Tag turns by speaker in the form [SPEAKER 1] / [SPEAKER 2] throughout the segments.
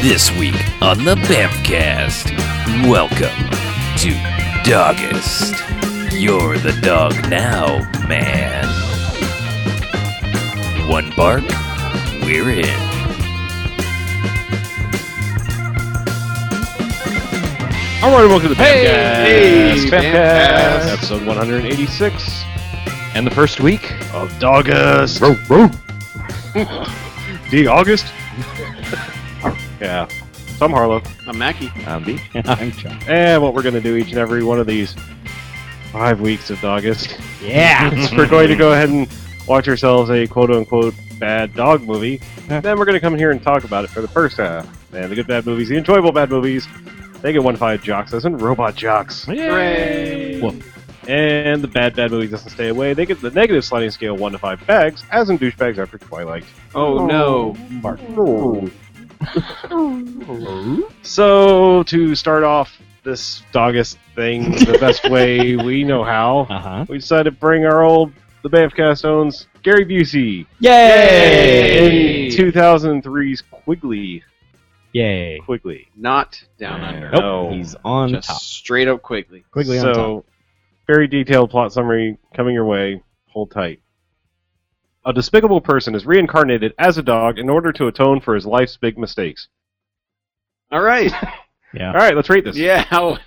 [SPEAKER 1] This week on the Bamfcast, welcome to Doggist. You're the dog now, man. One bark, we're in.
[SPEAKER 2] All right, welcome to the
[SPEAKER 3] Hey!
[SPEAKER 2] Bamcast.
[SPEAKER 3] Hey,
[SPEAKER 2] Bamcast.
[SPEAKER 3] Bamcast.
[SPEAKER 2] Episode 186. And the first week of August. D August? yeah. So I'm Harlow.
[SPEAKER 3] I'm Mackie.
[SPEAKER 4] I'm B. I'm John.
[SPEAKER 2] And what we're going to do each and every one of these five weeks of August
[SPEAKER 4] Yeah.
[SPEAKER 2] is we're going to go ahead and watch ourselves a quote unquote bad dog movie.
[SPEAKER 4] Yeah.
[SPEAKER 2] Then we're going to come here and talk about it for the first half. And the good bad movies, the enjoyable bad movies. They get one five jocks, as in robot jocks.
[SPEAKER 4] Oh,
[SPEAKER 3] Hooray!
[SPEAKER 4] Well,
[SPEAKER 2] And the bad bad movie doesn't stay away. They get the negative sliding scale one to five bags, as in douchebags after Twilight.
[SPEAKER 3] Oh no.
[SPEAKER 4] Mark.
[SPEAKER 2] So to start off this doggest thing the best way we know how,
[SPEAKER 4] Uh
[SPEAKER 3] Uh-huh.
[SPEAKER 4] huh.
[SPEAKER 2] we decided to bring our old the Bamfcast owns Gary Busey
[SPEAKER 3] Yay!
[SPEAKER 2] in 2003's Quigley.
[SPEAKER 4] Yay.
[SPEAKER 2] Quigley.
[SPEAKER 3] Not down under.
[SPEAKER 4] Nope.
[SPEAKER 2] No.
[SPEAKER 4] He's on
[SPEAKER 3] Just
[SPEAKER 4] top.
[SPEAKER 3] straight up quickly.
[SPEAKER 4] Quigley
[SPEAKER 2] so
[SPEAKER 4] on top.
[SPEAKER 2] very detailed plot summary coming your way. Hold tight. A despicable person is reincarnated as a dog in order to atone for his life's big mistakes.
[SPEAKER 3] All right.
[SPEAKER 4] Yeah.
[SPEAKER 2] All right, let's rate this.
[SPEAKER 3] yeah. how-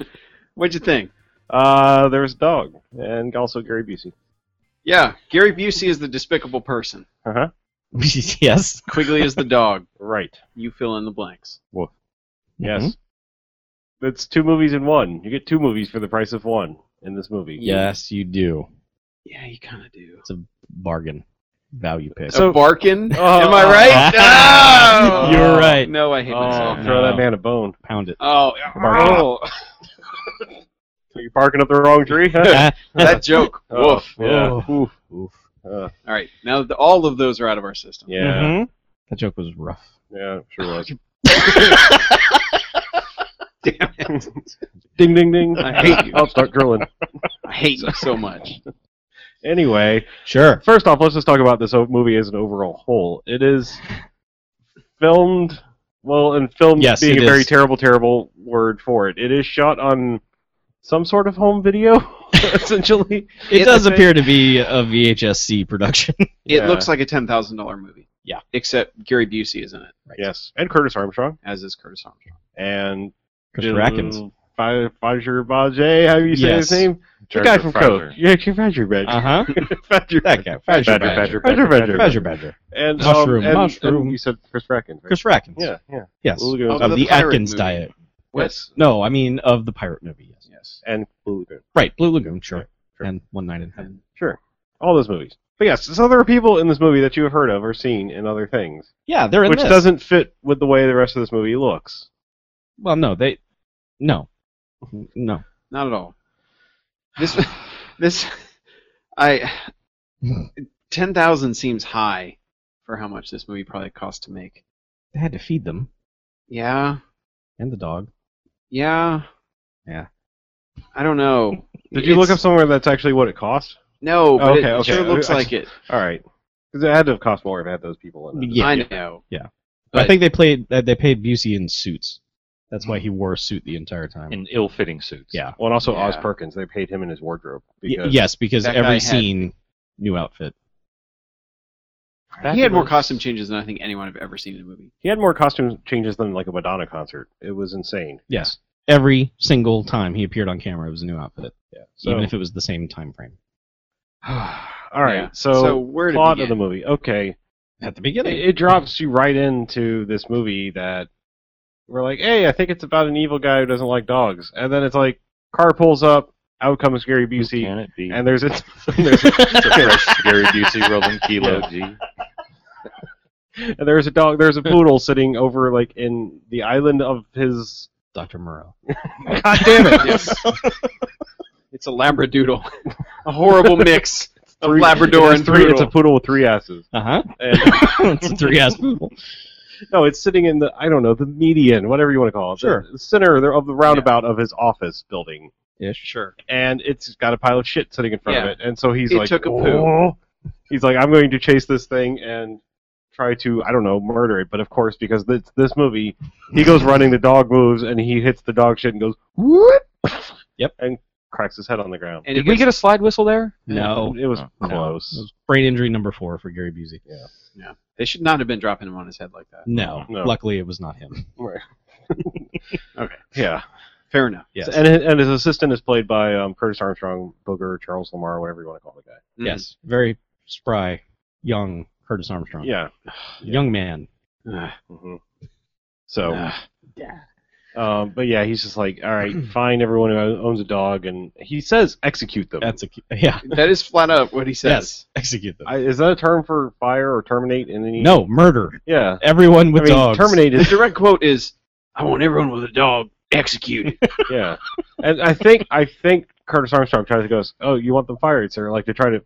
[SPEAKER 3] What'd you think?
[SPEAKER 2] Uh, there was a dog, and also Gary Busey.
[SPEAKER 3] Yeah. Gary Busey is the despicable person.
[SPEAKER 4] yes.
[SPEAKER 3] Quigley is the dog.
[SPEAKER 2] Right.
[SPEAKER 3] You fill in the blanks.
[SPEAKER 4] Mm-hmm.
[SPEAKER 2] Yes. It's two movies in one. You get two movies for the price of one in this movie.
[SPEAKER 4] Yes, you do.
[SPEAKER 3] Yeah, you kind of do.
[SPEAKER 4] Bargain. Value pick.
[SPEAKER 2] So-
[SPEAKER 3] So, barking?
[SPEAKER 2] Oh.
[SPEAKER 3] Am I right? No!
[SPEAKER 4] You're right.
[SPEAKER 3] No, I hate
[SPEAKER 2] Oh,
[SPEAKER 3] myself.
[SPEAKER 2] throw that man a bone.
[SPEAKER 4] Pound it.
[SPEAKER 3] Oh,
[SPEAKER 2] Barking.
[SPEAKER 3] oh,
[SPEAKER 2] So you're barking up the wrong tree?
[SPEAKER 4] Ah,
[SPEAKER 3] that joke. Woof.
[SPEAKER 2] Oh, yeah. Oof.
[SPEAKER 4] Oof.
[SPEAKER 2] Uh,
[SPEAKER 3] All right, now that all of those are out of our system.
[SPEAKER 2] yeah.
[SPEAKER 3] Mm-hmm.
[SPEAKER 4] Mhm. That joke was rough.
[SPEAKER 2] Yeah, sure was.
[SPEAKER 3] Damn it.
[SPEAKER 2] ding, ding, ding.
[SPEAKER 3] I hate you.
[SPEAKER 2] I'll start grilling.
[SPEAKER 3] I hate you so much.
[SPEAKER 2] Anyway,
[SPEAKER 4] Sure.
[SPEAKER 2] First off, let's just talk about this o- movie as an overall whole. It is filmed well, and filmed
[SPEAKER 4] Yes,
[SPEAKER 2] being a
[SPEAKER 4] it
[SPEAKER 2] very
[SPEAKER 4] is.
[SPEAKER 2] terrible, terrible word for it. It is shot on some sort of home video, essentially.
[SPEAKER 4] It,
[SPEAKER 3] It-
[SPEAKER 4] does
[SPEAKER 2] I think-
[SPEAKER 4] appear to be a VHSC production.
[SPEAKER 3] It
[SPEAKER 2] Yeah.
[SPEAKER 3] looks like a ten thousand dollar movie.
[SPEAKER 4] Yeah.
[SPEAKER 3] Except Gary Busey is in it,
[SPEAKER 2] Yes, and Curtis Armstrong
[SPEAKER 3] as is Curtis Armstrong.
[SPEAKER 2] and
[SPEAKER 4] Christopher Atkins.
[SPEAKER 2] Fa- Fajer Bajay, how do you say
[SPEAKER 4] Yes.
[SPEAKER 2] his name? The guy from Coke. Yeah, Fajer
[SPEAKER 4] Uh
[SPEAKER 2] Badger.
[SPEAKER 3] Uh-huh.
[SPEAKER 4] huh. That guy. Badger.
[SPEAKER 2] Badger,
[SPEAKER 4] Badger.
[SPEAKER 2] Badger, Badger, Badger,
[SPEAKER 4] Badger. Badger.
[SPEAKER 2] And, um,
[SPEAKER 4] Mushroom,
[SPEAKER 2] and- and
[SPEAKER 4] mushroom.
[SPEAKER 2] you said Chris Atkins. right?
[SPEAKER 4] Chris Atkins.
[SPEAKER 2] Yeah, yeah.
[SPEAKER 4] Yes.
[SPEAKER 2] We'll
[SPEAKER 3] Oh,
[SPEAKER 2] go-
[SPEAKER 4] Of
[SPEAKER 3] The
[SPEAKER 4] the
[SPEAKER 3] pirate
[SPEAKER 4] Atkins
[SPEAKER 3] movie.
[SPEAKER 4] diet.
[SPEAKER 3] Yes.
[SPEAKER 4] No, I mean of the pirate movie. Yes.
[SPEAKER 3] Yes.
[SPEAKER 2] and Blue Lagoon.
[SPEAKER 4] Right, Blue Lagoon, sure.
[SPEAKER 2] Sure.
[SPEAKER 4] And One Night in Heaven.
[SPEAKER 2] Sure. All those movies. But yes, so there are people in this movie that you have heard of or seen in other things,
[SPEAKER 4] Yeah, they're in
[SPEAKER 2] which
[SPEAKER 4] this.
[SPEAKER 2] doesn't fit with the way the rest of this movie looks.
[SPEAKER 4] Well, no, they, no, no.
[SPEAKER 3] Not at all. This this I
[SPEAKER 4] they
[SPEAKER 3] ten thousand seems high for how much this movie probably cost to make.
[SPEAKER 4] had to feed them
[SPEAKER 3] Yeah.
[SPEAKER 4] and the dog.
[SPEAKER 3] Yeah.
[SPEAKER 4] Yeah.
[SPEAKER 3] I don't know.
[SPEAKER 2] Did you look up
[SPEAKER 3] It's-
[SPEAKER 2] somewhere that's actually what it cost?
[SPEAKER 3] No, but it
[SPEAKER 2] Okay, okay.
[SPEAKER 3] sure looks
[SPEAKER 2] I- I-
[SPEAKER 3] like it.
[SPEAKER 2] All right, because it had to have cost more if it had those people in it.
[SPEAKER 4] Yeah,
[SPEAKER 3] I
[SPEAKER 4] yeah.
[SPEAKER 3] know.
[SPEAKER 4] I think they played. uh, They paid Busey in suits. That's why he wore a suit the entire time.
[SPEAKER 5] in ill-fitting suits.
[SPEAKER 4] Yeah.
[SPEAKER 2] Well, and also Oz
[SPEAKER 3] Yeah.
[SPEAKER 2] Perkins, they paid him in his wardrobe
[SPEAKER 4] Y-
[SPEAKER 2] because
[SPEAKER 4] yes, because
[SPEAKER 3] that guy
[SPEAKER 4] every
[SPEAKER 3] had-
[SPEAKER 4] scene, new outfit.
[SPEAKER 3] He had more costume changes than I think anyone I've ever seen in a movie.
[SPEAKER 2] he had more costume changes than like a Madonna concert. It was insane.
[SPEAKER 4] Yes, every single time he appeared on camera, it was a new outfit,
[SPEAKER 2] Yeah. So,
[SPEAKER 4] even if it was the same time frame
[SPEAKER 2] all right,
[SPEAKER 3] Yeah.
[SPEAKER 2] so,
[SPEAKER 3] so where to
[SPEAKER 2] plot of
[SPEAKER 3] begin?
[SPEAKER 2] the movie. Okay,
[SPEAKER 4] at the
[SPEAKER 2] it,
[SPEAKER 4] beginning.
[SPEAKER 2] it drops you right into this movie that we're like, hey, I think it's about an evil guy who doesn't like dogs, and then it's like car pulls up, out comes Gary Busey,
[SPEAKER 5] Can it be?
[SPEAKER 2] and there's a, there's
[SPEAKER 5] It's a fresh Gary Busey rolling kilo G.
[SPEAKER 2] a and there's a dog, there's a poodle sitting over like in the island of his.
[SPEAKER 4] Dr. Moreau.
[SPEAKER 2] God damn it!
[SPEAKER 3] Yes. it's a labradoodle. A horrible mix of labrador
[SPEAKER 2] it's
[SPEAKER 3] and
[SPEAKER 2] three. It's a
[SPEAKER 3] poodle.
[SPEAKER 2] poodle with three asses.
[SPEAKER 4] Uh huh.
[SPEAKER 2] And,
[SPEAKER 4] it's a three ass poodle.
[SPEAKER 2] no, it's sitting in the I don't know the median, whatever you want to call it,
[SPEAKER 4] Sure.
[SPEAKER 2] the center of the roundabout of his office building.
[SPEAKER 4] Ish.
[SPEAKER 3] Sure.
[SPEAKER 2] and it's got a pile of shit sitting in front of
[SPEAKER 3] Yeah.
[SPEAKER 2] it. And so he's
[SPEAKER 3] It
[SPEAKER 2] like,
[SPEAKER 3] took a poo.
[SPEAKER 2] "Oh." He's like, I'm going to chase this thing, and try to I don't know murder it, but of course because this this movie he goes running, the dog moves, and he hits the dog shit and goes whoop.
[SPEAKER 4] Yep.
[SPEAKER 2] and cracks his head on the ground.
[SPEAKER 3] And did we get a slide whistle there?
[SPEAKER 4] No.
[SPEAKER 2] it was
[SPEAKER 5] No.
[SPEAKER 4] It
[SPEAKER 2] close.
[SPEAKER 4] was brain injury number four for Gary Busey.
[SPEAKER 3] They should not have been dropping him on his head like that.
[SPEAKER 4] No,
[SPEAKER 2] No.
[SPEAKER 4] luckily it was not him.
[SPEAKER 3] Okay,
[SPEAKER 2] Yeah,
[SPEAKER 3] fair enough.
[SPEAKER 4] Yes.
[SPEAKER 2] and his, and his assistant is played by um, Curtis Armstrong, Booger, Charles Lamar, whatever you want to call the guy.
[SPEAKER 3] Mm.
[SPEAKER 4] Yes. Very spry, young Curtis Armstrong.
[SPEAKER 2] Yeah.
[SPEAKER 4] Young man.
[SPEAKER 3] Ah,
[SPEAKER 2] hmm So.
[SPEAKER 3] ah.
[SPEAKER 2] Um, but yeah, he's just like, all right, find everyone who owns a dog, and he says execute them.
[SPEAKER 4] That's a yeah.
[SPEAKER 3] that is flat out what he says.
[SPEAKER 4] Yes. Execute them.
[SPEAKER 2] I, is that a term for fire or terminate? And then
[SPEAKER 4] no murder.
[SPEAKER 2] yeah,
[SPEAKER 4] Everyone with
[SPEAKER 2] I mean,
[SPEAKER 4] dogs.
[SPEAKER 2] terminate
[SPEAKER 3] His
[SPEAKER 2] is
[SPEAKER 3] direct quote is, "I want everyone with a dog executed."
[SPEAKER 2] yeah, and I think I think Curtis Armstrong tries to go, oh, you want them fired, sir? Like to try to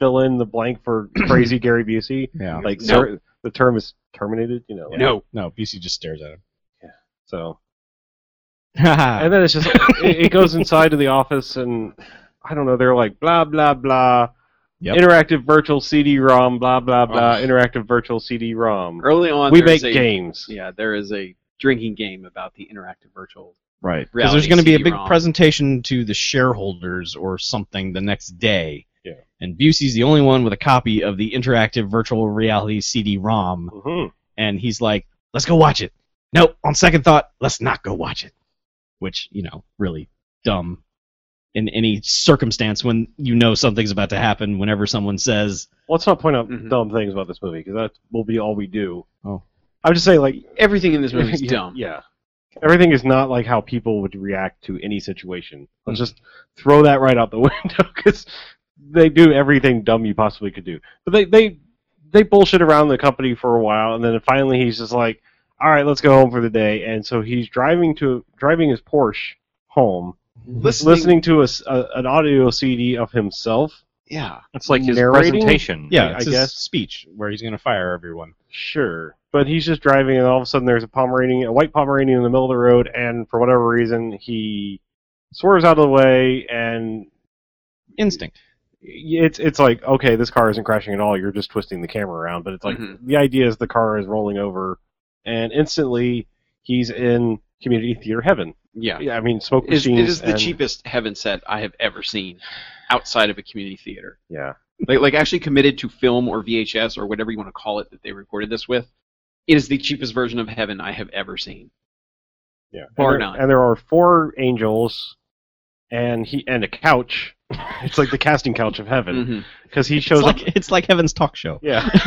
[SPEAKER 2] fill in the blank for crazy Gary Busey.
[SPEAKER 4] Yeah.
[SPEAKER 2] Like
[SPEAKER 3] No.
[SPEAKER 2] sir, the term is terminated, you know. like,
[SPEAKER 3] No,
[SPEAKER 4] No, Busey just stares at him.
[SPEAKER 2] So
[SPEAKER 4] Haha.
[SPEAKER 2] and then it's just it, it goes inside to the office, and I don't know. They're like blah blah blah.
[SPEAKER 4] Yep.
[SPEAKER 2] Interactive virtual CD-ROM, blah blah blah.
[SPEAKER 3] Oh.
[SPEAKER 2] Interactive virtual CD-ROM.
[SPEAKER 3] early on
[SPEAKER 2] we
[SPEAKER 3] there
[SPEAKER 2] make
[SPEAKER 3] is a-
[SPEAKER 2] games.
[SPEAKER 3] Yeah, there is a drinking game about the interactive virtual
[SPEAKER 4] right. Because
[SPEAKER 3] reality
[SPEAKER 4] there's going to be a big
[SPEAKER 3] CD-ROM.
[SPEAKER 4] presentation to the shareholders or something the next day.
[SPEAKER 2] Yeah.
[SPEAKER 4] And Busey's the only one with a copy of the interactive virtual reality CD-ROM,
[SPEAKER 2] Mhm.
[SPEAKER 4] and he's like, "Let's go watch it." No, on second thought, let's not go watch it. Which you know, really dumb. In any circumstance when you know something's about to happen, whenever someone says,
[SPEAKER 2] Let's not point out
[SPEAKER 3] Mhm.
[SPEAKER 2] dumb things about this movie because that will be all we do.
[SPEAKER 4] Oh.
[SPEAKER 2] I'm just saying, like
[SPEAKER 3] Everything in this movie is
[SPEAKER 2] yeah,
[SPEAKER 3] dumb.
[SPEAKER 2] Yeah, everything is not like how people would react to any situation.
[SPEAKER 5] Hmm.
[SPEAKER 2] Let's just throw that right out the window because they do everything dumb you possibly could do. But they they they bullshit around the company for a while, and then finally he's just like, "All right, let's go home for the day." And so he's driving to driving his Porsche home,
[SPEAKER 3] Listening,
[SPEAKER 2] listening to a s a an audio CD of himself.
[SPEAKER 3] Yeah,
[SPEAKER 5] It's like his
[SPEAKER 2] Narrating?
[SPEAKER 5] presentation.
[SPEAKER 4] "Yeah,
[SPEAKER 2] I
[SPEAKER 4] it's his
[SPEAKER 2] guess.
[SPEAKER 4] speech where he's going to fire everyone."
[SPEAKER 2] Sure. But he's just driving, and all of a sudden there's a Pomeranian, a white Pomeranian in the middle of the road, and for whatever reason, he swerves out of the way, and
[SPEAKER 4] Instinct.
[SPEAKER 2] it's it's like, okay, this car isn't crashing at all. You're just twisting the camera around. But it's like
[SPEAKER 3] Mhm.
[SPEAKER 2] the idea is the car is rolling over, and instantly he's in community theater heaven.
[SPEAKER 3] yeah.
[SPEAKER 2] Yeah, I mean, smoke
[SPEAKER 3] It is, it
[SPEAKER 2] machines.
[SPEAKER 3] is the
[SPEAKER 2] and-
[SPEAKER 3] cheapest heaven set I have ever seen outside of a community theater.
[SPEAKER 2] Yeah.
[SPEAKER 3] Like, like actually committed to film or VHS or whatever you want to call it that they recorded this with. It is the cheapest version of heaven I have ever seen.
[SPEAKER 2] Yeah.
[SPEAKER 3] Bar
[SPEAKER 2] and, there,
[SPEAKER 3] none.
[SPEAKER 2] and there are four angels, and he and a couch. it's like the casting couch of heaven
[SPEAKER 3] Mhm.
[SPEAKER 2] because he
[SPEAKER 4] It's
[SPEAKER 2] shows up. Uh,
[SPEAKER 4] like it's like Heaven's talk show.
[SPEAKER 2] Yeah.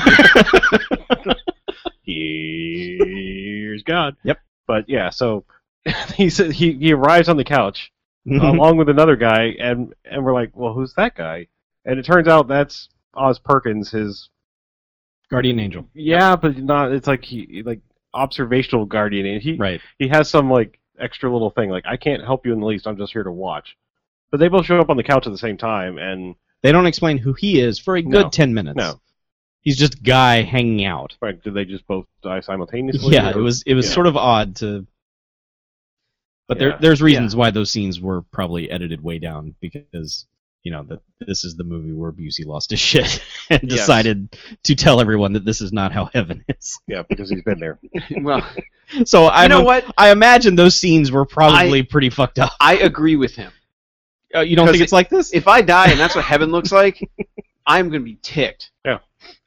[SPEAKER 2] Here's God.
[SPEAKER 4] Yep.
[SPEAKER 2] But yeah, so he said he, he arrives on the couch
[SPEAKER 4] Mm-hmm.
[SPEAKER 2] along with another guy, and and we're like, well, who's that guy? And it turns out that's Oz Perkins, his
[SPEAKER 4] Guardian Angel.
[SPEAKER 2] yeah, but not. It's like he like observational guardian. and He
[SPEAKER 4] Right.
[SPEAKER 2] he has some like extra little thing like I can't help you in the least. I'm just here to watch. But they both show up on the couch at the same time, and
[SPEAKER 4] They don't explain who he is for a good
[SPEAKER 2] No.
[SPEAKER 4] ten minutes.
[SPEAKER 2] No.
[SPEAKER 4] He's just guy hanging out.
[SPEAKER 2] like, did they just both die simultaneously?
[SPEAKER 4] Yeah, it
[SPEAKER 2] or-
[SPEAKER 4] was it was
[SPEAKER 2] yeah.
[SPEAKER 4] sort of odd to but
[SPEAKER 2] Yeah.
[SPEAKER 4] there there's reasons why those scenes were probably edited way down because you know that this is the movie where Busey lost his shit and
[SPEAKER 2] Yes.
[SPEAKER 4] decided to tell everyone that this is not how heaven is.
[SPEAKER 2] yeah, because he's been there.
[SPEAKER 3] Mm-hmm. Well,
[SPEAKER 4] So I
[SPEAKER 3] you know
[SPEAKER 4] im-
[SPEAKER 3] what?
[SPEAKER 4] I imagine those scenes were probably pretty fucked up.
[SPEAKER 3] I agree with him.
[SPEAKER 4] Uh, you don't think
[SPEAKER 3] Because
[SPEAKER 4] it's like this?
[SPEAKER 3] If I die and that's what heaven looks like, I'm gonna be ticked.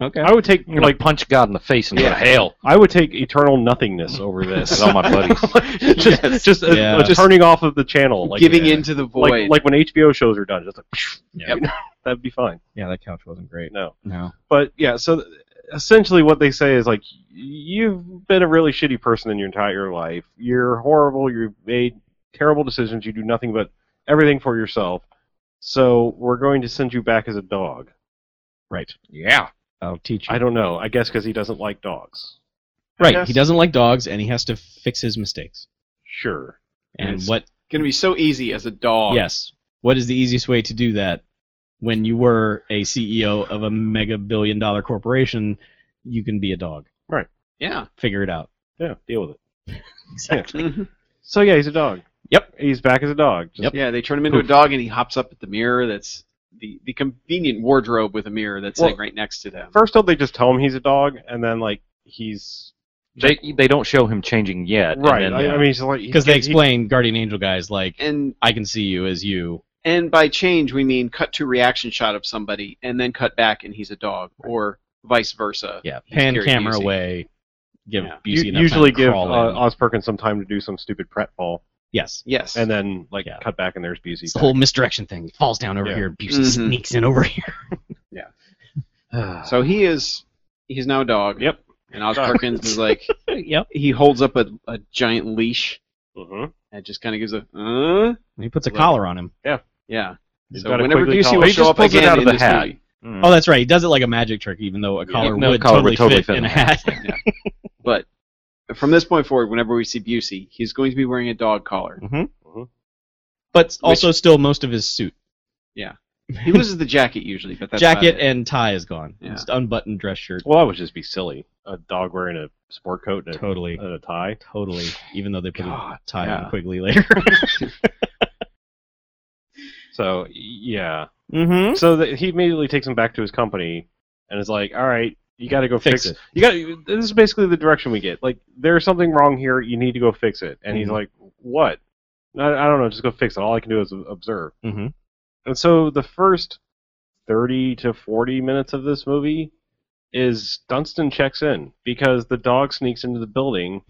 [SPEAKER 4] okay.
[SPEAKER 2] I would take
[SPEAKER 5] You're like
[SPEAKER 2] like
[SPEAKER 5] punch God in the face and go
[SPEAKER 3] Yeah.
[SPEAKER 5] to hell.
[SPEAKER 2] I would take eternal nothingness over this.
[SPEAKER 5] That's all my buddies.
[SPEAKER 2] just just a,
[SPEAKER 4] Yeah.
[SPEAKER 2] a turning off of the channel, like
[SPEAKER 3] giving
[SPEAKER 5] yeah.
[SPEAKER 3] into the void.
[SPEAKER 2] like, like when HBO shows are done, just like
[SPEAKER 4] Yeah.
[SPEAKER 2] that'd be fine.
[SPEAKER 4] Yeah, that couch wasn't great.
[SPEAKER 2] No,
[SPEAKER 4] No.
[SPEAKER 2] but yeah, so th- essentially what they say is like you've been a really shitty person in your entire life. You're horrible. You've made terrible decisions. You do nothing but everything for yourself. So we're going to send you back as a dog.
[SPEAKER 4] Right.
[SPEAKER 5] Yeah.
[SPEAKER 4] I'll teach you.
[SPEAKER 2] I don't know. I guess because he doesn't like dogs.
[SPEAKER 4] right.
[SPEAKER 3] guess.
[SPEAKER 4] He doesn't like dogs and he has to fix his mistakes.
[SPEAKER 2] Sure.
[SPEAKER 4] And
[SPEAKER 3] Yes.
[SPEAKER 4] what
[SPEAKER 3] gonna be so easy as a dog.
[SPEAKER 4] Yes. What is the easiest way to do that? When you were a CEO of a mega billion dollar corporation, you can be a dog.
[SPEAKER 3] Yeah. Mm-hmm.
[SPEAKER 4] Figure it out.
[SPEAKER 2] Yeah. Deal with it.
[SPEAKER 4] Exactly.
[SPEAKER 2] So yeah, he's a dog.
[SPEAKER 4] Yep.
[SPEAKER 2] He's back as a dog. Just
[SPEAKER 4] Yep.
[SPEAKER 3] Yeah, they turn him into a dog and he hops up at the mirror that's the, the convenient wardrobe with a mirror that's sitting
[SPEAKER 2] Well,
[SPEAKER 3] right next to them.
[SPEAKER 2] First, don't they just tell him he's a dog, and then like he's
[SPEAKER 5] They, they don't show him changing yet. and
[SPEAKER 2] right?
[SPEAKER 5] then-
[SPEAKER 2] I, I mean, he's like he-
[SPEAKER 4] because they
[SPEAKER 2] he-
[SPEAKER 4] explain Guardian Angel guys like
[SPEAKER 3] and
[SPEAKER 4] I can see you as you.
[SPEAKER 3] and by change we mean cut to reaction shot of somebody and then cut back and he's a dog or vice versa.
[SPEAKER 4] Yeah,
[SPEAKER 3] He's
[SPEAKER 4] pan
[SPEAKER 3] Gary
[SPEAKER 4] camera
[SPEAKER 3] Busey.
[SPEAKER 4] away. Give
[SPEAKER 3] Yeah.
[SPEAKER 2] u-
[SPEAKER 4] Busey enough
[SPEAKER 2] usually
[SPEAKER 4] time to
[SPEAKER 2] give uh,
[SPEAKER 4] crawl in.
[SPEAKER 2] Oz Perkins some time to do some stupid pret fall,
[SPEAKER 4] yes.
[SPEAKER 3] Yes.
[SPEAKER 2] and then like
[SPEAKER 4] Yeah.
[SPEAKER 2] cut back and there's Busey.
[SPEAKER 4] It's the whole misdirection thing. He falls down over
[SPEAKER 2] Yeah. Mm-hmm.
[SPEAKER 4] here and Busey
[SPEAKER 3] Mhm.
[SPEAKER 4] sneaks in over here.
[SPEAKER 3] so he is he's now a dog.
[SPEAKER 2] uh, Yep.
[SPEAKER 3] And Oz
[SPEAKER 2] Dog.
[SPEAKER 3] Perkins is like
[SPEAKER 4] yep.
[SPEAKER 3] he holds up a, a giant leash
[SPEAKER 2] hmm
[SPEAKER 4] Mm-hmm.
[SPEAKER 3] and just kind of gives a uh
[SPEAKER 4] And he puts a
[SPEAKER 3] Right.
[SPEAKER 4] collar on him.
[SPEAKER 3] yeah.
[SPEAKER 2] He's
[SPEAKER 3] so
[SPEAKER 2] gotta
[SPEAKER 3] whenever
[SPEAKER 2] quickly
[SPEAKER 3] Busey
[SPEAKER 2] call
[SPEAKER 3] will
[SPEAKER 2] it. He
[SPEAKER 3] show
[SPEAKER 2] just
[SPEAKER 3] up
[SPEAKER 2] pulls it
[SPEAKER 3] again
[SPEAKER 2] out of
[SPEAKER 3] in
[SPEAKER 2] the
[SPEAKER 3] this
[SPEAKER 2] hat.
[SPEAKER 3] movie,
[SPEAKER 5] Mm.
[SPEAKER 4] Oh, that's right. He does it like a magic trick, even though a collar,
[SPEAKER 5] no,
[SPEAKER 4] would,
[SPEAKER 5] collar
[SPEAKER 4] totally
[SPEAKER 5] would totally
[SPEAKER 4] fit,
[SPEAKER 5] fit
[SPEAKER 4] in
[SPEAKER 5] in
[SPEAKER 4] a hat.
[SPEAKER 3] but from this point forward, whenever we see Busey, he's going to be wearing a dog collar.
[SPEAKER 4] but also still most of his suit,
[SPEAKER 3] He loses the jacket usually, but that's
[SPEAKER 4] jacket,
[SPEAKER 3] about it.
[SPEAKER 4] and tie is gone.
[SPEAKER 3] Yeah.
[SPEAKER 4] Just unbuttoned dress shirt.
[SPEAKER 2] Well, that would just be silly. A dog wearing a sport coat and a,
[SPEAKER 4] Totally,
[SPEAKER 2] and a tie.
[SPEAKER 4] totally. Even though they put a
[SPEAKER 3] God,
[SPEAKER 4] tie
[SPEAKER 3] yeah.
[SPEAKER 4] on quickly later.
[SPEAKER 2] So yeah.
[SPEAKER 4] mm-hmm.
[SPEAKER 2] So that he immediately takes him back to his company and is like, "All right, you got to go
[SPEAKER 4] Fix
[SPEAKER 2] fix,
[SPEAKER 4] it.
[SPEAKER 2] You got this is basically the direction we get. Like, there's something wrong here. You need to go fix it." And he's
[SPEAKER 4] Mhm.
[SPEAKER 2] like, "What? I, I don't know. Just go fix it. All I can do is observe."
[SPEAKER 4] Mm-hmm.
[SPEAKER 2] And so the first thirty to forty minutes of this movie is Dunstan checks in because the dog sneaks into the building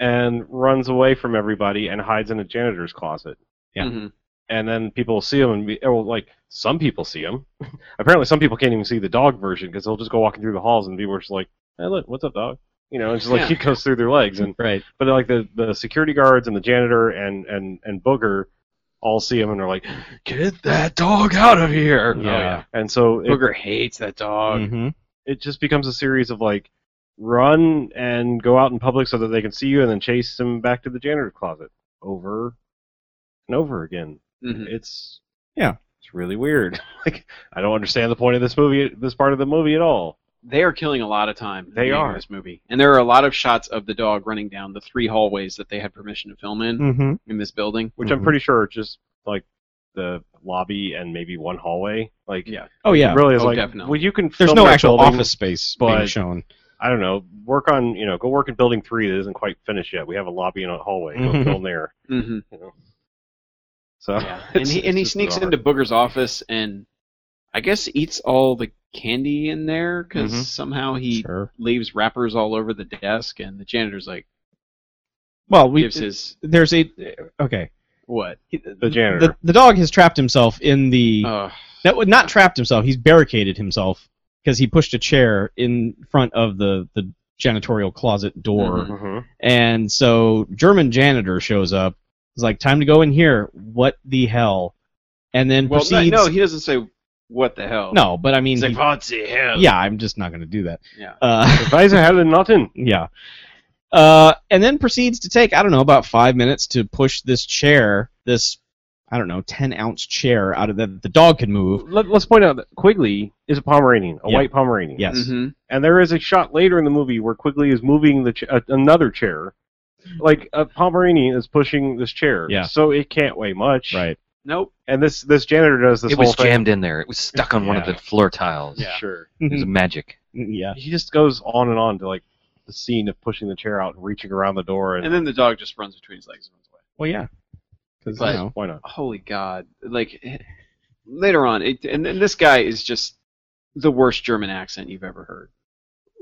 [SPEAKER 2] and runs away from everybody and hides in a janitor's closet
[SPEAKER 4] Yeah.
[SPEAKER 3] Mhm.
[SPEAKER 2] and then people see him and be, well, like some people see him. Apparently, some people can't even see the dog version because they'll just go walking through the halls and people are just like, "Hey, look, what's up, dog?" You know, it's just like he goes through their legs. And
[SPEAKER 4] Right.
[SPEAKER 2] but like the the security guards and the janitor and and and Booger all see him and are like, "Get that dog out of here!"
[SPEAKER 4] Yeah.
[SPEAKER 2] And so it,
[SPEAKER 3] Booger hates that dog.
[SPEAKER 4] Mhm.
[SPEAKER 2] it just becomes a series of like run and go out in public so that they can see you and then chase him back to the janitor closet over and over again
[SPEAKER 3] Mhm.
[SPEAKER 2] it's
[SPEAKER 4] Yeah.
[SPEAKER 2] it's really weird like i don't understand the point of this movie this part of the movie at all
[SPEAKER 3] They are killing a lot of time. in the
[SPEAKER 2] They
[SPEAKER 3] making of
[SPEAKER 2] are.
[SPEAKER 3] this movie, and there are a lot of shots of the dog running down the three hallways that they had permission to film in
[SPEAKER 4] Mhm.
[SPEAKER 3] in this building.
[SPEAKER 2] which
[SPEAKER 4] Mhm.
[SPEAKER 2] i'm pretty sure are just like the lobby and maybe one hallway like
[SPEAKER 3] Yeah.
[SPEAKER 4] Oh yeah.
[SPEAKER 2] really is
[SPEAKER 3] Oh,
[SPEAKER 2] like
[SPEAKER 3] definitely.
[SPEAKER 2] well you can
[SPEAKER 4] There's
[SPEAKER 2] film
[SPEAKER 4] no
[SPEAKER 2] that
[SPEAKER 4] actual
[SPEAKER 2] building-
[SPEAKER 4] office space being
[SPEAKER 2] but-
[SPEAKER 4] shown.
[SPEAKER 2] i don't know work on you know go work in building three that isn't quite finished yet we have a lobby and a hallway
[SPEAKER 4] Mhm.
[SPEAKER 2] go film there
[SPEAKER 3] hmm
[SPEAKER 2] you know so
[SPEAKER 3] Yeah. and
[SPEAKER 2] it's-
[SPEAKER 3] he
[SPEAKER 2] it's
[SPEAKER 3] and he
[SPEAKER 2] just
[SPEAKER 3] sneaks
[SPEAKER 2] bizarre.
[SPEAKER 3] into Booger's office and I guess eats all the candy in there because
[SPEAKER 5] Mhm.
[SPEAKER 3] somehow he
[SPEAKER 4] Mm-hmm. Sure.
[SPEAKER 3] leaves wrappers all over the desk, and the janitor's like
[SPEAKER 4] Well, we
[SPEAKER 3] gives his
[SPEAKER 4] there's a okay.
[SPEAKER 3] what?
[SPEAKER 2] the janitor
[SPEAKER 4] The, the dog has trapped himself in the
[SPEAKER 3] Ugh.
[SPEAKER 4] That would not trapped himself. He's barricaded himself because he pushed a chair in front of the the janitorial closet door,
[SPEAKER 3] Mhm.
[SPEAKER 2] Mhm.
[SPEAKER 4] and so German janitor shows up. He's like, "Time to go in here. What the hell?" And then
[SPEAKER 3] well, no,
[SPEAKER 4] proceeds.
[SPEAKER 3] no, he doesn't say what the hell.
[SPEAKER 4] no, but I mean,
[SPEAKER 3] he's like
[SPEAKER 4] he-
[SPEAKER 3] what the hell?
[SPEAKER 4] yeah, I'm just not going to do that.
[SPEAKER 3] Yeah.
[SPEAKER 4] Uh,
[SPEAKER 2] advisor helen Norton.
[SPEAKER 4] yeah. Uh, and then proceeds to take I don't know about five minutes to push this chair, this I don't know, ten ounce chair out of that the dog can move.
[SPEAKER 2] Let, let's point out that Quigley is a Pomeranian, a
[SPEAKER 4] Yeah.
[SPEAKER 2] white Pomeranian.
[SPEAKER 4] Yes.
[SPEAKER 3] Mhm.
[SPEAKER 2] And there is a shot later in the movie where Quigley is moving the ch- uh, another chair. Like a Pomeranian is pushing this chair,
[SPEAKER 4] Yeah.
[SPEAKER 2] so it can't weigh much.
[SPEAKER 4] Right.
[SPEAKER 3] Nope.
[SPEAKER 2] And this this janitor does this
[SPEAKER 5] it
[SPEAKER 2] whole
[SPEAKER 5] was
[SPEAKER 2] thing.
[SPEAKER 5] jammed in there. It was stuck on one of
[SPEAKER 4] Yeah.
[SPEAKER 5] the floor tiles.
[SPEAKER 3] Yeah.
[SPEAKER 2] Sure.
[SPEAKER 5] It was magic.
[SPEAKER 4] yeah.
[SPEAKER 2] He just goes on and on to like the scene of pushing the chair out and reaching around the door, and,
[SPEAKER 3] And then the dog just runs between his legs and runs away.
[SPEAKER 4] Well, yeah. Because
[SPEAKER 3] But-
[SPEAKER 4] you know.
[SPEAKER 2] why not?
[SPEAKER 3] Holy God! Like eh, later on, it, and, and this guy is just the worst German accent you've ever heard.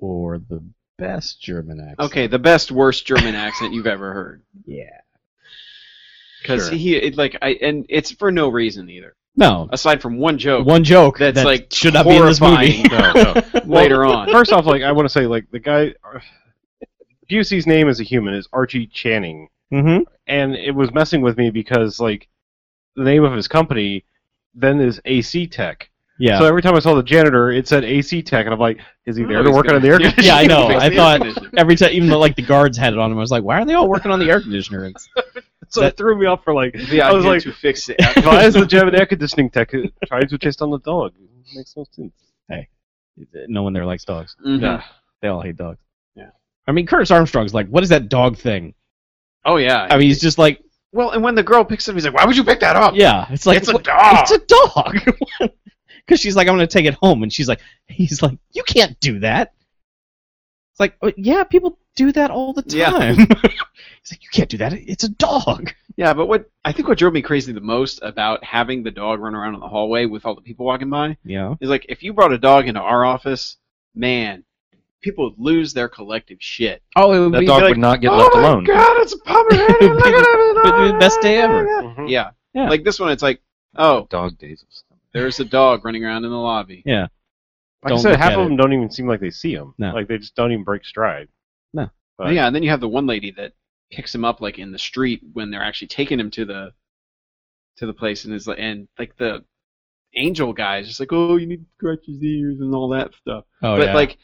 [SPEAKER 4] or the best German accent.
[SPEAKER 3] Okay, the best worst German accent you've ever heard.
[SPEAKER 4] Yeah.
[SPEAKER 3] Because he, it, like, I and it's for no reason either,
[SPEAKER 4] No.
[SPEAKER 3] aside from one joke
[SPEAKER 4] One joke
[SPEAKER 3] that's
[SPEAKER 4] that
[SPEAKER 3] like
[SPEAKER 4] should not be in this movie.
[SPEAKER 3] horrifying
[SPEAKER 2] No, no.
[SPEAKER 3] later on.
[SPEAKER 2] First off, like I want to say, like the guy, Busey's name as a human is Archie Channing,
[SPEAKER 4] mm-hmm.
[SPEAKER 2] and it was messing with me because like the name of his company then is AC Tech.
[SPEAKER 4] Yeah.
[SPEAKER 2] So every time I saw the janitor, it said AC Tech, and I'm like, is he there to
[SPEAKER 3] He's
[SPEAKER 2] work
[SPEAKER 3] gonna-
[SPEAKER 2] on the air? conditioner?
[SPEAKER 4] yeah, I know.
[SPEAKER 3] Fix
[SPEAKER 4] I
[SPEAKER 3] the
[SPEAKER 4] thought-
[SPEAKER 3] air conditioner.
[SPEAKER 4] Every time, even though like the guards had it on them, I was like, "Why are they all working on the air conditioner?" It's,
[SPEAKER 2] so
[SPEAKER 4] that-
[SPEAKER 2] it threw me off for like,
[SPEAKER 3] the
[SPEAKER 2] I was
[SPEAKER 3] idea
[SPEAKER 2] like,
[SPEAKER 3] to fix it.
[SPEAKER 2] why is the German air conditioning tech uh, trying to chase down the dog? It makes no sense.
[SPEAKER 4] no one there likes dogs.
[SPEAKER 3] Mhm.
[SPEAKER 2] Yeah.
[SPEAKER 4] They all hate dogs.
[SPEAKER 3] Yeah.
[SPEAKER 4] I mean, Curtis Armstrong's like, "What is that dog thing?"
[SPEAKER 3] Oh yeah.
[SPEAKER 4] I mean, he's just like,
[SPEAKER 3] well, and when the girl picks it up, he's like, "Why would you pick that up?
[SPEAKER 4] "Yeah." It's like
[SPEAKER 3] it's Oh. a
[SPEAKER 4] "What-
[SPEAKER 3] dog."
[SPEAKER 4] It's a dog. because she's like, I'm gonna take it home, and she's like, he's like, you can't do that. It's like, "Oh, yeah, people do that all the
[SPEAKER 3] Yeah.
[SPEAKER 4] time. he's like, you can't do that. It's a dog.
[SPEAKER 3] Yeah, but what I think what drove me crazy the most about having the dog run around in the hallway with all the people walking by
[SPEAKER 4] You know?
[SPEAKER 3] is like if you brought a dog into our office, man, people would lose their collective shit.
[SPEAKER 4] Oh, it would
[SPEAKER 5] That
[SPEAKER 4] be
[SPEAKER 5] dog
[SPEAKER 4] like,
[SPEAKER 5] would not get
[SPEAKER 2] Oh
[SPEAKER 5] left alone.
[SPEAKER 3] god, it's a pomegranate!
[SPEAKER 4] look at it'd be the best day ever.
[SPEAKER 2] Mhm.
[SPEAKER 3] Yeah.
[SPEAKER 4] Yeah.
[SPEAKER 3] like this one, it's like, oh,
[SPEAKER 5] Dog days. of summer.
[SPEAKER 3] there's a dog running around in the lobby.
[SPEAKER 4] Yeah.
[SPEAKER 2] Like I
[SPEAKER 4] Don't
[SPEAKER 2] said,
[SPEAKER 4] look
[SPEAKER 2] half
[SPEAKER 4] at
[SPEAKER 2] of
[SPEAKER 4] it.
[SPEAKER 2] them don't even seem like they see him.
[SPEAKER 4] No.
[SPEAKER 2] Like they just don't even break stride.
[SPEAKER 4] No.
[SPEAKER 2] But,
[SPEAKER 3] yeah, and then you have the one lady that picks him up like in the street when they're actually taking him to the to the place, and is like, and like the angel guy is just like, oh, you need to scratch his ears and all that stuff.
[SPEAKER 4] Oh,
[SPEAKER 3] but
[SPEAKER 4] yeah.
[SPEAKER 3] like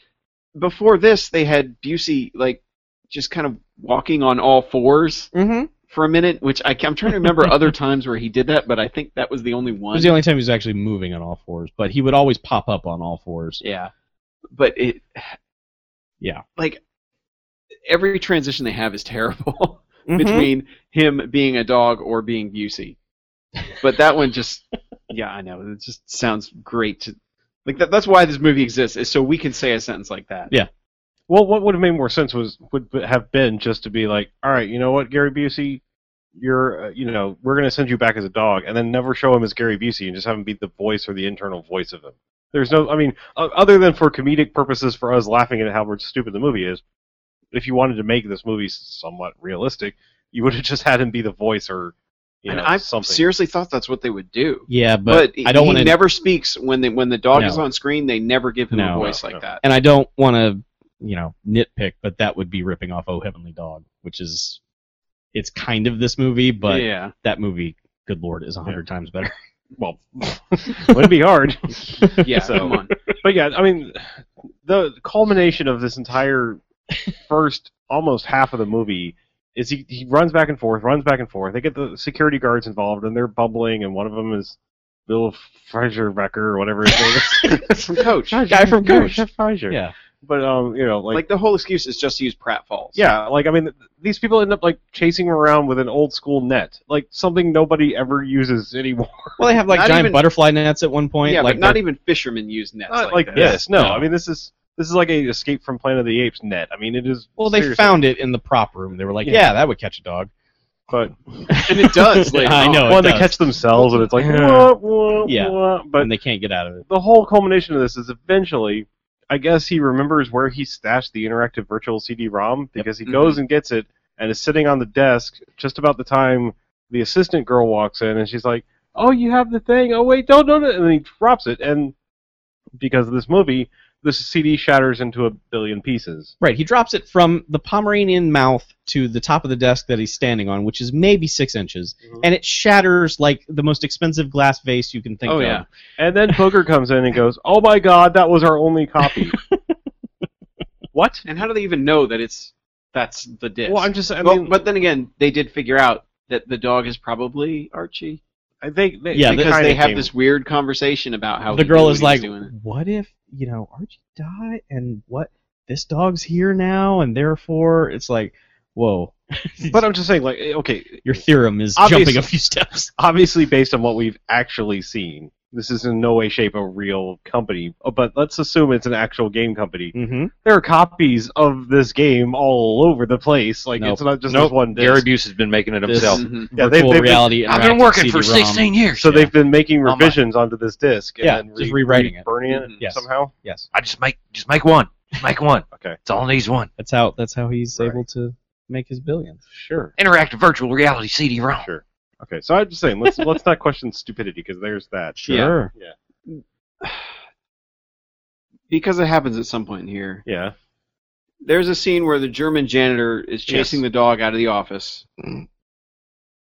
[SPEAKER 3] before this, they had Busey like just kind of walking on all fours
[SPEAKER 4] mm-hmm.
[SPEAKER 3] for a minute, which I, am trying to remember other times where he did that, but I think that was the only
[SPEAKER 4] It
[SPEAKER 3] one.
[SPEAKER 4] was the only time he was actually moving on all fours, but he would always pop up on all fours.
[SPEAKER 3] yeah, but it.
[SPEAKER 4] Yeah.
[SPEAKER 3] Like every transition they have is terrible.
[SPEAKER 4] Mm-hmm.
[SPEAKER 3] between him being a dog or being Busey. But that one just, yeah, I know. It just sounds great to, like that, that's why this movie exists is so we can say a sentence like that.
[SPEAKER 4] Yeah.
[SPEAKER 2] Well, what would have made more sense was would b- have been just to be like, all right, you know what, Gary Busey, you're, uh, you know, we're gonna send you back as a dog, and then never show him as Gary Busey and just have him be the voice or the internal voice of him. There's no, I mean, o- other than for comedic purposes for us laughing at how stupid the movie is. If you wanted to make this movie somewhat realistic, you would have just had him be the voice or, you
[SPEAKER 3] And
[SPEAKER 2] know,
[SPEAKER 3] I
[SPEAKER 2] something.
[SPEAKER 3] seriously thought that's what they would do.
[SPEAKER 4] Yeah,
[SPEAKER 3] But,
[SPEAKER 4] but, I don't
[SPEAKER 3] he
[SPEAKER 4] want to
[SPEAKER 3] never speaks when they, when the dog is
[SPEAKER 4] No.
[SPEAKER 3] on screen. They never give him a
[SPEAKER 4] No.
[SPEAKER 3] voice like
[SPEAKER 2] No.
[SPEAKER 3] that.
[SPEAKER 4] and I don't want to, you know, nitpick, but that would be ripping off Oh Heavenly Dog, which is it's kind of this movie, but
[SPEAKER 3] yeah,
[SPEAKER 4] that movie, good lord, is a hundred times better.
[SPEAKER 2] well, wouldn't be hard.
[SPEAKER 3] yeah.
[SPEAKER 2] so-
[SPEAKER 3] Come on.
[SPEAKER 2] But yeah, I mean, the culmination of this entire first almost half of the movie is he, he runs back and forth, runs back and forth. They get the security guards involved, and they're bumbling, and one of them is Bill Fraserbecker or whatever his name is.
[SPEAKER 3] From Coach.
[SPEAKER 4] Guy from Coach.
[SPEAKER 2] Jeff Fraser.
[SPEAKER 4] Yeah,
[SPEAKER 2] But um, you know,
[SPEAKER 3] Like,
[SPEAKER 2] like,
[SPEAKER 3] the whole excuse is just to use pratfalls.
[SPEAKER 2] yeah, like I mean, th- these people end up like chasing him around with an old school net, like something nobody ever uses anymore.
[SPEAKER 4] well, they have like
[SPEAKER 3] Not
[SPEAKER 4] giant
[SPEAKER 3] even-
[SPEAKER 4] butterfly nets at one point.
[SPEAKER 3] Yeah,
[SPEAKER 4] like
[SPEAKER 3] but not
[SPEAKER 4] they're-
[SPEAKER 3] even fishermen use nets
[SPEAKER 2] Not
[SPEAKER 3] like,
[SPEAKER 2] like
[SPEAKER 3] this.
[SPEAKER 2] this. No,
[SPEAKER 4] No.
[SPEAKER 2] I mean this is this is like a Escape from Planet of the Apes net. I mean, it is.
[SPEAKER 4] Well, they
[SPEAKER 2] seriously-
[SPEAKER 4] found it in the prop room. They were like,
[SPEAKER 2] Yeah.
[SPEAKER 4] "Yeah, that would catch a dog."
[SPEAKER 2] but
[SPEAKER 3] and it does. later
[SPEAKER 4] I
[SPEAKER 3] on.
[SPEAKER 4] know.
[SPEAKER 2] Well,
[SPEAKER 4] Oh, it
[SPEAKER 2] they
[SPEAKER 4] does.
[SPEAKER 2] catch themselves, and it's like,
[SPEAKER 5] Yeah.
[SPEAKER 2] "Wah, wah,
[SPEAKER 4] Yeah.
[SPEAKER 2] wah," but
[SPEAKER 4] and they can't get out of it.
[SPEAKER 2] the whole culmination of this is eventually, I guess he remembers where he stashed the interactive virtual CD-ROM because
[SPEAKER 4] Mm-hmm.
[SPEAKER 2] he goes and gets it and is sitting on the desk just about the time the assistant girl walks in, and she's like, "Oh, you have the thing? Oh, wait, don't, don't," and then he drops it, and because of this movie, this CD shatters into a billion pieces.
[SPEAKER 4] Right, he drops it from the Pomeranian mouth to the top of the desk that he's standing on, which is maybe six inches, and it shatters like the most expensive glass vase you can think
[SPEAKER 3] Oh,
[SPEAKER 4] of.
[SPEAKER 3] yeah.
[SPEAKER 2] And then Booger comes in and goes, "Oh my God, that was our only copy." what?
[SPEAKER 3] And how do they even know that it's that's the disc?
[SPEAKER 2] Well, I'm just. I
[SPEAKER 3] Well,
[SPEAKER 2] mean,
[SPEAKER 3] but then again, they did figure out that the dog is probably Archie
[SPEAKER 2] I think they,
[SPEAKER 4] Yeah,
[SPEAKER 2] they
[SPEAKER 3] because
[SPEAKER 2] kinda
[SPEAKER 3] they have
[SPEAKER 2] came-
[SPEAKER 3] this weird conversation about how
[SPEAKER 4] the
[SPEAKER 3] he knew
[SPEAKER 4] girl is
[SPEAKER 3] what he
[SPEAKER 4] like,
[SPEAKER 3] was doing.
[SPEAKER 4] "What if you know Archie died, and what this dog's here now, and therefore it's like, whoa,
[SPEAKER 2] But I'm just saying, like, eh, okay,
[SPEAKER 4] your theorem is
[SPEAKER 2] Obviously-
[SPEAKER 4] jumping a few steps."
[SPEAKER 2] obviously based on what we've actually seen, this is in no way, shape a real company. uh, But let's assume it's an actual game company.
[SPEAKER 4] Mm-hmm.
[SPEAKER 2] There are copies of this game all over the place. Like,
[SPEAKER 4] Nope.
[SPEAKER 2] it's not just
[SPEAKER 5] Nope,
[SPEAKER 2] this one. Disc.
[SPEAKER 5] Gary Busey's been making it
[SPEAKER 4] This-
[SPEAKER 5] himself.
[SPEAKER 3] Mhm.
[SPEAKER 2] yeah, they,
[SPEAKER 4] Virtual
[SPEAKER 2] they've been,
[SPEAKER 4] reality.
[SPEAKER 5] I've been
[SPEAKER 4] interactive
[SPEAKER 5] working for
[SPEAKER 4] CD-ROM.
[SPEAKER 5] 16 years.
[SPEAKER 2] so they've been making
[SPEAKER 5] my.
[SPEAKER 2] revisions onto this disc. And
[SPEAKER 4] Yeah,
[SPEAKER 2] then
[SPEAKER 4] just rewriting it. Mm-hmm.
[SPEAKER 2] burning it
[SPEAKER 3] Mhm.
[SPEAKER 4] Yes.
[SPEAKER 2] somehow.
[SPEAKER 4] Yes,
[SPEAKER 5] I just make just make one. Just make one.
[SPEAKER 2] Okay.
[SPEAKER 5] It's all it needs one.
[SPEAKER 4] that's how that's how he's
[SPEAKER 2] Right.
[SPEAKER 4] able to make his billions.
[SPEAKER 2] Sure.
[SPEAKER 5] Interactive virtual reality CD-ROM.
[SPEAKER 2] Sure. Okay, so I'm just saying, let's let's not question stupidity because there's that.
[SPEAKER 3] Sure.
[SPEAKER 2] Yeah.
[SPEAKER 3] Because it happens at some point here.
[SPEAKER 2] Yeah.
[SPEAKER 3] There's a scene where the German janitor is chasing the dog out of the office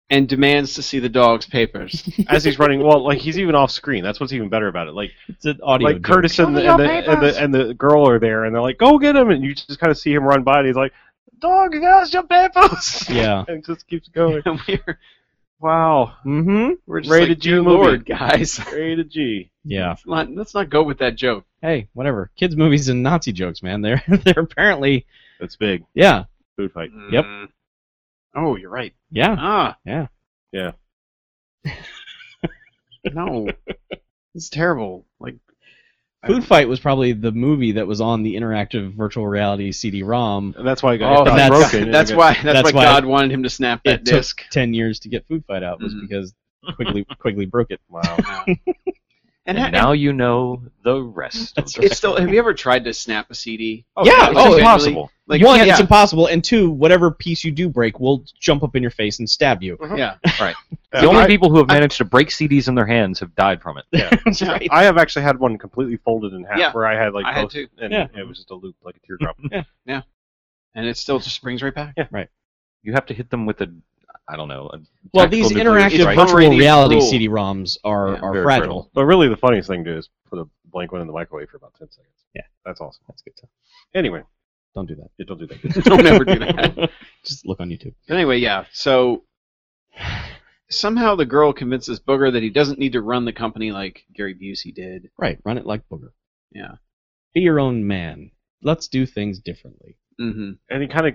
[SPEAKER 3] and demands to see the dog's papers.
[SPEAKER 2] As he's running, well, like he's even off screen. That's what's even better about it. Like.
[SPEAKER 4] It's an audio.
[SPEAKER 2] like
[SPEAKER 4] joke.
[SPEAKER 2] Curtis and the, and, the, and the and the girl are there, and they're like, "Go get him!" And you just kind of see him run by, and he's like, "Dog, that's your papers."
[SPEAKER 4] Yeah.
[SPEAKER 2] and just keeps going.
[SPEAKER 3] And we're,
[SPEAKER 2] Wow,
[SPEAKER 4] Mm-hmm.
[SPEAKER 3] we're just
[SPEAKER 2] Rated
[SPEAKER 3] like,
[SPEAKER 2] G
[SPEAKER 3] "Dear
[SPEAKER 2] movie."
[SPEAKER 3] Lord, guys.
[SPEAKER 2] rated G.
[SPEAKER 4] Yeah.
[SPEAKER 3] Let's not, let's not go with that joke.
[SPEAKER 4] Hey, whatever. Kids' movies and Nazi jokes, man. They're they're apparently
[SPEAKER 2] That's big
[SPEAKER 4] yeah
[SPEAKER 2] food fight.
[SPEAKER 4] Yep.
[SPEAKER 3] Mm. Oh, you're right.
[SPEAKER 4] yeah.
[SPEAKER 3] Ah.
[SPEAKER 4] Yeah.
[SPEAKER 2] Yeah.
[SPEAKER 3] no. It's terrible. Like
[SPEAKER 4] Food Fight was probably the movie that was on the interactive virtual reality CD-ROM.
[SPEAKER 2] And that's why it got,
[SPEAKER 3] Oh,
[SPEAKER 2] it got
[SPEAKER 4] that's-
[SPEAKER 2] broken. and
[SPEAKER 3] that's
[SPEAKER 2] it got-
[SPEAKER 3] why. That's,
[SPEAKER 4] That's
[SPEAKER 3] why,
[SPEAKER 4] why
[SPEAKER 3] God wanted him to snap that
[SPEAKER 4] It took
[SPEAKER 3] disc.
[SPEAKER 4] ten years to get Food Fight out was
[SPEAKER 3] Mhm.
[SPEAKER 4] because Quigley Quigley broke it.
[SPEAKER 2] Wow.
[SPEAKER 3] and ha-
[SPEAKER 5] And now you know the rest.
[SPEAKER 4] That's
[SPEAKER 3] it's still. Have you ever tried to snap a CD?
[SPEAKER 4] Yeah,
[SPEAKER 3] oh,
[SPEAKER 5] it's
[SPEAKER 3] it-
[SPEAKER 5] impossible.
[SPEAKER 3] Like
[SPEAKER 4] One,
[SPEAKER 3] yeah,
[SPEAKER 4] it's impossible, and two, whatever piece you do break will jump up in your face and stab you.
[SPEAKER 3] yeah.
[SPEAKER 5] the only
[SPEAKER 2] I,
[SPEAKER 5] people who have managed to break CDs in their hands have died from it.
[SPEAKER 4] That's right.
[SPEAKER 2] I have actually had one completely folded in half
[SPEAKER 3] Yeah.
[SPEAKER 2] where I had like
[SPEAKER 3] I had
[SPEAKER 2] both,
[SPEAKER 3] two.
[SPEAKER 2] and
[SPEAKER 4] Yeah.
[SPEAKER 2] it was just a loop like a teardrop.
[SPEAKER 3] And it still just brings right back.
[SPEAKER 5] You have to hit them with a, I don't know. A
[SPEAKER 4] Well, these
[SPEAKER 5] tactical nuclear
[SPEAKER 4] interactive
[SPEAKER 5] strike.
[SPEAKER 3] It's
[SPEAKER 4] virtual
[SPEAKER 3] already
[SPEAKER 4] reality
[SPEAKER 3] cruel.
[SPEAKER 4] CD-ROMs are,
[SPEAKER 3] Yeah,
[SPEAKER 4] are
[SPEAKER 5] very
[SPEAKER 4] fragile.
[SPEAKER 5] brittle.
[SPEAKER 2] but really, the funniest thing to do is put a blank one in the microwave for about ten seconds.
[SPEAKER 4] Yeah.
[SPEAKER 2] that's awesome.
[SPEAKER 4] That's good stuff.
[SPEAKER 2] Anyway,
[SPEAKER 4] Don't do that.
[SPEAKER 2] yeah, don't do that.
[SPEAKER 3] Don't ever do that.
[SPEAKER 4] Just look on YouTube.
[SPEAKER 3] But anyway, yeah. So somehow the girl convinces Booger that he doesn't need to run the company like Gary Busey did.
[SPEAKER 4] Right, run it like booger.
[SPEAKER 3] Yeah.
[SPEAKER 4] Be your own man. Let's do things differently.
[SPEAKER 3] Mm-hmm.
[SPEAKER 2] and he kind of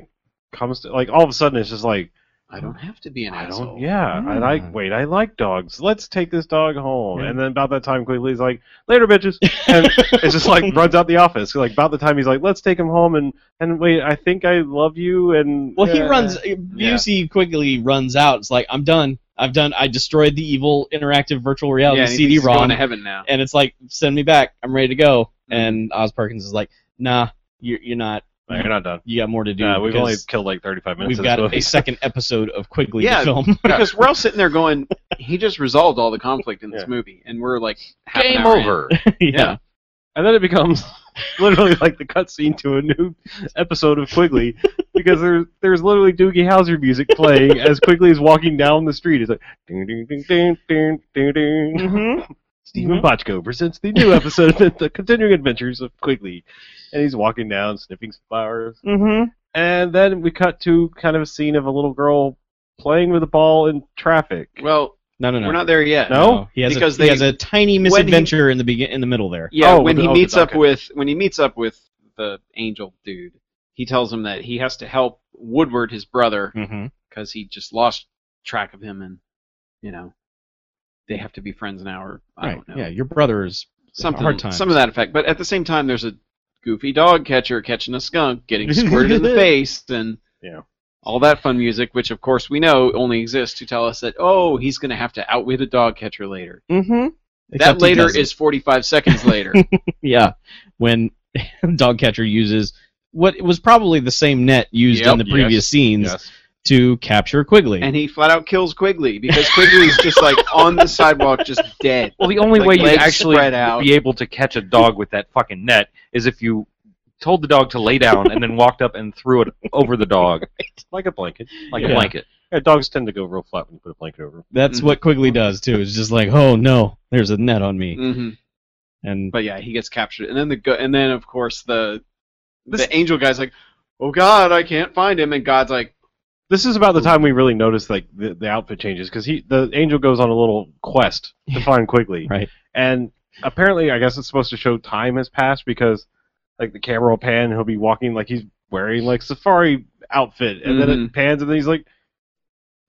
[SPEAKER 2] comes to like all of a sudden it's just like
[SPEAKER 3] I don't have to be an
[SPEAKER 2] I
[SPEAKER 3] asshole.
[SPEAKER 2] don't. Yeah, I
[SPEAKER 4] Yeah.
[SPEAKER 2] like. Wait, I like dogs. Let's take this dog home.
[SPEAKER 4] Hmm. Yeah.
[SPEAKER 2] And then about that time, Quigley's like, "Later, bitches." And it's just like runs out the office. Like about the time he's like, "Let's take him home." And and wait, I think I love you. And
[SPEAKER 4] Well, he
[SPEAKER 3] Yeah.
[SPEAKER 4] runs. uh, Busey quickly runs out. It's like I'm done. I've done. I destroyed the evil interactive virtual
[SPEAKER 3] Yeah,
[SPEAKER 4] reality
[SPEAKER 3] and he thinks he's going
[SPEAKER 4] CD-ROM,
[SPEAKER 3] to Mm-hmm. heaven now.
[SPEAKER 4] and it's like send me back. I'm ready to go. And Oz Perkins is like, Nah, you're you're not.
[SPEAKER 2] No, you're not done.
[SPEAKER 4] You got more to do.
[SPEAKER 2] Nah, we've only
[SPEAKER 4] because
[SPEAKER 2] killed like 35 minutes.
[SPEAKER 4] we've
[SPEAKER 2] of this
[SPEAKER 4] got
[SPEAKER 2] movie.
[SPEAKER 4] a second episode of Quigley
[SPEAKER 3] Yeah.
[SPEAKER 4] to film.
[SPEAKER 3] Because we're all sitting there going, he just resolved all the conflict in this
[SPEAKER 2] Yeah.
[SPEAKER 3] movie, and we're like, half an
[SPEAKER 5] Game
[SPEAKER 3] hour in.
[SPEAKER 5] over.
[SPEAKER 3] Yeah.
[SPEAKER 2] and then it becomes literally like the cutscene to a new episode of Quigley because there's there's literally Doogie Howser music playing as Quigley is walking down the street. It's like ding ding ding ding ding ding ding.
[SPEAKER 4] Mm-hmm.
[SPEAKER 3] Mm-hmm,
[SPEAKER 2] Stephen Bochco presents the new episode of the continuing adventures of Quigley, and he's walking down sniffing some flowers.
[SPEAKER 4] Mm-hmm.
[SPEAKER 2] And then we cut to kind of a scene of a little girl playing with a ball in traffic.
[SPEAKER 3] Well,
[SPEAKER 4] No, no, no.
[SPEAKER 3] we're not there yet.
[SPEAKER 2] No?
[SPEAKER 4] He has
[SPEAKER 3] Because
[SPEAKER 4] a, he
[SPEAKER 3] they-
[SPEAKER 4] has a tiny
[SPEAKER 3] when he-
[SPEAKER 4] misadventure in the begin in the middle there.
[SPEAKER 3] Yeah,
[SPEAKER 2] Oh,
[SPEAKER 3] when
[SPEAKER 2] with
[SPEAKER 3] he
[SPEAKER 2] the- oh,
[SPEAKER 3] meets
[SPEAKER 2] with-
[SPEAKER 3] up
[SPEAKER 2] okay.
[SPEAKER 3] with when he meets up with the angel dude, he tells him that he has to help Woodward, his brother,
[SPEAKER 4] Mm-hmm.
[SPEAKER 3] because he just lost track of him, and you know, they have to be friends now, or I
[SPEAKER 4] Right.
[SPEAKER 3] don't know,
[SPEAKER 4] Yeah, your brother is
[SPEAKER 3] something,
[SPEAKER 4] hard times.
[SPEAKER 3] some of that effect. But at the same time, there's a goofy dog catcher catching a skunk, getting squirted in the face, and
[SPEAKER 2] Yeah.
[SPEAKER 3] all that fun music, which of course we know only exists to tell us that oh, he's going to have to outwit a dog catcher later.
[SPEAKER 4] Mm-hmm.
[SPEAKER 3] that later is 45 seconds later.
[SPEAKER 4] yeah, when Dogcatcher uses what was probably the same net used
[SPEAKER 3] Yep,
[SPEAKER 4] in the
[SPEAKER 2] yes,
[SPEAKER 4] previous scenes
[SPEAKER 2] Yes.
[SPEAKER 4] to capture Quigley.
[SPEAKER 3] and he flat out kills Quigley because Quigley's just like on the sidewalk, just dead.
[SPEAKER 5] Well, the only
[SPEAKER 3] Like
[SPEAKER 5] way you'd
[SPEAKER 3] legs
[SPEAKER 5] actually
[SPEAKER 3] spread out.
[SPEAKER 5] be able to catch a dog with that fucking net is if you told the dog to lay down and then walked up and threw it over the dog
[SPEAKER 2] Like a blanket.
[SPEAKER 5] like
[SPEAKER 4] Yeah.
[SPEAKER 5] a blanket.
[SPEAKER 2] Yeah, dogs tend to go real flat when you put a blanket over them.
[SPEAKER 4] That's
[SPEAKER 3] Mhm.
[SPEAKER 4] what Quigley does too. It's just like, oh no, there's a net on me,
[SPEAKER 3] hmm
[SPEAKER 4] and
[SPEAKER 3] But yeah, he gets captured, and then the go- and then of course the the angel guy's like, "Oh God, I can't find him," and God's like,
[SPEAKER 2] This is about the time we really notice like the, the outfit changes because he the angel goes on a little quest to find Quigley,
[SPEAKER 4] Right.
[SPEAKER 2] And apparently, I guess it's supposed to show time has passed because like the camera will pan, and he'll be walking like he's wearing like safari outfit, and then it
[SPEAKER 3] Mhm.
[SPEAKER 2] pans, and then he's like,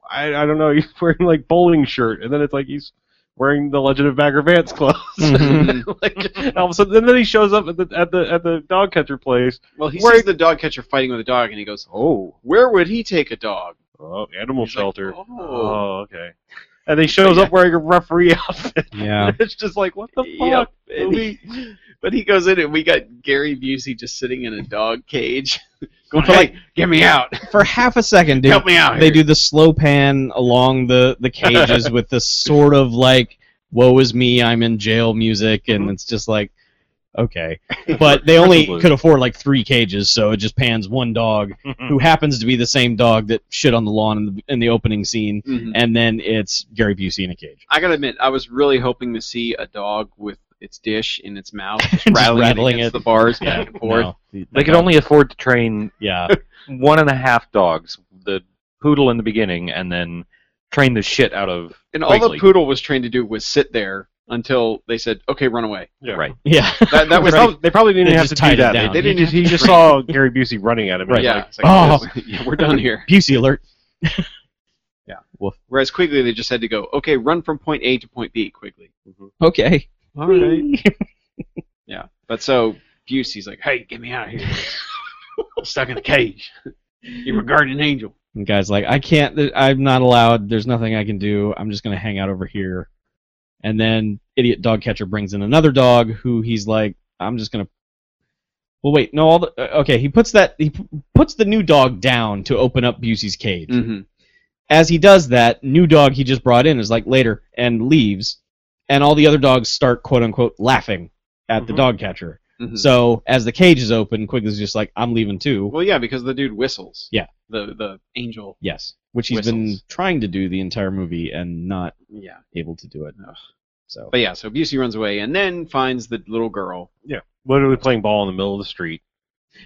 [SPEAKER 2] I, I don't know, he's wearing like bowling shirt, and then it's like he's wearing the Legend of Bagger Vance clothes,
[SPEAKER 3] Mhm.
[SPEAKER 2] like and all of a sudden, and then he shows up at the at the at the dog catcher place.
[SPEAKER 3] "Well, he
[SPEAKER 2] Where-
[SPEAKER 3] sees the dog catcher fighting with a dog, and he goes, "Oh, where would he take a dog?"
[SPEAKER 2] Oh, animal
[SPEAKER 3] He's like,
[SPEAKER 2] shelter.
[SPEAKER 3] oh.
[SPEAKER 2] Oh, okay. And he shows up wearing a referee outfit.
[SPEAKER 4] yeah,
[SPEAKER 2] it's just like, what the fuck?
[SPEAKER 3] Yep. And
[SPEAKER 2] movie?
[SPEAKER 3] he- but he goes in, and we got Gary Busey just sitting in a dog cage, going,
[SPEAKER 4] For like-
[SPEAKER 3] "Hey, get me out!
[SPEAKER 4] for half a second, dude,
[SPEAKER 3] Help me out!"
[SPEAKER 4] they
[SPEAKER 3] here."
[SPEAKER 4] do the slow pan along the the cages with this sort of like "woe is me, I'm in jail" music, and it's just like, okay. But they only
[SPEAKER 2] Principally.
[SPEAKER 4] could afford like three cages, so it just pans one dog who happens to be the same dog that shit on the lawn in the, in the opening scene,
[SPEAKER 3] Mhm.
[SPEAKER 4] and then it's Gary Busey in a cage.
[SPEAKER 3] I gotta admit, I was really hoping to see a dog with its dish in its mouth, just
[SPEAKER 4] Just
[SPEAKER 3] rattling,
[SPEAKER 4] rattling
[SPEAKER 3] it against
[SPEAKER 4] it.
[SPEAKER 3] the bars back and forth.
[SPEAKER 4] No.
[SPEAKER 5] They could only afford to train
[SPEAKER 4] yeah,
[SPEAKER 5] one and a half dogs, the poodle in the beginning, and then train the shit out of
[SPEAKER 3] And all the
[SPEAKER 5] Quigley.
[SPEAKER 3] poodle was trained to do was sit there until they said, "Okay, run away."
[SPEAKER 2] Yeah.
[SPEAKER 5] right.
[SPEAKER 4] yeah.
[SPEAKER 3] That, that was
[SPEAKER 2] they, probably, they probably didn't
[SPEAKER 4] They
[SPEAKER 2] have
[SPEAKER 4] just
[SPEAKER 2] to
[SPEAKER 4] tied
[SPEAKER 2] do
[SPEAKER 4] it
[SPEAKER 2] that.
[SPEAKER 4] down.
[SPEAKER 2] They
[SPEAKER 3] They
[SPEAKER 2] didn't.
[SPEAKER 3] didn't
[SPEAKER 2] He
[SPEAKER 3] have
[SPEAKER 2] just
[SPEAKER 3] to-
[SPEAKER 2] saw Gary Busey running at him. and
[SPEAKER 4] Right.
[SPEAKER 2] he's
[SPEAKER 3] yeah.
[SPEAKER 2] like,
[SPEAKER 3] it's like, oh. yeah, we're done here.
[SPEAKER 4] Busey alert.
[SPEAKER 3] Whereas Quigley, they just had to go, Mm-hmm. "Okay, run from point A to point B quickly."
[SPEAKER 4] Okay.
[SPEAKER 3] All right. But so Busey's like, "Hey, get me out of here! I'm stuck in a cage. You're my guardian angel."
[SPEAKER 4] And guy's like, I can't, th- I'm not allowed. There's nothing I can do. I'm just going to hang out over here. And then idiot dog catcher brings in another dog who he's like, I'm just going to. Well, wait, no, all the. uh, Okay, he puts that, he p- puts the new dog down to open up Busey's cage.
[SPEAKER 3] Mm-hmm.
[SPEAKER 4] As he does that, new dog he just brought in is like, later, and leaves. And all the other dogs start, quote unquote, laughing at the
[SPEAKER 2] Mhm.
[SPEAKER 4] dog catcher.
[SPEAKER 3] Mhm.
[SPEAKER 4] So as the cage is open, Quick is just like, I'm leaving too.
[SPEAKER 3] Well, yeah, because the dude whistles.
[SPEAKER 4] Yeah.
[SPEAKER 3] The the angel.
[SPEAKER 4] Yes, which he's been
[SPEAKER 3] Whistles.
[SPEAKER 4] trying to do the entire movie and not
[SPEAKER 3] Yeah.
[SPEAKER 4] able to do it.
[SPEAKER 3] Ugh.
[SPEAKER 4] So
[SPEAKER 3] But yeah, so Busey runs away and then finds the little girl.
[SPEAKER 2] literally playing ball in the middle of the street.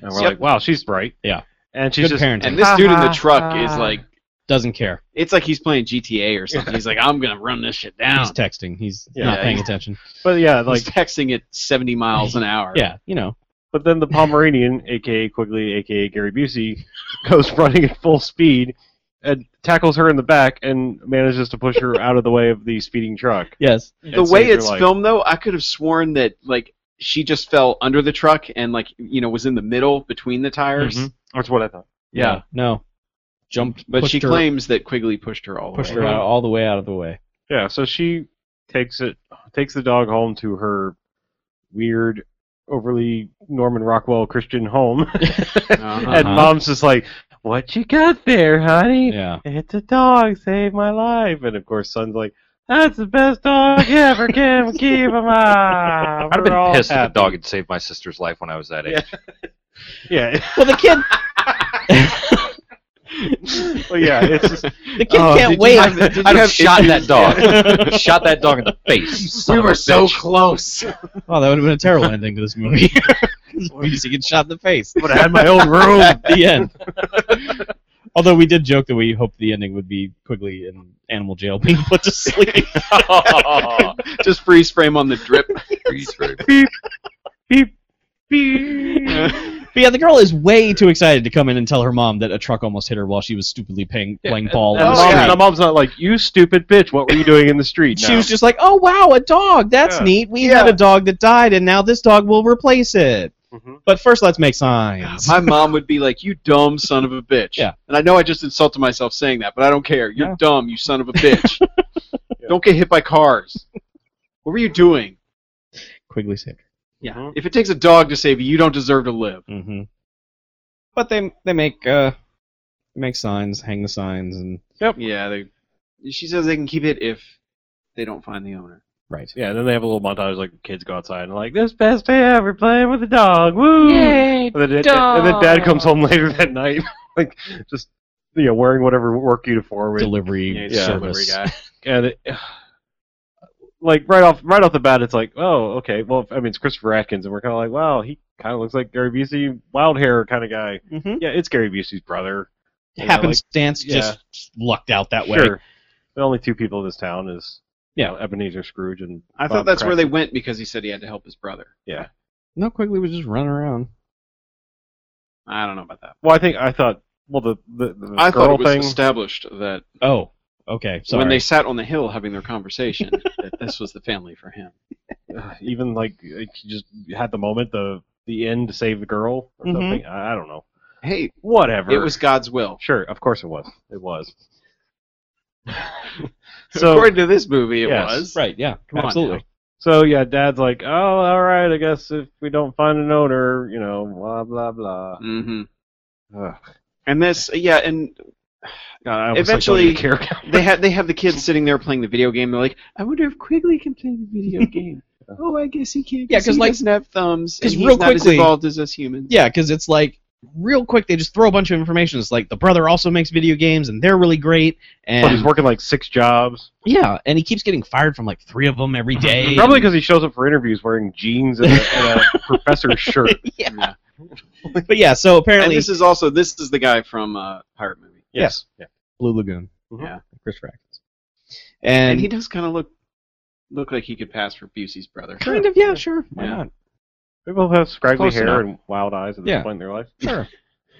[SPEAKER 2] And we're
[SPEAKER 3] Yep.
[SPEAKER 2] like, wow, she's bright.
[SPEAKER 4] Yeah.
[SPEAKER 2] And she's
[SPEAKER 4] Good
[SPEAKER 2] just
[SPEAKER 4] parenting.
[SPEAKER 3] And this dude in the truck is like,
[SPEAKER 4] doesn't care.
[SPEAKER 3] it's like he's playing GTA or something. He's like, I'm gonna run this shit down.
[SPEAKER 4] He's texting. He's
[SPEAKER 2] Yeah,
[SPEAKER 4] not
[SPEAKER 3] yeah,
[SPEAKER 4] paying
[SPEAKER 3] he's-
[SPEAKER 4] attention.
[SPEAKER 2] But yeah, like
[SPEAKER 3] He's texting at 70 miles an hour.
[SPEAKER 4] Yeah, you know.
[SPEAKER 2] but then the Pomeranian, aka Quigley, aka Gary Busey, goes running at full speed and tackles her in the back and manages to push her out of the way of the speeding truck.
[SPEAKER 4] Yes.
[SPEAKER 3] the
[SPEAKER 2] It
[SPEAKER 3] way
[SPEAKER 2] saved your
[SPEAKER 3] it's
[SPEAKER 2] life.
[SPEAKER 3] filmed though i could have sworn that like she just fell under the truck and like you know was in the middle between the tires
[SPEAKER 5] Mhm.
[SPEAKER 2] Mm-hmm. That's what I thought.
[SPEAKER 3] Yeah.
[SPEAKER 4] No. Mm-hmm. Jumped.
[SPEAKER 3] but
[SPEAKER 4] pushed
[SPEAKER 3] she
[SPEAKER 4] her,
[SPEAKER 3] claims that quigley pushed her all the
[SPEAKER 4] pushed
[SPEAKER 3] way
[SPEAKER 4] her out, all the way out of the way.
[SPEAKER 2] Yeah, so she takes it takes the dog home to her weird overly Norman Rockwell Christian home.
[SPEAKER 3] Uh-huh.
[SPEAKER 2] And mom's just like, What you got there, honey?
[SPEAKER 4] Yeah.
[SPEAKER 2] It's a dog, saved my life. And of course, son's like, that's the best dog you ever can keep him alive.
[SPEAKER 5] I'd have
[SPEAKER 2] We're all
[SPEAKER 5] been pissed if
[SPEAKER 2] happy.
[SPEAKER 5] the dog had saved my sister's life when I was that age.
[SPEAKER 2] Yeah,
[SPEAKER 4] Well, the kid,
[SPEAKER 2] well, yeah, it's just,
[SPEAKER 4] the kid
[SPEAKER 2] Oh,
[SPEAKER 4] can't
[SPEAKER 2] did you
[SPEAKER 4] wait.
[SPEAKER 5] have- did you have shot that dog. shot that dog in the face. you son
[SPEAKER 3] we
[SPEAKER 5] of a
[SPEAKER 3] were so
[SPEAKER 5] bitch.
[SPEAKER 3] close
[SPEAKER 4] Oh, that would have been a terrible ending to this movie. Because he gets shot in the face.
[SPEAKER 2] but I had my own room.
[SPEAKER 4] the end. Although we did joke that we hoped the ending would be Quigley in animal jail being put to sleep.
[SPEAKER 3] just freeze frame on the drip
[SPEAKER 2] Beep, beep.
[SPEAKER 4] But yeah, the girl is way too excited to come in and tell her mom that a truck almost hit her while she was stupidly playing, playing ball.
[SPEAKER 2] And
[SPEAKER 4] on
[SPEAKER 2] the,
[SPEAKER 4] the
[SPEAKER 2] mom,
[SPEAKER 4] street.
[SPEAKER 2] the mom's not like, you stupid bitch, what were you doing in the street?
[SPEAKER 4] She
[SPEAKER 2] No.
[SPEAKER 4] was just like, "Oh wow, a dog. That's
[SPEAKER 2] Yeah.
[SPEAKER 4] neat. We had a dog that died, and now this dog will replace it.
[SPEAKER 2] Mhm.
[SPEAKER 4] But first, let's make signs."
[SPEAKER 3] my mom would be like you dumb son of a bitch
[SPEAKER 4] Yeah.
[SPEAKER 3] and i know i just insulted myself saying that but i don't care you're
[SPEAKER 4] No.
[SPEAKER 3] dumb you son of a bitch don't get hit by cars what were you doing
[SPEAKER 4] Quigley sick.
[SPEAKER 3] yeah
[SPEAKER 2] Mhm.
[SPEAKER 3] if it takes a dog to save you you don't deserve to live
[SPEAKER 4] Mm-hmm. But they they make uh they make signs, hang the signs, and
[SPEAKER 3] Yeah, they. She says they can keep it if they don't find the owner.
[SPEAKER 4] right.
[SPEAKER 2] Yeah, and then they have a little montage like kids go outside and like this best day ever playing with a dog, woo! and, then dad- and then dad comes home later that night, like just you know wearing whatever work uniform, and,
[SPEAKER 4] Delivery
[SPEAKER 3] Yeah, he's
[SPEAKER 2] a
[SPEAKER 4] service.
[SPEAKER 3] delivery
[SPEAKER 2] and it, like right off right off the bat, it's like oh okay, well I mean it's Christopher Atkins, and we're kind of like wow he kind of looks like Gary Busey, wild hair kind of guy.
[SPEAKER 4] Mm-hmm.
[SPEAKER 2] Yeah, it's Gary Busey's brother. You know,
[SPEAKER 4] Happenstance
[SPEAKER 2] yeah.
[SPEAKER 4] just lucked out that
[SPEAKER 2] like,
[SPEAKER 4] way.
[SPEAKER 2] sure. The only two people in this town is you
[SPEAKER 4] Yeah.
[SPEAKER 2] know, Ebenezer Scrooge and
[SPEAKER 3] I
[SPEAKER 2] Bob
[SPEAKER 3] thought that's where
[SPEAKER 2] Cratchit.
[SPEAKER 3] they went because he said he had to help his brother.
[SPEAKER 4] No, Quigley was just running around.
[SPEAKER 3] I don't know about that.
[SPEAKER 2] Well, I think I thought well the the, the
[SPEAKER 3] I
[SPEAKER 2] girl
[SPEAKER 3] thought it was
[SPEAKER 2] thing.
[SPEAKER 3] established that
[SPEAKER 4] Oh, okay. Sorry.
[SPEAKER 3] when they sat on the hill having their conversation, that this was the family for him.
[SPEAKER 2] uh, even like like, you just had the moment the the end to save the girl or
[SPEAKER 4] Mhm.
[SPEAKER 2] something. I, I don't know.
[SPEAKER 3] Hey,
[SPEAKER 2] Whatever.
[SPEAKER 3] Mm-hmm. it was God's will.
[SPEAKER 2] sure. Of course it was. It was. so
[SPEAKER 3] According to this movie, it
[SPEAKER 2] Yes.
[SPEAKER 3] was.
[SPEAKER 4] right, yeah,
[SPEAKER 3] Come on
[SPEAKER 4] absolutely.
[SPEAKER 3] now.
[SPEAKER 2] so yeah, Dad's like, oh, all right. I guess if we don't find an owner, you know, blah blah blah.
[SPEAKER 3] Mm-hmm.
[SPEAKER 2] Ugh.
[SPEAKER 3] And this, yeah, and
[SPEAKER 2] God, I almost, like,
[SPEAKER 3] Eventually-
[SPEAKER 2] don't even care.
[SPEAKER 3] they have they have the kids sitting there playing the video game. They're like, I wonder if Quigley can play the video game. oh, I guess he can.
[SPEAKER 4] Yeah, 'cause,
[SPEAKER 3] he
[SPEAKER 4] like-
[SPEAKER 3] doesn't have thumbs.
[SPEAKER 4] 'cause
[SPEAKER 3] and he's
[SPEAKER 4] real
[SPEAKER 3] not
[SPEAKER 4] quickly-
[SPEAKER 3] as involved as us humans.
[SPEAKER 4] Yeah, because it's like real quick they just throw a bunch of information. It's like the brother also makes video games and they're really great.
[SPEAKER 2] But he's
[SPEAKER 4] And
[SPEAKER 2] working like six jobs.
[SPEAKER 4] yeah, and he keeps getting fired from like three of them every day.
[SPEAKER 2] Probably because he shows up for interviews wearing jeans and a, and a professor's shirt.
[SPEAKER 3] Yeah.
[SPEAKER 4] But yeah, so
[SPEAKER 3] And
[SPEAKER 4] apparently
[SPEAKER 3] this is also this is the guy from uh, Pirate Movie.
[SPEAKER 2] Yes.
[SPEAKER 4] Blue Lagoon.
[SPEAKER 2] Mhm.
[SPEAKER 3] Yeah.
[SPEAKER 4] Chris Atkins.
[SPEAKER 3] And,
[SPEAKER 4] And,
[SPEAKER 3] he does kind of look look like he could pass for Busey's brother.
[SPEAKER 4] kind of yeah, sure, why
[SPEAKER 3] Yeah.
[SPEAKER 4] not?
[SPEAKER 2] They both have scraggly
[SPEAKER 3] Close
[SPEAKER 2] hair
[SPEAKER 3] enough.
[SPEAKER 2] and wild eyes at this
[SPEAKER 4] Yeah.
[SPEAKER 2] point in their life.
[SPEAKER 4] Sure,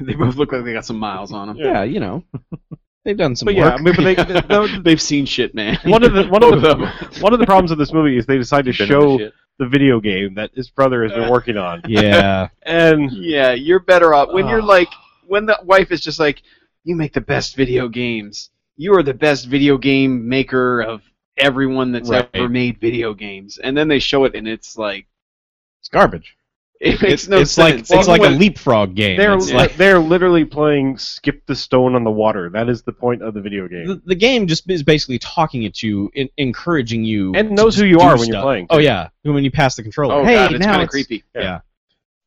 [SPEAKER 3] They both look like they got some miles on them.
[SPEAKER 4] yeah, you know, they've done some
[SPEAKER 2] But yeah,
[SPEAKER 4] work.
[SPEAKER 2] I mean, but they, that would-
[SPEAKER 3] They've seen shit, man.
[SPEAKER 2] one of the one of
[SPEAKER 3] Both
[SPEAKER 2] the
[SPEAKER 3] of 'em.
[SPEAKER 2] one of the problems of this movie is they decide to show the video game that his brother has
[SPEAKER 4] Uh.
[SPEAKER 2] been working on.
[SPEAKER 4] Yeah.
[SPEAKER 2] And
[SPEAKER 3] Yeah, you're better off when you're
[SPEAKER 2] Ah.
[SPEAKER 3] like when the wife is just like, "You make the best video games. You are the best video game maker of everyone that's
[SPEAKER 2] Right.
[SPEAKER 3] ever made video games." And then they show it, and it's like
[SPEAKER 4] it's garbage.
[SPEAKER 3] it makes no
[SPEAKER 4] it's like
[SPEAKER 3] sense.
[SPEAKER 4] it's like a
[SPEAKER 2] Well,
[SPEAKER 4] leapfrog game.
[SPEAKER 2] they're
[SPEAKER 4] It's like
[SPEAKER 2] they're literally playing skip the stone on the water. That is the point of the video game.
[SPEAKER 4] the, the game just is basically talking at you, in, encouraging you,
[SPEAKER 2] And
[SPEAKER 4] to
[SPEAKER 2] knows who
[SPEAKER 4] just
[SPEAKER 2] you
[SPEAKER 4] do
[SPEAKER 2] are when you're
[SPEAKER 4] stuff.
[SPEAKER 2] playing,
[SPEAKER 4] Oh
[SPEAKER 2] too.
[SPEAKER 4] yeah, when you pass the controller.
[SPEAKER 3] oh
[SPEAKER 4] hey,
[SPEAKER 3] god, it's
[SPEAKER 4] now
[SPEAKER 3] kind of
[SPEAKER 4] it's-
[SPEAKER 3] creepy.
[SPEAKER 4] Yeah. Yeah.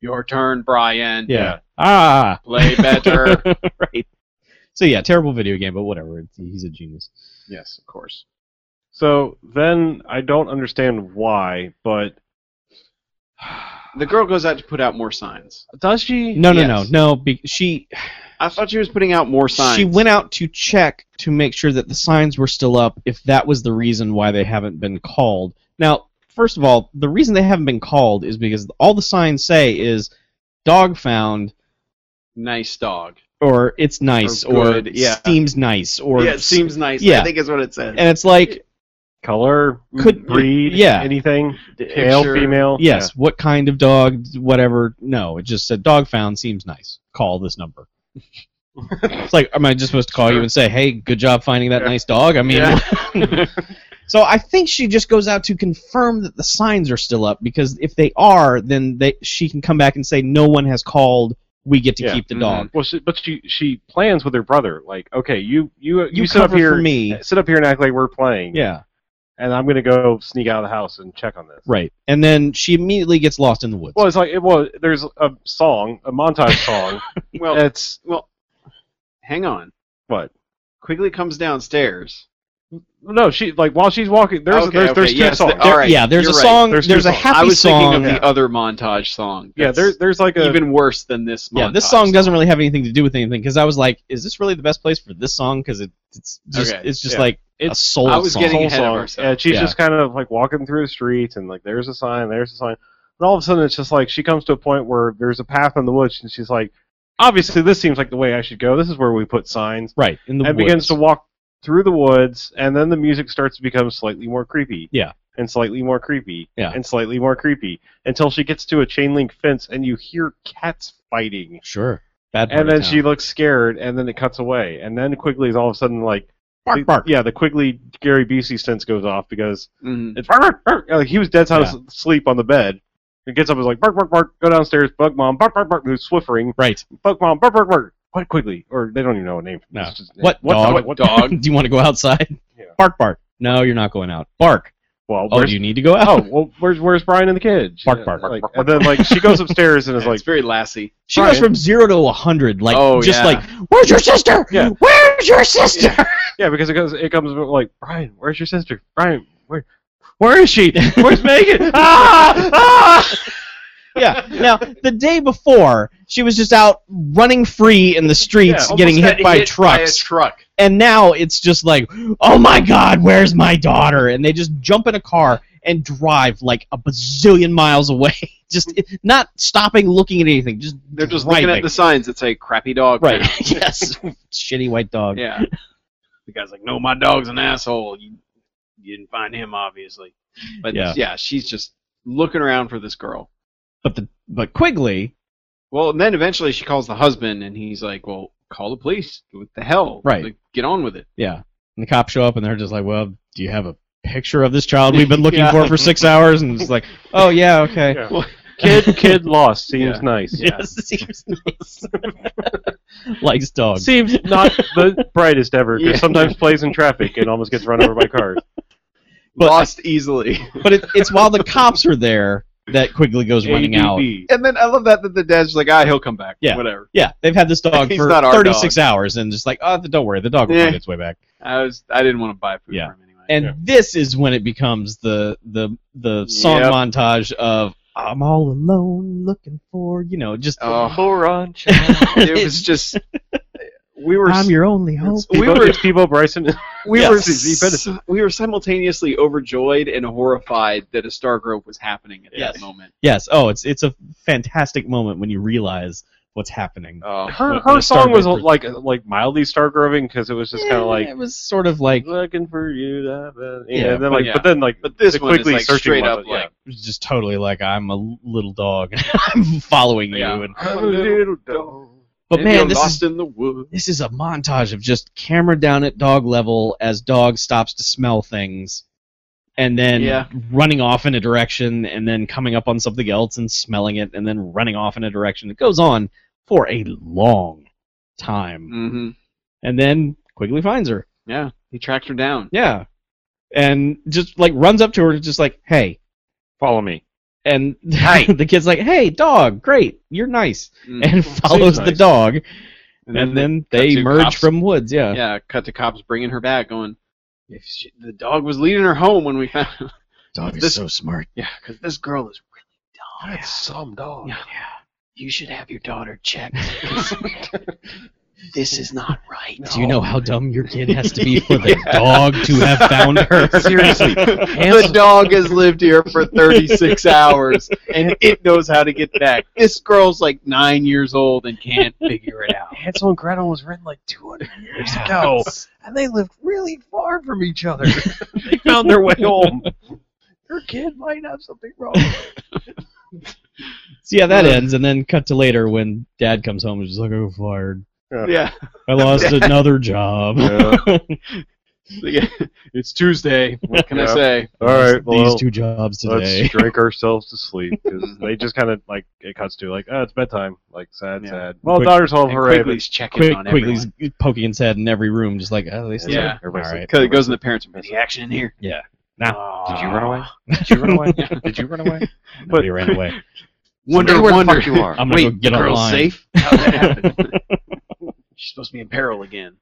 [SPEAKER 3] Your turn, Brian.
[SPEAKER 4] Ah.
[SPEAKER 3] Play better.
[SPEAKER 4] right. So yeah, terrible video game, but whatever. It's- He's a genius.
[SPEAKER 3] yes, of course.
[SPEAKER 2] So then I don't understand why, but
[SPEAKER 3] The girl goes out to put out more signs.
[SPEAKER 2] does she?
[SPEAKER 4] No, no,
[SPEAKER 3] Yes.
[SPEAKER 4] no, no. Be- she
[SPEAKER 3] I thought she was putting out more signs.
[SPEAKER 4] she went out to check to make sure that the signs were still up. If that was the reason why they haven't been called. Now, first of all, the reason they haven't been called is because all the signs say is dog found
[SPEAKER 3] Nice dog.
[SPEAKER 4] or it's nice or,
[SPEAKER 3] good, yeah.
[SPEAKER 4] seems nice or
[SPEAKER 3] yeah, it seems nice.
[SPEAKER 4] yeah.
[SPEAKER 3] I think is what it says.
[SPEAKER 4] and it's like
[SPEAKER 2] Color,
[SPEAKER 4] Could-
[SPEAKER 2] breed,
[SPEAKER 4] yeah.
[SPEAKER 2] anything,
[SPEAKER 3] Picture-
[SPEAKER 2] male, female.
[SPEAKER 4] yes, what kind of dog, whatever. No, it just said dog found seems nice. Call this number. it's like, am I just supposed to call you and say, hey, good job finding that
[SPEAKER 2] Yeah.
[SPEAKER 4] nice dog? I mean,
[SPEAKER 3] Yeah.
[SPEAKER 4] so I think she just goes out to confirm that the signs are still up because if they are, then they she can come back and say no one has called. We get to
[SPEAKER 2] Yeah. Mm-hmm.
[SPEAKER 4] keep the
[SPEAKER 3] Mhm.
[SPEAKER 4] dog.
[SPEAKER 2] Well, she, but she she plans with her brother. Like, okay, you you you,
[SPEAKER 4] You,
[SPEAKER 2] sit up
[SPEAKER 4] cover
[SPEAKER 2] here,
[SPEAKER 4] for me.
[SPEAKER 2] sit up here and act like we're playing.
[SPEAKER 4] Yeah,
[SPEAKER 2] And I'm gonna go sneak out of the house and check on this.
[SPEAKER 4] right. And then she immediately gets lost in the woods.
[SPEAKER 2] Well, it's like it was. There's a song, a montage song.
[SPEAKER 3] Well,
[SPEAKER 2] It's
[SPEAKER 3] well, hang on.
[SPEAKER 2] what?
[SPEAKER 3] Quigley comes downstairs.
[SPEAKER 2] No, she like while she's walking. There's
[SPEAKER 3] Okay,
[SPEAKER 2] there's,
[SPEAKER 3] okay,
[SPEAKER 2] there's two
[SPEAKER 3] yes,
[SPEAKER 2] songs.
[SPEAKER 3] the- all right,
[SPEAKER 4] yeah, there's a
[SPEAKER 3] you're right.
[SPEAKER 4] song.
[SPEAKER 2] There's
[SPEAKER 4] There's,
[SPEAKER 2] two
[SPEAKER 4] a
[SPEAKER 2] songs.
[SPEAKER 4] happy
[SPEAKER 3] I was
[SPEAKER 4] song.
[SPEAKER 3] thinking of the
[SPEAKER 2] yeah.
[SPEAKER 3] other montage song.
[SPEAKER 2] yeah, there,
[SPEAKER 3] That's
[SPEAKER 2] there's like a
[SPEAKER 3] even worse than this. Montage
[SPEAKER 4] Yeah, this song
[SPEAKER 3] does.
[SPEAKER 4] doesn't really have anything to do with anything because I was like, is this really the best place for this song? Because it, it's just
[SPEAKER 3] Okay,
[SPEAKER 4] it's just
[SPEAKER 2] yeah.
[SPEAKER 4] like a
[SPEAKER 2] It's-
[SPEAKER 4] soul
[SPEAKER 3] I was
[SPEAKER 4] song.
[SPEAKER 3] getting
[SPEAKER 2] soul
[SPEAKER 3] ahead of
[SPEAKER 2] song.
[SPEAKER 3] ourselves.
[SPEAKER 2] And she's
[SPEAKER 4] Yeah.
[SPEAKER 2] just kind of like walking through the streets and like there's a sign, there's a sign. And all of a sudden it's just like she comes to a point where there's a path in the woods and she's like, Obviously this seems like the way I should go. This is where we put signs.
[SPEAKER 4] right in the
[SPEAKER 2] and
[SPEAKER 4] woods.
[SPEAKER 2] begins to walk through the woods and then the music starts to become slightly more creepy.
[SPEAKER 4] Yeah.
[SPEAKER 2] And slightly more creepy.
[SPEAKER 4] Yeah.
[SPEAKER 2] And slightly more creepy. Until she gets to a chain link fence and you hear cats fighting.
[SPEAKER 4] sure, bad. part
[SPEAKER 2] And
[SPEAKER 4] of
[SPEAKER 2] then
[SPEAKER 4] town.
[SPEAKER 2] she looks scared and then it cuts away. And then Quigley's all of a sudden like
[SPEAKER 4] bark
[SPEAKER 2] the-
[SPEAKER 4] bark.
[SPEAKER 2] Yeah, the Quigley Gary Busey sense goes off because
[SPEAKER 3] Mhm.
[SPEAKER 2] it's bark, bark, bark. Like, he was dead sound
[SPEAKER 4] Yeah.
[SPEAKER 2] asleep on the bed. He gets up and is like bark bark bark. Go downstairs, bug mom, bark bark bark. Who's swiffering?
[SPEAKER 4] Right.
[SPEAKER 2] Bug mom, bark bark bark. What Quigley? Or they don't even know a name.
[SPEAKER 4] No.
[SPEAKER 2] It's just-
[SPEAKER 4] What
[SPEAKER 2] what
[SPEAKER 4] dog?
[SPEAKER 2] dog? What
[SPEAKER 3] dog?
[SPEAKER 4] do you want to go outside?
[SPEAKER 2] Yeah.
[SPEAKER 4] Bark bark. No, you're not going out. Bark.
[SPEAKER 2] Well,
[SPEAKER 4] Oh,
[SPEAKER 2] where's,
[SPEAKER 4] do you need to go out?
[SPEAKER 2] oh, well, where's where's Brian and the kids?
[SPEAKER 4] Bark, bark, bark,
[SPEAKER 2] like,
[SPEAKER 4] bark,
[SPEAKER 2] And then like she goes upstairs and is
[SPEAKER 3] It's
[SPEAKER 2] like,
[SPEAKER 3] very Lassie.
[SPEAKER 4] she goes
[SPEAKER 2] Brian.
[SPEAKER 4] from zero to a hundred, like
[SPEAKER 3] Oh,
[SPEAKER 4] just
[SPEAKER 3] yeah.
[SPEAKER 4] like, where's your sister?
[SPEAKER 2] Yeah.
[SPEAKER 4] Where's your sister?
[SPEAKER 2] yeah, because it goes it comes with, like Brian, where's your sister? Brian, where where is she? Where's Megan? ah, ah!
[SPEAKER 4] yeah. Now the day before, she was just out running free in the streets,
[SPEAKER 2] Yeah,
[SPEAKER 4] getting
[SPEAKER 3] Almost
[SPEAKER 4] hit
[SPEAKER 3] got
[SPEAKER 4] by
[SPEAKER 3] hit
[SPEAKER 4] trucks.
[SPEAKER 3] By a truck.
[SPEAKER 4] and now it's just like, oh my god, where's my daughter? And they just jump in a car and drive like a bazillion miles away, just not stopping, looking at anything. Just
[SPEAKER 3] They're just looking
[SPEAKER 4] driving.
[SPEAKER 3] at the signs that say "crappy dog."
[SPEAKER 4] right.
[SPEAKER 3] pound."
[SPEAKER 4] yes, shitty white dog.
[SPEAKER 3] Yeah. The guy's like, "No, my dog's an asshole." You, you didn't find him, obviously. But
[SPEAKER 4] Yeah.
[SPEAKER 3] yeah. she's just looking around for this girl.
[SPEAKER 4] But the but Quigley,
[SPEAKER 3] Well, and then eventually she calls the husband, and he's like, "Well, call the police. What the hell?
[SPEAKER 4] Right.
[SPEAKER 3] Like, get on with it."
[SPEAKER 4] yeah, and the cops show up and they're just like, well, do you have a picture of this child we've been looking
[SPEAKER 3] Yeah.
[SPEAKER 4] for for six hours? And it's like, oh yeah, okay.
[SPEAKER 2] Yeah. Kid kid lost seems
[SPEAKER 3] Yeah.
[SPEAKER 2] nice.
[SPEAKER 4] Yes, seems nice. Likes dogs.
[SPEAKER 2] Seems not the brightest ever because
[SPEAKER 3] Yeah.
[SPEAKER 2] sometimes plays in traffic and almost gets run over by cars.
[SPEAKER 4] But-
[SPEAKER 3] Lost easily.
[SPEAKER 4] But it, it's while the cops are there that Quigley goes running out.
[SPEAKER 2] ADD.
[SPEAKER 3] and then I love that that the dad's just like, "Ah, he'll come back.
[SPEAKER 4] Yeah.
[SPEAKER 3] Whatever."
[SPEAKER 4] Yeah, they've had this dog
[SPEAKER 3] He's
[SPEAKER 4] for
[SPEAKER 3] not our
[SPEAKER 4] 36 hours, and just like, oh, don't worry, the dog will
[SPEAKER 3] Yeah.
[SPEAKER 4] find its way back.
[SPEAKER 3] I was. I didn't want to buy food
[SPEAKER 4] Yeah.
[SPEAKER 3] for him anyway.
[SPEAKER 4] And
[SPEAKER 2] Yeah.
[SPEAKER 4] this is when it becomes the the the song
[SPEAKER 3] Yep.
[SPEAKER 4] montage of "I'm all alone looking for," you know, just
[SPEAKER 3] Oh.
[SPEAKER 5] Moron child.
[SPEAKER 3] it was just. We were.
[SPEAKER 4] "I'm your only hope."
[SPEAKER 3] we
[SPEAKER 2] Bo-
[SPEAKER 3] were
[SPEAKER 2] it's Peebo Bryson.
[SPEAKER 3] we
[SPEAKER 4] Yes.
[SPEAKER 3] were
[SPEAKER 2] Susie Peniston.
[SPEAKER 3] we were simultaneously overjoyed and horrified that a star grove was happening at
[SPEAKER 4] Yes.
[SPEAKER 3] that moment.
[SPEAKER 4] Yes. Oh, it's it's a fantastic moment when you realize what's happening.
[SPEAKER 3] Oh,
[SPEAKER 2] Her
[SPEAKER 4] When- when
[SPEAKER 2] her
[SPEAKER 4] a star
[SPEAKER 2] song was
[SPEAKER 4] goes for-
[SPEAKER 2] like like mildly star groving because it was just kind
[SPEAKER 4] Eh,
[SPEAKER 2] of
[SPEAKER 4] it
[SPEAKER 2] like
[SPEAKER 4] was sort of like
[SPEAKER 2] looking for you. Da, da, yeah,
[SPEAKER 4] Yeah,
[SPEAKER 2] and then
[SPEAKER 4] but
[SPEAKER 2] like
[SPEAKER 3] yeah.
[SPEAKER 2] but then like
[SPEAKER 3] but this
[SPEAKER 2] the
[SPEAKER 3] one is
[SPEAKER 2] quickly
[SPEAKER 3] like
[SPEAKER 2] searching
[SPEAKER 3] straight
[SPEAKER 2] one,
[SPEAKER 3] up
[SPEAKER 2] but yeah.
[SPEAKER 3] like
[SPEAKER 4] was just totally like I'm a little dog and I'm following you.
[SPEAKER 3] Yeah.
[SPEAKER 4] And,
[SPEAKER 3] I'm a little dog.
[SPEAKER 4] but
[SPEAKER 3] and
[SPEAKER 4] man,
[SPEAKER 3] you're
[SPEAKER 4] this is
[SPEAKER 3] lost in the woods.
[SPEAKER 4] this is a montage of just camera down at dog level as dog stops to smell things and then
[SPEAKER 3] Yeah.
[SPEAKER 4] running off in a direction and then coming up on something else and smelling it and then running off in a direction it goes on for a long time
[SPEAKER 3] hmm
[SPEAKER 4] and then quigley finds her
[SPEAKER 3] Yeah, he tracked her down.
[SPEAKER 4] yeah and just like runs up to her just like hey
[SPEAKER 5] Follow me.
[SPEAKER 4] and the kid's like hey dog great you're nice
[SPEAKER 3] Mm.
[SPEAKER 4] and follows the
[SPEAKER 2] nice.
[SPEAKER 4] dog and, then
[SPEAKER 3] cut
[SPEAKER 4] they
[SPEAKER 3] to
[SPEAKER 4] merge
[SPEAKER 3] cops.
[SPEAKER 4] from woods yeah
[SPEAKER 3] yeah, cut to cops bringing her back, going, if she, the dog was leading her home when we found.
[SPEAKER 4] dog
[SPEAKER 3] This-
[SPEAKER 4] smart
[SPEAKER 3] yeah, because this girl is really dumb.
[SPEAKER 2] some dog.
[SPEAKER 3] Yeah. You should have your daughter checked. 'cause this is not right.
[SPEAKER 4] Do you know how dumb your kid has to be for the dog to have found her?
[SPEAKER 3] Seriously, the dog has lived here for 36 hours and it knows how to get back. This girl's like nine years old and can't figure it out.
[SPEAKER 2] Hansel and Gretel was written like 200 years ago, and they lived really far from each other. they found their way home. Your kid might have something wrong.
[SPEAKER 4] So yeah, that ends, and then cut to later when Dad comes home and is like, "I got fired.
[SPEAKER 3] Yeah,
[SPEAKER 4] I lost another job."
[SPEAKER 3] yeah. it's Tuesday. What can I
[SPEAKER 2] Yeah.
[SPEAKER 3] say?
[SPEAKER 2] All right,
[SPEAKER 4] Lost
[SPEAKER 2] well,
[SPEAKER 4] these two jobs today.
[SPEAKER 2] let's drink ourselves to sleep because they just kind of like it cuts to like, oh, it's bedtime. Like sad,
[SPEAKER 3] Yeah.
[SPEAKER 2] sad. Well,
[SPEAKER 4] Quick-
[SPEAKER 2] daughter's home,
[SPEAKER 3] And
[SPEAKER 2] hooray!
[SPEAKER 3] Quigley's checking
[SPEAKER 4] Quick,
[SPEAKER 3] on
[SPEAKER 4] Quigley's
[SPEAKER 3] everyone.
[SPEAKER 4] poking his head in every room, just like, "Oh, they
[SPEAKER 2] but-
[SPEAKER 4] still
[SPEAKER 3] Yeah.
[SPEAKER 4] All
[SPEAKER 2] everybody's
[SPEAKER 4] right.
[SPEAKER 2] like,
[SPEAKER 3] Because it goes in the parents' room. Uh, Any action in here?
[SPEAKER 4] Yeah.
[SPEAKER 3] Aw.
[SPEAKER 5] Did you run away? Did you run away? Did you run away?
[SPEAKER 4] Nobody ran away.
[SPEAKER 3] Wonder,
[SPEAKER 5] Somebody where the
[SPEAKER 3] wonder.
[SPEAKER 5] fuck you are.
[SPEAKER 4] I'm gonna
[SPEAKER 3] Wait,
[SPEAKER 4] go get
[SPEAKER 3] the girl's
[SPEAKER 4] online.
[SPEAKER 3] safe? How'd that happen? She's supposed to be in peril again.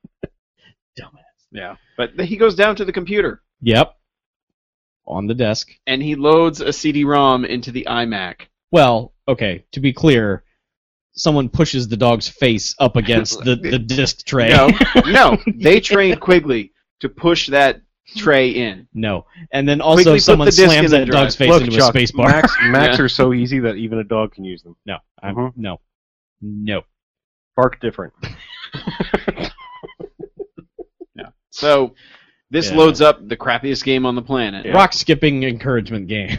[SPEAKER 4] Dumbass.
[SPEAKER 3] Yeah. But th- he goes down to the computer
[SPEAKER 4] Yep. On the desk.
[SPEAKER 3] and he loads a CD-ROM into the iMac.
[SPEAKER 4] Well, okay. To be clear, someone pushes the dog's face up against the, the disc tray.
[SPEAKER 3] No, no. They trained Quigley to push that tray in.
[SPEAKER 4] No. And then
[SPEAKER 3] Quickly
[SPEAKER 4] also
[SPEAKER 3] put
[SPEAKER 4] someone
[SPEAKER 3] the disc in
[SPEAKER 4] slams
[SPEAKER 3] the
[SPEAKER 4] that
[SPEAKER 3] drive.
[SPEAKER 4] dog's face
[SPEAKER 2] Look,
[SPEAKER 4] into
[SPEAKER 2] Chuck,
[SPEAKER 4] a space bar.
[SPEAKER 2] Max, Macs are so easy that even a dog can use them.
[SPEAKER 4] no. I'm,
[SPEAKER 2] Mhm.
[SPEAKER 4] No. No.
[SPEAKER 2] Bark different.
[SPEAKER 3] So this
[SPEAKER 4] Yeah.
[SPEAKER 3] loads up the crappiest game on the planet. Yeah.
[SPEAKER 4] Rock skipping encouragement game.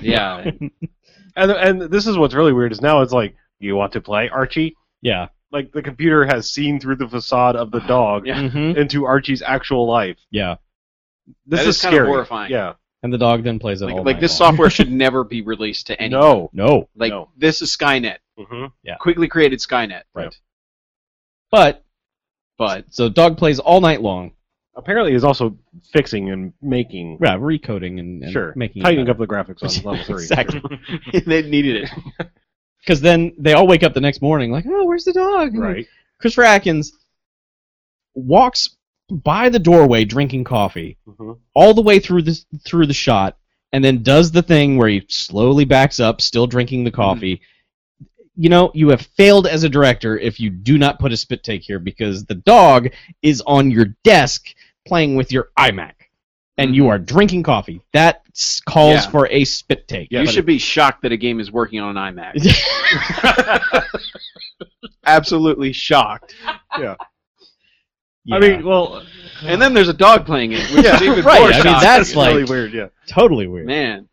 [SPEAKER 2] And and this is what's really weird is now it's like, you want to play Archie?
[SPEAKER 4] Yeah.
[SPEAKER 2] Like the computer has seen through the facade of the dog
[SPEAKER 3] Yeah.
[SPEAKER 4] hmm
[SPEAKER 2] into Archie's actual life.
[SPEAKER 4] Yeah.
[SPEAKER 2] This
[SPEAKER 3] That
[SPEAKER 2] is
[SPEAKER 3] is kinda
[SPEAKER 2] scary.
[SPEAKER 3] horrifying.
[SPEAKER 2] Yeah.
[SPEAKER 4] And the dog then plays it all
[SPEAKER 3] Like, like
[SPEAKER 4] night
[SPEAKER 3] this
[SPEAKER 4] long.
[SPEAKER 3] software should never be released to anyone.
[SPEAKER 2] No.
[SPEAKER 4] No.
[SPEAKER 3] Like
[SPEAKER 2] no.
[SPEAKER 3] this is Skynet.
[SPEAKER 2] Mm-hmm.
[SPEAKER 3] Quigley created Skynet.
[SPEAKER 4] Right. But
[SPEAKER 3] But
[SPEAKER 4] so dog plays all night long.
[SPEAKER 2] Apparently, is also fixing and making.
[SPEAKER 4] Yeah, recoding and, and
[SPEAKER 2] sure.
[SPEAKER 4] making
[SPEAKER 2] tightening
[SPEAKER 4] it
[SPEAKER 2] up the graphics on level three.
[SPEAKER 4] exactly.
[SPEAKER 3] they needed it.
[SPEAKER 4] Because then they all wake up the next morning like, oh, where's the dog? And
[SPEAKER 2] Right.
[SPEAKER 4] Christopher Atkins walks by the doorway drinking coffee
[SPEAKER 2] Mhm.
[SPEAKER 4] all the way through the through the shot, and then does the thing where he slowly backs up, still drinking the coffee. You know, you have failed as a director if you do not put a spit take here because the dog is on your desk playing with your iMac, and you are drinking coffee. That s- calls
[SPEAKER 3] Yeah.
[SPEAKER 4] for a spit take.
[SPEAKER 2] Yeah,
[SPEAKER 3] you
[SPEAKER 2] but
[SPEAKER 3] should be shocked that a game is working on an iMac. Absolutely shocked.
[SPEAKER 4] Yeah.
[SPEAKER 2] I mean, well,
[SPEAKER 3] And then there's a dog playing it, which is even
[SPEAKER 4] Right,
[SPEAKER 3] more
[SPEAKER 4] I mean,
[SPEAKER 3] shocking.
[SPEAKER 4] that's like-
[SPEAKER 2] really weird. Yeah.
[SPEAKER 4] totally weird.
[SPEAKER 3] man.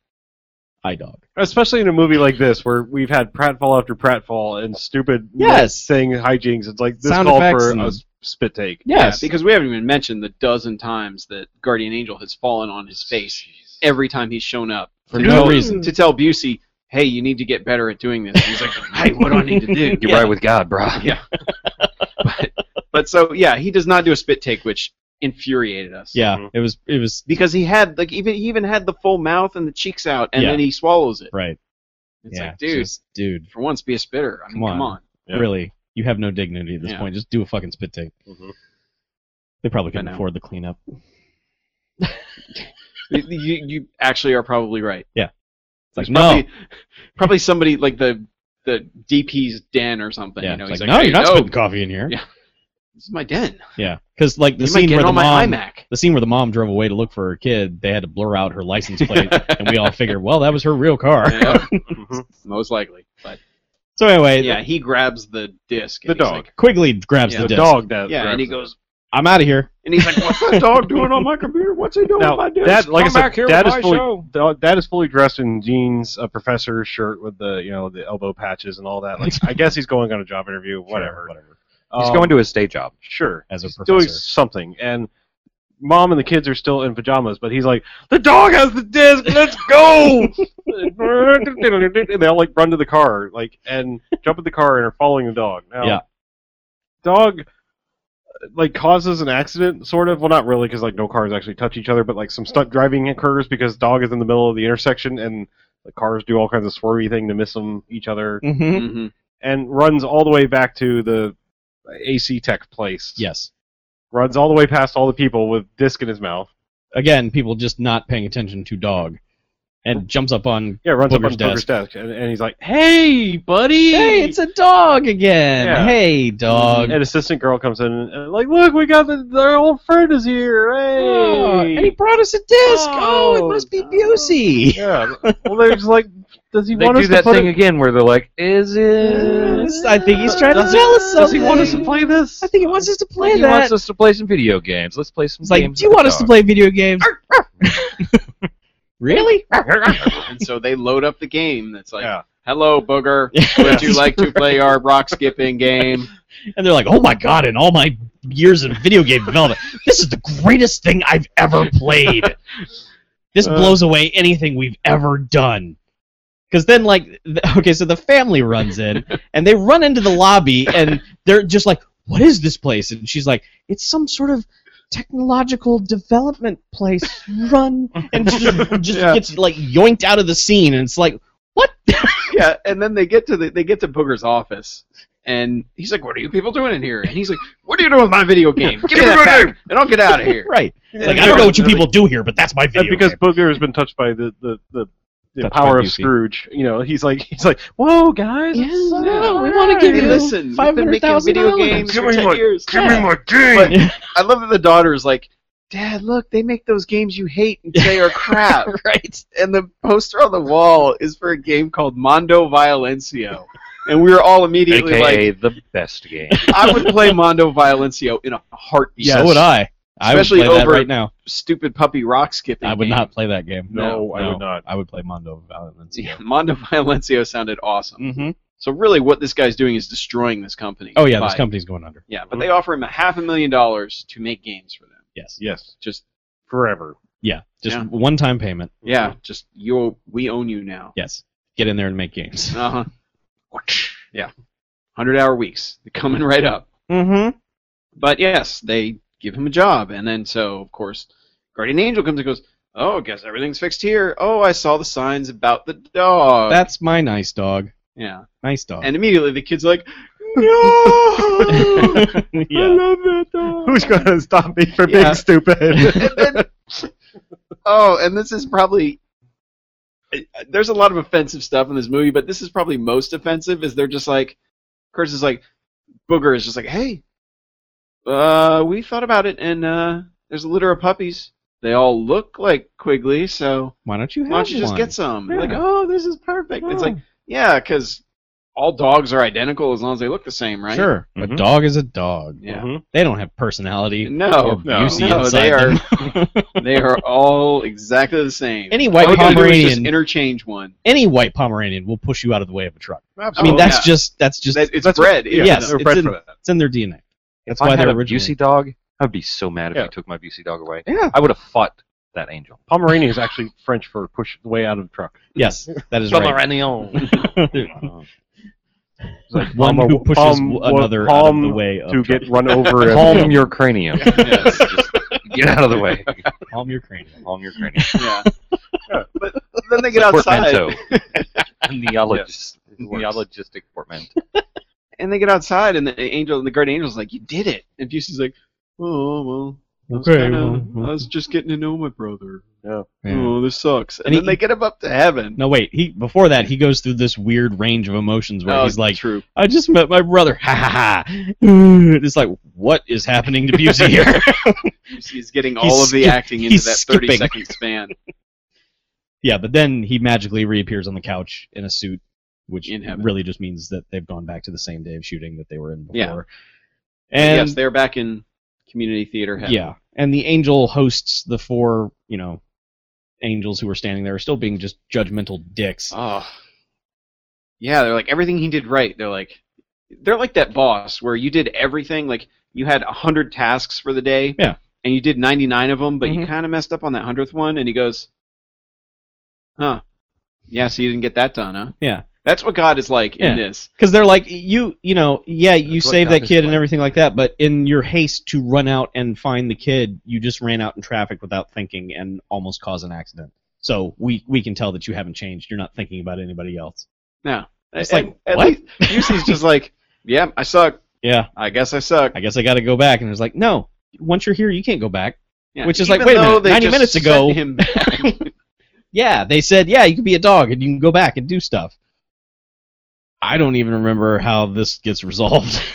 [SPEAKER 4] Eye dog.
[SPEAKER 2] Especially in a movie like this, where we've had pratfall after pratfall and stupid
[SPEAKER 4] Yes.
[SPEAKER 2] thing hijinks. It's like this
[SPEAKER 4] Sound
[SPEAKER 2] call
[SPEAKER 4] effects
[SPEAKER 2] for
[SPEAKER 4] and-
[SPEAKER 2] a spit take.
[SPEAKER 4] Yes.
[SPEAKER 3] Yeah, because we haven't even mentioned the dozen times that Guardian Angel has fallen on his face every time he's shown up
[SPEAKER 4] for
[SPEAKER 3] To
[SPEAKER 4] no
[SPEAKER 3] tell-
[SPEAKER 4] reason.
[SPEAKER 3] to tell Busey, "Hey, you need to get better at doing this." And he's like, "Hey, what do I need to do?"
[SPEAKER 5] You're right with God, bro.
[SPEAKER 3] Yeah. But so yeah, he does not do a spit take, which infuriated us.
[SPEAKER 4] Yeah,
[SPEAKER 2] Mhm.
[SPEAKER 4] it was it was
[SPEAKER 3] because he had like even he even had the full mouth and the cheeks out, and
[SPEAKER 4] Yeah.
[SPEAKER 3] then he swallows it.
[SPEAKER 4] right.
[SPEAKER 3] It's
[SPEAKER 4] yeah,
[SPEAKER 3] like, dude,
[SPEAKER 4] just- dude,
[SPEAKER 3] for once, be a spitter. I mean,
[SPEAKER 4] Come on.
[SPEAKER 3] come on.
[SPEAKER 2] Yeah.
[SPEAKER 4] really, you have no dignity at this
[SPEAKER 3] Yeah. Mm-hmm.
[SPEAKER 4] point. Just do a fucking spit take.
[SPEAKER 2] Mhm.
[SPEAKER 4] They probably couldn't
[SPEAKER 3] I know.
[SPEAKER 4] afford the cleanup.
[SPEAKER 3] You, you, you actually are probably right.
[SPEAKER 4] It's like
[SPEAKER 3] There's
[SPEAKER 4] no,
[SPEAKER 3] probably, probably somebody like the the DP's den or something.
[SPEAKER 4] yeah,
[SPEAKER 3] you know,
[SPEAKER 4] it's
[SPEAKER 3] he's
[SPEAKER 4] like,
[SPEAKER 3] like,
[SPEAKER 4] no,
[SPEAKER 3] "Hey,
[SPEAKER 4] you're not
[SPEAKER 3] no,
[SPEAKER 4] spitting coffee in here.
[SPEAKER 3] Yeah. This is my den.
[SPEAKER 4] Yeah, because like the
[SPEAKER 3] you might
[SPEAKER 4] scene
[SPEAKER 3] get
[SPEAKER 4] where
[SPEAKER 3] it
[SPEAKER 4] the
[SPEAKER 3] on my
[SPEAKER 4] mom,
[SPEAKER 3] iMac.
[SPEAKER 4] the scene where the mom drove away to look for her kid, they had to blur out her license plate, and we all figured, well, that was her real car.
[SPEAKER 3] Yeah,
[SPEAKER 2] Mhm.
[SPEAKER 3] most likely. But
[SPEAKER 4] So anyway,
[SPEAKER 3] yeah, he grabs the disc.
[SPEAKER 2] The
[SPEAKER 3] and he's
[SPEAKER 2] dog.
[SPEAKER 3] like-
[SPEAKER 4] Quigley grabs
[SPEAKER 3] Yeah.
[SPEAKER 4] the,
[SPEAKER 2] The
[SPEAKER 4] disc.
[SPEAKER 2] dog that.
[SPEAKER 3] yeah, and
[SPEAKER 2] grabs
[SPEAKER 3] he
[SPEAKER 2] it.
[SPEAKER 3] goes,
[SPEAKER 4] I'm out of here.
[SPEAKER 3] And he's like, "What's that dog doing on my computer? What's he doing on
[SPEAKER 2] Now,
[SPEAKER 3] my desk?
[SPEAKER 2] dad, like
[SPEAKER 3] Come
[SPEAKER 2] I
[SPEAKER 3] back
[SPEAKER 2] said,
[SPEAKER 3] here
[SPEAKER 2] dad
[SPEAKER 3] with
[SPEAKER 2] is
[SPEAKER 3] my
[SPEAKER 2] fully
[SPEAKER 3] show."
[SPEAKER 2] th- dad is fully dressed in jeans, a professor shirt with the you know the elbow patches and all that. Like I guess he's going on a job interview, whatever.
[SPEAKER 4] Sure, whatever.
[SPEAKER 5] He's
[SPEAKER 2] Um,
[SPEAKER 5] going to his day job.
[SPEAKER 2] sure
[SPEAKER 4] As a
[SPEAKER 2] he's doing
[SPEAKER 4] professor.
[SPEAKER 2] something and. Mom and the kids are still in pajamas, but he's like, "The dog has the disc. Let's go!" and they all like run to the car, like and jump in the car and are following the dog. Now,
[SPEAKER 4] Yeah.
[SPEAKER 2] dog like causes an accident, sort of. Well, not really, because like no cars actually touch each other, but like some stunt driving occurs because dog is in the middle of the intersection and the cars do all kinds of swervy thing to miss them each other,
[SPEAKER 4] Mm-hmm.
[SPEAKER 3] Mhm.
[SPEAKER 2] and runs all the way back to the AC Tech place.
[SPEAKER 4] Yes.
[SPEAKER 2] runs all the way past all the people with disc in his mouth.
[SPEAKER 4] Again, people just not paying attention to dog, and jumps up on.
[SPEAKER 2] Yeah, runs
[SPEAKER 4] Booger's
[SPEAKER 2] up on Booger's desk, and, and he's like, "Hey, buddy!"
[SPEAKER 4] Hey, it's a dog again.
[SPEAKER 2] Yeah.
[SPEAKER 4] Hey, dog.
[SPEAKER 2] An assistant girl comes in and, and like, look, we got the, our old friend is here. Hey,
[SPEAKER 4] Oh, and he brought us a disc. Oh, it
[SPEAKER 2] Oh,
[SPEAKER 4] must be
[SPEAKER 2] no.
[SPEAKER 4] Busey.
[SPEAKER 2] Yeah. Well, they're just like, does he
[SPEAKER 5] They
[SPEAKER 2] want
[SPEAKER 5] do
[SPEAKER 2] us to
[SPEAKER 5] that
[SPEAKER 2] put
[SPEAKER 5] thing
[SPEAKER 2] it?
[SPEAKER 5] again where they're like, "Is it?"
[SPEAKER 4] I think he's trying to
[SPEAKER 5] Does he-
[SPEAKER 4] tell us something.
[SPEAKER 5] does he want us to
[SPEAKER 2] play this?
[SPEAKER 4] I think he wants us to play
[SPEAKER 5] he
[SPEAKER 4] that.
[SPEAKER 5] wants us to play some video games. Let's play some
[SPEAKER 4] It's like,
[SPEAKER 5] games.
[SPEAKER 4] do you want us to play video games? really?
[SPEAKER 3] and so they load up the game. That's like,
[SPEAKER 2] Yeah.
[SPEAKER 3] "Hello, booger. Would you like to play our rock skipping game?"
[SPEAKER 4] And they're like, oh my god, in all my years of video game development, this is the greatest thing I've ever played. This
[SPEAKER 2] Uh.
[SPEAKER 4] blows away anything we've ever done. Because then, like, th- okay, so the family runs in, and they run into the lobby, and they're just like, what is this place? And she's like, it's some sort of technological development place. Run. And just, just
[SPEAKER 2] Yeah.
[SPEAKER 4] gets, like, yoinked out of the scene, and it's like, what?
[SPEAKER 3] yeah, and then they get to the they get to Booger's office, and he's like, "What are you people doing in here?" And he's like, "What are you doing with my video game? Give me that back, and I'll get out of here."
[SPEAKER 4] right.
[SPEAKER 3] And
[SPEAKER 4] Like, I don't know what you
[SPEAKER 3] they're
[SPEAKER 4] people do here, but that's my
[SPEAKER 2] And
[SPEAKER 4] video.
[SPEAKER 2] because
[SPEAKER 4] game.
[SPEAKER 2] Booger has been touched by the the, the, the
[SPEAKER 4] Touched
[SPEAKER 2] power
[SPEAKER 4] by
[SPEAKER 2] of
[SPEAKER 4] Goofy.
[SPEAKER 2] Scrooge. You know, he's like, he's like, whoa, guys. it's, uh,
[SPEAKER 4] no, we
[SPEAKER 2] all
[SPEAKER 4] wanna
[SPEAKER 2] right."
[SPEAKER 4] give
[SPEAKER 3] Hey,
[SPEAKER 4] you-
[SPEAKER 3] listen, we've been making
[SPEAKER 4] $500,000
[SPEAKER 3] video games
[SPEAKER 2] Give
[SPEAKER 3] for
[SPEAKER 2] me
[SPEAKER 3] 10
[SPEAKER 2] my-
[SPEAKER 3] years.
[SPEAKER 4] Yeah.
[SPEAKER 2] my game.
[SPEAKER 3] But I love that the daughter is like, Dad, look, they make those games you hate and say are crap.
[SPEAKER 4] right.
[SPEAKER 3] and the poster on the wall is for a game called Mondo Violencio. And we were all immediately
[SPEAKER 5] AKA the best game.
[SPEAKER 3] like, I would play Mondo Violencio in a heartbeat.
[SPEAKER 4] So would I. I would
[SPEAKER 3] Especially
[SPEAKER 4] play that
[SPEAKER 3] over-
[SPEAKER 4] right now.
[SPEAKER 3] Stupid puppy rock skipping.
[SPEAKER 4] I would
[SPEAKER 3] game.
[SPEAKER 4] not play that game.
[SPEAKER 2] No, I would not.
[SPEAKER 4] I would play Mondo Valorant.
[SPEAKER 3] Yeah, Mondo Violencio sounded awesome.
[SPEAKER 4] Mm-hmm.
[SPEAKER 3] So really, what this guy's doing is destroying this company.
[SPEAKER 4] Oh yeah, this mm-hmm.
[SPEAKER 3] By-
[SPEAKER 4] company's going under.
[SPEAKER 3] Yeah, but they offer him a half a million dollars to make games for them.
[SPEAKER 4] Yes.
[SPEAKER 2] Yes,
[SPEAKER 3] Just
[SPEAKER 2] forever.
[SPEAKER 4] Yeah. Just
[SPEAKER 3] Yeah.
[SPEAKER 4] one time payment.
[SPEAKER 3] yeah, just you. We own you now.
[SPEAKER 4] Yes. Get in there and make games.
[SPEAKER 3] Uh huh. Yeah. 100 hour weeks. They're coming right up.
[SPEAKER 4] Mm-hmm.
[SPEAKER 3] But yes, they give him a job. And then, so, of course, Guardian Angel comes and goes, Oh, guess everything's fixed here. Oh, I saw the signs about the dog.
[SPEAKER 4] That's my nice dog.
[SPEAKER 3] yeah.
[SPEAKER 4] Nice dog.
[SPEAKER 3] And immediately the kid's like,
[SPEAKER 2] No,
[SPEAKER 4] yeah.
[SPEAKER 2] love that dog. Who's gonna stop me from
[SPEAKER 3] Yeah.
[SPEAKER 2] being stupid?
[SPEAKER 3] and then, Oh, and this is probably. There's a lot of offensive stuff in this movie, but this is probably most offensive. Is they're just like, Curtis is like, Booger is just like, hey, uh, we thought about it, and uh, there's a litter of puppies. They all look like Quigley, so
[SPEAKER 4] Why don't you have
[SPEAKER 3] why don't you just
[SPEAKER 4] one?
[SPEAKER 3] get some?
[SPEAKER 4] Yeah.
[SPEAKER 3] Like, oh, this is perfect. It's like,
[SPEAKER 4] Oh,
[SPEAKER 3] yeah, because all dogs are identical as long as they look the same, right?
[SPEAKER 4] Sure.
[SPEAKER 2] Mm-hmm.
[SPEAKER 4] A
[SPEAKER 5] Mhm.
[SPEAKER 4] dog is a dog.
[SPEAKER 3] Yeah.
[SPEAKER 2] Mhm.
[SPEAKER 4] They don't have personality.
[SPEAKER 3] No,
[SPEAKER 4] or
[SPEAKER 2] no,
[SPEAKER 4] beauty
[SPEAKER 3] no,
[SPEAKER 4] inside
[SPEAKER 3] they are
[SPEAKER 4] them.
[SPEAKER 3] they are all exactly the same.
[SPEAKER 4] any
[SPEAKER 3] All
[SPEAKER 4] white
[SPEAKER 3] we gotta do is just
[SPEAKER 4] Pomeranian,
[SPEAKER 3] interchange one.
[SPEAKER 4] any white Pomeranian will push you out of the way of a truck. I mean,
[SPEAKER 3] Oh,
[SPEAKER 4] that's
[SPEAKER 3] yeah.
[SPEAKER 4] just that's just
[SPEAKER 3] That- it's
[SPEAKER 2] That's
[SPEAKER 3] bread.
[SPEAKER 2] Yeah,
[SPEAKER 4] yes,
[SPEAKER 2] they're
[SPEAKER 4] it's
[SPEAKER 2] bred
[SPEAKER 4] in-
[SPEAKER 2] for that.
[SPEAKER 4] it's in their DNA. That's
[SPEAKER 5] if
[SPEAKER 4] why
[SPEAKER 5] I had
[SPEAKER 4] they're
[SPEAKER 5] a
[SPEAKER 4] originally-
[SPEAKER 5] Busey dog, I would be so mad if
[SPEAKER 2] Yeah.
[SPEAKER 5] you took my Busey dog away.
[SPEAKER 4] Yeah.
[SPEAKER 5] I would have fought that angel.
[SPEAKER 2] Pomeranian is actually French for push the way out of the truck.
[SPEAKER 4] Yes, that is right. One
[SPEAKER 2] Palm-
[SPEAKER 4] who pushes
[SPEAKER 2] palm-
[SPEAKER 4] another out of
[SPEAKER 2] palm
[SPEAKER 4] the way of
[SPEAKER 2] to
[SPEAKER 4] traffic.
[SPEAKER 2] get run over.
[SPEAKER 5] Palm your cranium.
[SPEAKER 3] Yes.
[SPEAKER 5] Get out of the way.
[SPEAKER 4] Palm your cranium.
[SPEAKER 5] Palm your cranium.
[SPEAKER 3] yeah. But then they get outside,
[SPEAKER 5] Portmanteau. Neologist. Neologistic portmanteau.
[SPEAKER 3] and they get outside, and the angel, the guardian angel's like, "You did it," and Busey's like, "Oh well, I was,
[SPEAKER 4] Okay,
[SPEAKER 3] kinda-
[SPEAKER 4] well,
[SPEAKER 3] I was just getting to know my brother.
[SPEAKER 4] Yeah.
[SPEAKER 3] Oh, this sucks." And,
[SPEAKER 4] And
[SPEAKER 3] then
[SPEAKER 4] he-
[SPEAKER 3] they get him up to heaven.
[SPEAKER 4] No, wait. He before that he goes through this weird range of emotions where
[SPEAKER 3] Oh,
[SPEAKER 4] he's like,
[SPEAKER 3] "True."
[SPEAKER 4] "I just met my brother." Ha ha ha. It's like, what is happening to Busey here?
[SPEAKER 3] He's getting all of the
[SPEAKER 4] skip-
[SPEAKER 3] acting into
[SPEAKER 4] he's
[SPEAKER 3] that 30
[SPEAKER 4] skipping.
[SPEAKER 3] second span
[SPEAKER 4] yeah, but then he magically reappears on the couch in a suit, which
[SPEAKER 3] In heaven.
[SPEAKER 4] really just means that they've gone back to the same day of shooting that they were in before.
[SPEAKER 3] Yeah.
[SPEAKER 4] And
[SPEAKER 3] yes they're back in community theater had.
[SPEAKER 4] Yeah. And the angel hosts the four, you know, angels who are standing there are still being just judgmental dicks.
[SPEAKER 3] Oh. Yeah, they're like everything he did right. They're like they're like that boss where you did everything like you had 100 tasks for the day.
[SPEAKER 4] Yeah.
[SPEAKER 3] And you did 99 of them, but you
[SPEAKER 4] Mhm.
[SPEAKER 3] kind of messed up on that 100th one and he goes, "Huh. Yeah, so you didn't get that done, huh?"
[SPEAKER 4] Yeah.
[SPEAKER 3] That's what God is like
[SPEAKER 4] Yeah.
[SPEAKER 3] in this.
[SPEAKER 4] Because they're like, you, you know, yeah, you
[SPEAKER 5] That's what
[SPEAKER 4] saved that
[SPEAKER 5] Dr.
[SPEAKER 4] kid and
[SPEAKER 5] Slay-
[SPEAKER 4] everything like that, but in your haste to run out and find the kid, you just ran out in traffic without thinking and almost caused an accident. So we we can tell that you haven't changed. You're not thinking about anybody else. It's
[SPEAKER 3] At-
[SPEAKER 4] like,
[SPEAKER 3] at
[SPEAKER 4] what?
[SPEAKER 3] least Busey's just like, "Yeah, I suck.
[SPEAKER 4] Yeah,
[SPEAKER 3] I guess I suck."
[SPEAKER 4] I guess I got to go back. And it's like, no, once you're here, you can't go back.
[SPEAKER 3] Yeah,
[SPEAKER 4] Which is
[SPEAKER 3] even
[SPEAKER 4] like, wait a
[SPEAKER 3] though
[SPEAKER 4] minute,
[SPEAKER 3] they
[SPEAKER 4] 90
[SPEAKER 3] just
[SPEAKER 4] minutes
[SPEAKER 3] sent
[SPEAKER 4] ago-
[SPEAKER 3] him back.
[SPEAKER 4] Yeah, they said, yeah, you can be a dog and you can go back and do stuff. I don't even remember how this gets resolved.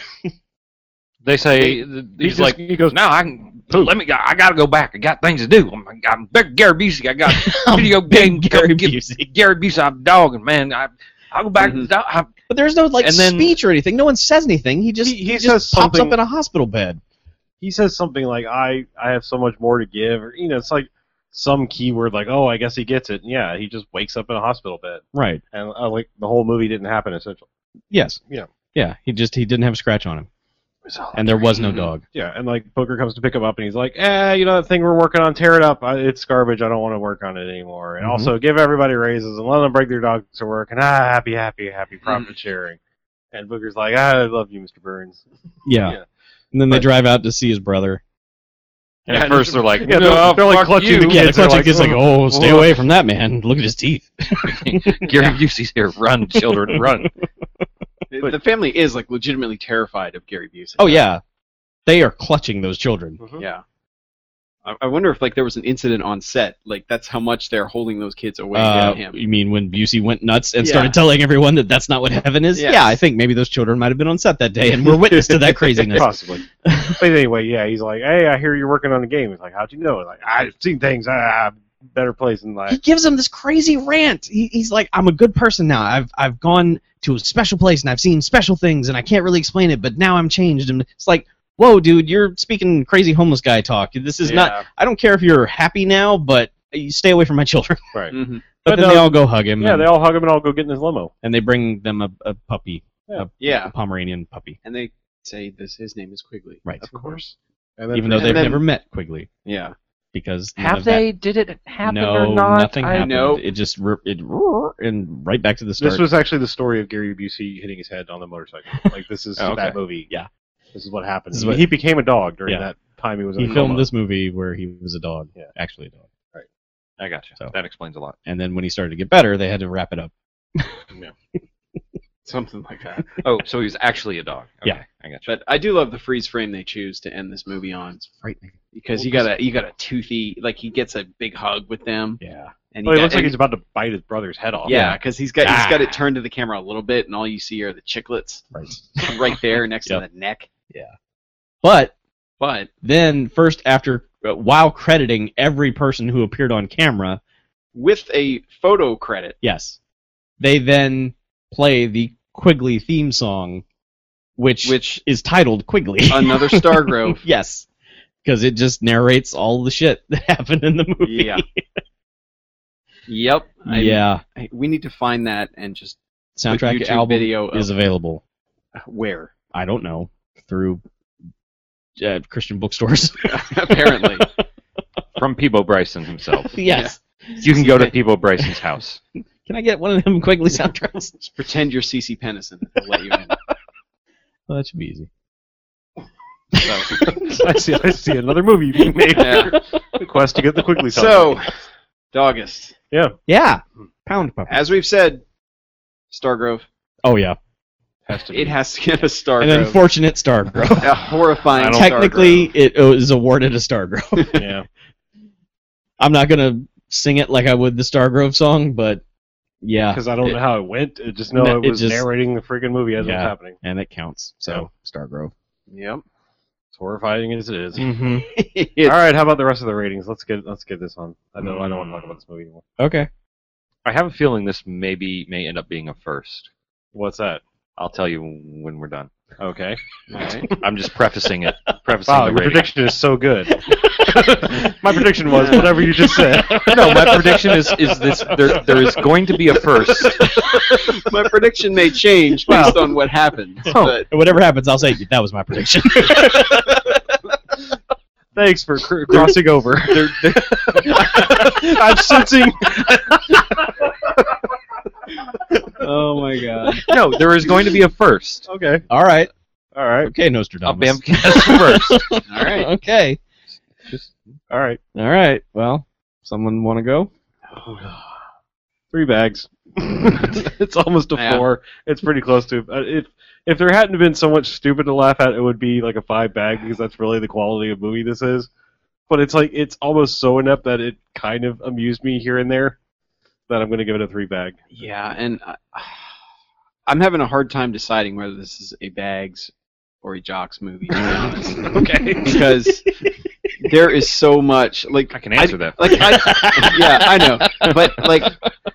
[SPEAKER 5] They say th-
[SPEAKER 2] He
[SPEAKER 5] he's
[SPEAKER 2] just-
[SPEAKER 5] like,
[SPEAKER 2] he goes,
[SPEAKER 5] no, I can, let me. I gotta go back. I got things to do. I'm, I'm Big Gary Busey. I got video game.
[SPEAKER 4] Big Gary
[SPEAKER 5] come get
[SPEAKER 4] Busey.
[SPEAKER 5] Gary Busey. I'm dogging man. I I'll go back. to
[SPEAKER 3] Mhm.
[SPEAKER 5] the dog- I,
[SPEAKER 4] But there's no like
[SPEAKER 5] And then-
[SPEAKER 4] speech or anything. No one says anything. He just
[SPEAKER 2] He- he
[SPEAKER 4] just
[SPEAKER 2] says
[SPEAKER 4] pops up
[SPEAKER 2] something-
[SPEAKER 4] in a hospital bed.
[SPEAKER 2] he says something like I I have so much more to give or you know it's like some keyword like oh I guess he gets it and yeah he just wakes up in a hospital bed
[SPEAKER 4] Right.
[SPEAKER 2] and uh, like the whole movie didn't happen essentially
[SPEAKER 4] Yes.
[SPEAKER 2] Yeah.
[SPEAKER 4] Yeah. He just he didn't have a scratch on him, and there was no dog.
[SPEAKER 2] yeah and like Booker comes to pick him up and he's like eh you know that thing we're working on tear it up I, it's garbage I don't want to work on it anymore and
[SPEAKER 4] Mhm.
[SPEAKER 2] also give everybody raises and let them break their dogs to work and ah happy happy happy profit sharing and Booker's like ah, I love you Mr Burns
[SPEAKER 4] Yeah.
[SPEAKER 2] Yeah.
[SPEAKER 4] And then they
[SPEAKER 2] But-
[SPEAKER 4] drive out to see his brother.
[SPEAKER 5] and
[SPEAKER 2] Yeah,
[SPEAKER 5] at first they're like,
[SPEAKER 2] yeah, they're-
[SPEAKER 5] no,
[SPEAKER 2] they're like
[SPEAKER 5] fuck
[SPEAKER 2] clutching
[SPEAKER 5] you.
[SPEAKER 2] the
[SPEAKER 4] Yeah,
[SPEAKER 2] kids
[SPEAKER 4] the
[SPEAKER 2] are
[SPEAKER 4] clutching
[SPEAKER 2] like,
[SPEAKER 4] kid's like, "Oh, stay
[SPEAKER 2] oh."
[SPEAKER 4] away from that man! Look at his teeth."
[SPEAKER 5] Gary Busey's here. Run, children, run.
[SPEAKER 3] The- the family is like legitimately terrified of Gary Busey.
[SPEAKER 4] Oh yeah, they are clutching those children.
[SPEAKER 3] yeah. I, I wonder if like there was an incident on set, like that's how much they're holding those kids away
[SPEAKER 4] Uh,
[SPEAKER 3] from him.
[SPEAKER 4] you mean when Busey went nuts and
[SPEAKER 3] Yeah.
[SPEAKER 4] started telling everyone that that's not what heaven is?
[SPEAKER 3] Yes.
[SPEAKER 4] Yeah, I think maybe those children might have been on set that day and were witness to that craziness.
[SPEAKER 2] Possibly. but anyway, yeah, he's like, hey, I hear you're working on the game. He's like, how'd you know? Like, I've seen things. Ah, better place than
[SPEAKER 4] he
[SPEAKER 2] that.
[SPEAKER 4] gives him this crazy rant. He, he's like, "I'm a good person now. I've I've gone to a special place and I've seen special things and I can't really explain it, but now I'm changed." And it's like, "Whoa, dude, you're speaking crazy homeless guy talk. This is not. I don't care if you're happy now, but you stay away from my children."
[SPEAKER 2] Right.
[SPEAKER 3] hmm
[SPEAKER 2] But
[SPEAKER 4] But, then
[SPEAKER 2] no-
[SPEAKER 4] they all go hug him.
[SPEAKER 2] Yeah,
[SPEAKER 4] and,
[SPEAKER 2] they all hug him and all go get in his limo.
[SPEAKER 4] and they bring them a, a puppy, a
[SPEAKER 3] Yeah,
[SPEAKER 4] Pomeranian puppy,
[SPEAKER 3] and they say this. His name is Quigley.
[SPEAKER 4] Right.
[SPEAKER 3] Of course.
[SPEAKER 2] And then
[SPEAKER 4] even though
[SPEAKER 3] and
[SPEAKER 4] they've
[SPEAKER 3] then-
[SPEAKER 4] never met Quigley
[SPEAKER 3] Yeah.
[SPEAKER 4] because none
[SPEAKER 5] Have
[SPEAKER 4] of that-
[SPEAKER 5] they? Did it happen
[SPEAKER 4] no,
[SPEAKER 5] or not?
[SPEAKER 4] nothing
[SPEAKER 5] I-
[SPEAKER 4] happened.
[SPEAKER 3] know.
[SPEAKER 4] It just re- it and right back to the start.
[SPEAKER 2] this was actually the story of Gary Busey hitting his head on the motorcycle. Like this is
[SPEAKER 4] Oh, okay.
[SPEAKER 2] that movie.
[SPEAKER 4] Yeah.
[SPEAKER 2] This is what happened.
[SPEAKER 4] This is what-
[SPEAKER 2] he became a dog during
[SPEAKER 4] Yeah.
[SPEAKER 2] that time he was.
[SPEAKER 4] he
[SPEAKER 2] in a
[SPEAKER 4] filmed
[SPEAKER 2] coma.
[SPEAKER 4] this movie where he was a dog,
[SPEAKER 2] Yeah.
[SPEAKER 4] actually a dog.
[SPEAKER 5] I got you.
[SPEAKER 4] So.
[SPEAKER 5] That explains a lot.
[SPEAKER 4] and then when he started to get better, they had to wrap it up.
[SPEAKER 3] Something like that.
[SPEAKER 5] Oh, so he was actually a dog. Okay,
[SPEAKER 4] Yeah.
[SPEAKER 5] I got you.
[SPEAKER 3] but I do love the freeze frame they choose to end this movie on
[SPEAKER 4] Frightening.
[SPEAKER 3] because you got a you got a toothy like he gets a big hug with them
[SPEAKER 4] Yeah.
[SPEAKER 3] and
[SPEAKER 2] Well,
[SPEAKER 3] Oh, he
[SPEAKER 2] he looks
[SPEAKER 3] got,
[SPEAKER 2] like he's about to bite his brother's head off.
[SPEAKER 3] yeah because he's got he's got
[SPEAKER 4] Ah.
[SPEAKER 3] it turned to the camera a little bit and all you see are the chiclets
[SPEAKER 4] Right.
[SPEAKER 3] right there next
[SPEAKER 4] Yep.
[SPEAKER 3] to the neck.
[SPEAKER 4] But
[SPEAKER 3] But
[SPEAKER 4] then, first after uh, while crediting every person who appeared on camera,
[SPEAKER 3] with a photo credit.
[SPEAKER 4] yes, they then play the Quigley theme song, which,
[SPEAKER 3] Which
[SPEAKER 4] is titled Quigley.
[SPEAKER 3] another Stargrove.
[SPEAKER 4] yes, because it just narrates all the shit that happened in the movie.
[SPEAKER 3] Yeah. yep. I-
[SPEAKER 4] yeah.
[SPEAKER 3] I- we need to find that and just put
[SPEAKER 4] Soundtrack
[SPEAKER 3] YouTube
[SPEAKER 4] album
[SPEAKER 3] video
[SPEAKER 4] is
[SPEAKER 3] of
[SPEAKER 4] available.
[SPEAKER 3] where
[SPEAKER 4] I don't know through uh, Christian bookstores.
[SPEAKER 3] apparently.
[SPEAKER 5] From Peebo Bryson himself.
[SPEAKER 4] yes.
[SPEAKER 5] You can go to Peebo Bryson's house.
[SPEAKER 4] Can I get one of them Quigley soundtracks?
[SPEAKER 3] Just pretend you're CC Pennison. They'll let you in.
[SPEAKER 4] Well, that should be easy.
[SPEAKER 2] I see. I see another movie being made.
[SPEAKER 3] Yeah.
[SPEAKER 2] Quest to get the quickly.
[SPEAKER 3] So, Doggist.
[SPEAKER 4] Yeah. Pound puppy.
[SPEAKER 3] As we've said, Stargrove.
[SPEAKER 4] Oh yeah.
[SPEAKER 5] Has to be.
[SPEAKER 3] It has to get a
[SPEAKER 4] An
[SPEAKER 3] Stargrove.
[SPEAKER 4] unfortunate star grove.
[SPEAKER 3] a horrifying. Stargrove.
[SPEAKER 4] Technically, it was awarded a star grove.
[SPEAKER 2] yeah.
[SPEAKER 4] I'm not gonna sing it like I would the star grove song, but yeah,
[SPEAKER 2] Because I don't
[SPEAKER 4] It-
[SPEAKER 2] know how it went. It just know
[SPEAKER 4] No,
[SPEAKER 2] it
[SPEAKER 4] it
[SPEAKER 2] was
[SPEAKER 4] just-
[SPEAKER 2] narrating the freaking movie as it
[SPEAKER 4] Yeah.
[SPEAKER 2] was happening.
[SPEAKER 4] and it counts. So star grove.
[SPEAKER 3] Yep.
[SPEAKER 2] As horrifying as it is.
[SPEAKER 4] Mm-hmm.
[SPEAKER 3] It's-
[SPEAKER 2] All right, how about the rest of the ratings? Let's get let's get this on. I don't I don't want to talk about this movie anymore.
[SPEAKER 4] Okay.
[SPEAKER 5] I have a feeling this maybe may end up being a first.
[SPEAKER 2] What's that?
[SPEAKER 5] I'll tell you when we're done.
[SPEAKER 2] Okay.
[SPEAKER 3] All right.
[SPEAKER 5] I'm just prefacing it. Prefacing
[SPEAKER 2] Wow,
[SPEAKER 5] the
[SPEAKER 2] your
[SPEAKER 5] rating.
[SPEAKER 2] prediction is so good. My prediction was whatever you just said.
[SPEAKER 5] no, my prediction is is this there, there is going to be a first.
[SPEAKER 3] My prediction may change based on what happens. But
[SPEAKER 4] And whatever happens, I'll say that was my prediction.
[SPEAKER 2] Thanks for cr- crossing over. I'm sensing.
[SPEAKER 3] oh my god.
[SPEAKER 5] No, there is going to be a first.
[SPEAKER 2] Okay.
[SPEAKER 4] All right.
[SPEAKER 2] All right.
[SPEAKER 4] Okay,
[SPEAKER 5] A
[SPEAKER 4] Nostradamus.
[SPEAKER 5] Bamcast first.
[SPEAKER 3] All right.
[SPEAKER 4] Okay.
[SPEAKER 2] All right.
[SPEAKER 4] All right. Well, someone want to go?
[SPEAKER 2] Three bags. it's almost a
[SPEAKER 3] Yeah.
[SPEAKER 2] four. It's pretty close to. uh, If if there hadn't been so much stupid to laugh at, it would be like a five bag because that's really the quality of movie this is. But it's like it's almost so inept that it kind of amused me here and there that I'm going to give it a three bag.
[SPEAKER 3] Yeah, and I, I'm having a hard time deciding whether this is a bags or a jocks movie. To be honest.
[SPEAKER 2] Okay.
[SPEAKER 3] because there is so much like
[SPEAKER 5] I can answer that.
[SPEAKER 3] like I, yeah I know but like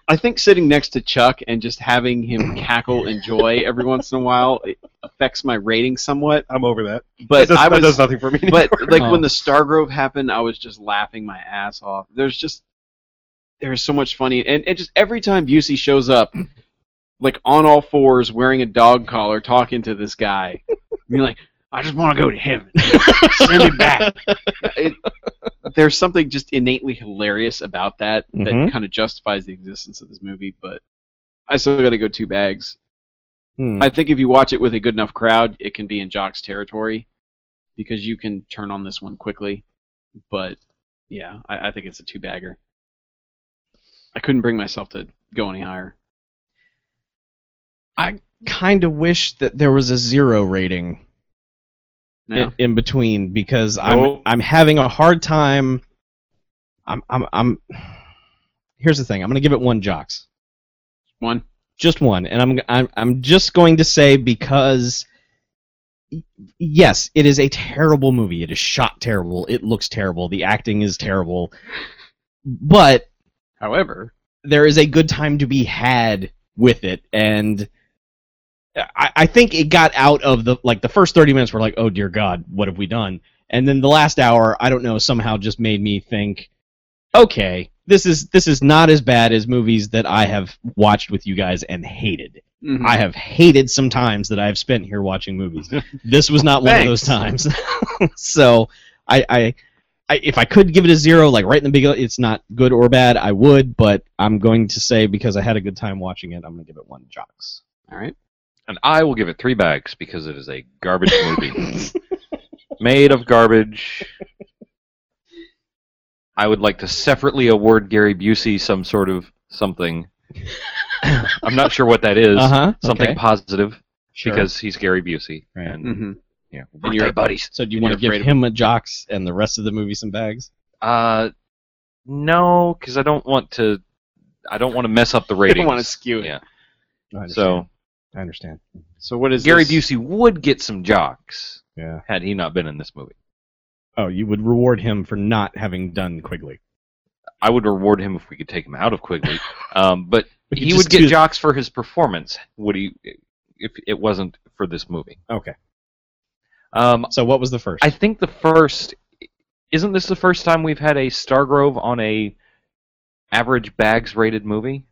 [SPEAKER 3] I think sitting next to Chuck and just having him cackle and joy every once in a while it affects my rating somewhat
[SPEAKER 2] I'm over that. that,
[SPEAKER 3] but
[SPEAKER 2] does,
[SPEAKER 3] I
[SPEAKER 2] that
[SPEAKER 3] was
[SPEAKER 2] does nothing for me.
[SPEAKER 3] but like
[SPEAKER 4] Oh.
[SPEAKER 3] when the Stargrove happened I was just laughing my ass off there's just there's so much funny and, and just every time Busey shows up like on all fours wearing a dog collar talking to this guy being like I just want to go to heaven send me back it, there's something just innately hilarious about that that
[SPEAKER 4] Mhm.
[SPEAKER 3] kind of justifies the existence of this movie. But I still got to go two bags.
[SPEAKER 4] Hmm.
[SPEAKER 3] I think if you watch it with a good enough crowd, it can be in Jock's territory because you can turn on this one quickly. But yeah, I, I think it's a two bagger. I couldn't bring myself to go any higher.
[SPEAKER 4] kind of wish that there was a zero rating
[SPEAKER 3] No.
[SPEAKER 4] in, in between because I'm
[SPEAKER 5] Nope.
[SPEAKER 4] I'm having a hard time. I'm I'm I'm. Here's the thing. I'm gonna give it one jocks,
[SPEAKER 3] one.
[SPEAKER 4] just one, and I'm I'm I'm just going to say because. y- Yes, it is a terrible movie. It is shot terrible. It looks terrible. The acting is terrible. But
[SPEAKER 3] However,
[SPEAKER 4] there is a good time to be had with it and I, I think it got out of the like the first 30 minutes were like oh dear god what have we done and then the last hour i don't know somehow just made me think okay this is this is not as bad as movies that i have watched with you guys and hated
[SPEAKER 3] mhm.
[SPEAKER 4] i have hated some times that i've spent here watching movies this was not one of those times so I, I I if I could give it a zero, like right in the beginning, it's not good or bad. I would, but I'm going to say because I had a good time watching it, I'm going to give it one jocks.
[SPEAKER 3] all right.
[SPEAKER 5] And I will give it three bags because it is a garbage movie. Made of garbage. I would like to separately award Gary Busey some sort of something. I'm not sure what that is.
[SPEAKER 4] Uh huh.
[SPEAKER 5] Something positive
[SPEAKER 4] Sure.
[SPEAKER 5] because he's Gary Busey.
[SPEAKER 4] Right.
[SPEAKER 5] And,
[SPEAKER 3] hmm
[SPEAKER 5] yeah,
[SPEAKER 3] And
[SPEAKER 5] Mm-hmm. birthday
[SPEAKER 3] you're-
[SPEAKER 5] buddies.
[SPEAKER 4] So do you want to
[SPEAKER 3] You're afraid
[SPEAKER 4] give
[SPEAKER 3] of-
[SPEAKER 4] him a jocks and the rest of the movie some bags?
[SPEAKER 5] Uh, no, because I don't want to. I don't want to mess up the ratings.
[SPEAKER 3] want to skew it.
[SPEAKER 5] Yeah.
[SPEAKER 4] I understand.
[SPEAKER 5] So
[SPEAKER 4] I understand.
[SPEAKER 3] So what is
[SPEAKER 5] Gary
[SPEAKER 3] this?
[SPEAKER 5] Busey would get some jocks
[SPEAKER 4] Yeah.
[SPEAKER 5] had he not been in this movie.
[SPEAKER 4] Oh, you would reward him for not having done Quigley.
[SPEAKER 5] I would reward him if we could take him out of Quigley. Um, but
[SPEAKER 4] We could
[SPEAKER 5] he
[SPEAKER 4] just
[SPEAKER 5] would get
[SPEAKER 4] do-
[SPEAKER 5] jocks for his performance. Would he? If it wasn't for this movie.
[SPEAKER 4] Okay.
[SPEAKER 5] Um,
[SPEAKER 4] So what was the first?
[SPEAKER 5] I think the first. Isn't this the first time we've had a Stargrove on a average bags rated movie?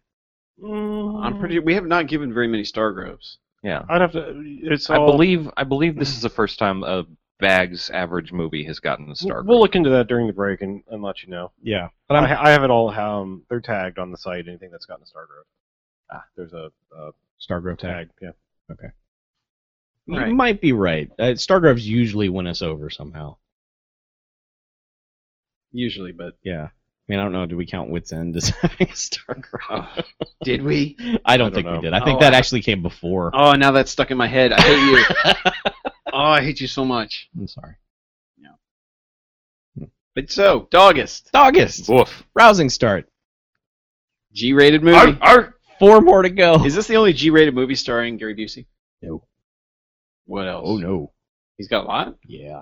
[SPEAKER 3] I'm pretty. We have not given very many Star Groves.
[SPEAKER 5] Yeah.
[SPEAKER 2] Mm, I'd have to. It's
[SPEAKER 5] I
[SPEAKER 2] all,
[SPEAKER 5] believe I believe this is the first time a bags average movie has gotten a star.
[SPEAKER 2] We'll look into that during the break and, and let you know.
[SPEAKER 4] yeah.
[SPEAKER 2] But I'm, I have it all. Um, they're tagged on the site. Anything that's gotten a star growth.
[SPEAKER 5] Ah.
[SPEAKER 2] There's a, a
[SPEAKER 4] Stargrove
[SPEAKER 2] tag.
[SPEAKER 4] tag.
[SPEAKER 2] Yeah.
[SPEAKER 3] Right.
[SPEAKER 4] You might be right. Uh, Stargroves usually win us over somehow.
[SPEAKER 3] Usually, but
[SPEAKER 4] Yeah. I mean, I don't know. Do we count Wits End as having a Stargrove?
[SPEAKER 3] did we?
[SPEAKER 4] I don't
[SPEAKER 2] I don't
[SPEAKER 4] think
[SPEAKER 2] know.
[SPEAKER 4] we did. I think
[SPEAKER 3] Oh,
[SPEAKER 4] that
[SPEAKER 3] I-
[SPEAKER 4] actually came before.
[SPEAKER 3] Oh, now that's stuck in my head. I hate you. oh, I hate you so much.
[SPEAKER 4] I'm sorry.
[SPEAKER 3] But so, Doggist,
[SPEAKER 4] August.
[SPEAKER 5] Woof.
[SPEAKER 4] Rousing start.
[SPEAKER 3] G-rated movie.
[SPEAKER 4] Four more to go.
[SPEAKER 3] Is this the only G-rated movie starring Gary Busey?
[SPEAKER 4] oh. No.
[SPEAKER 3] What else?
[SPEAKER 4] Oh no.
[SPEAKER 3] He's got a lot.
[SPEAKER 4] Yeah.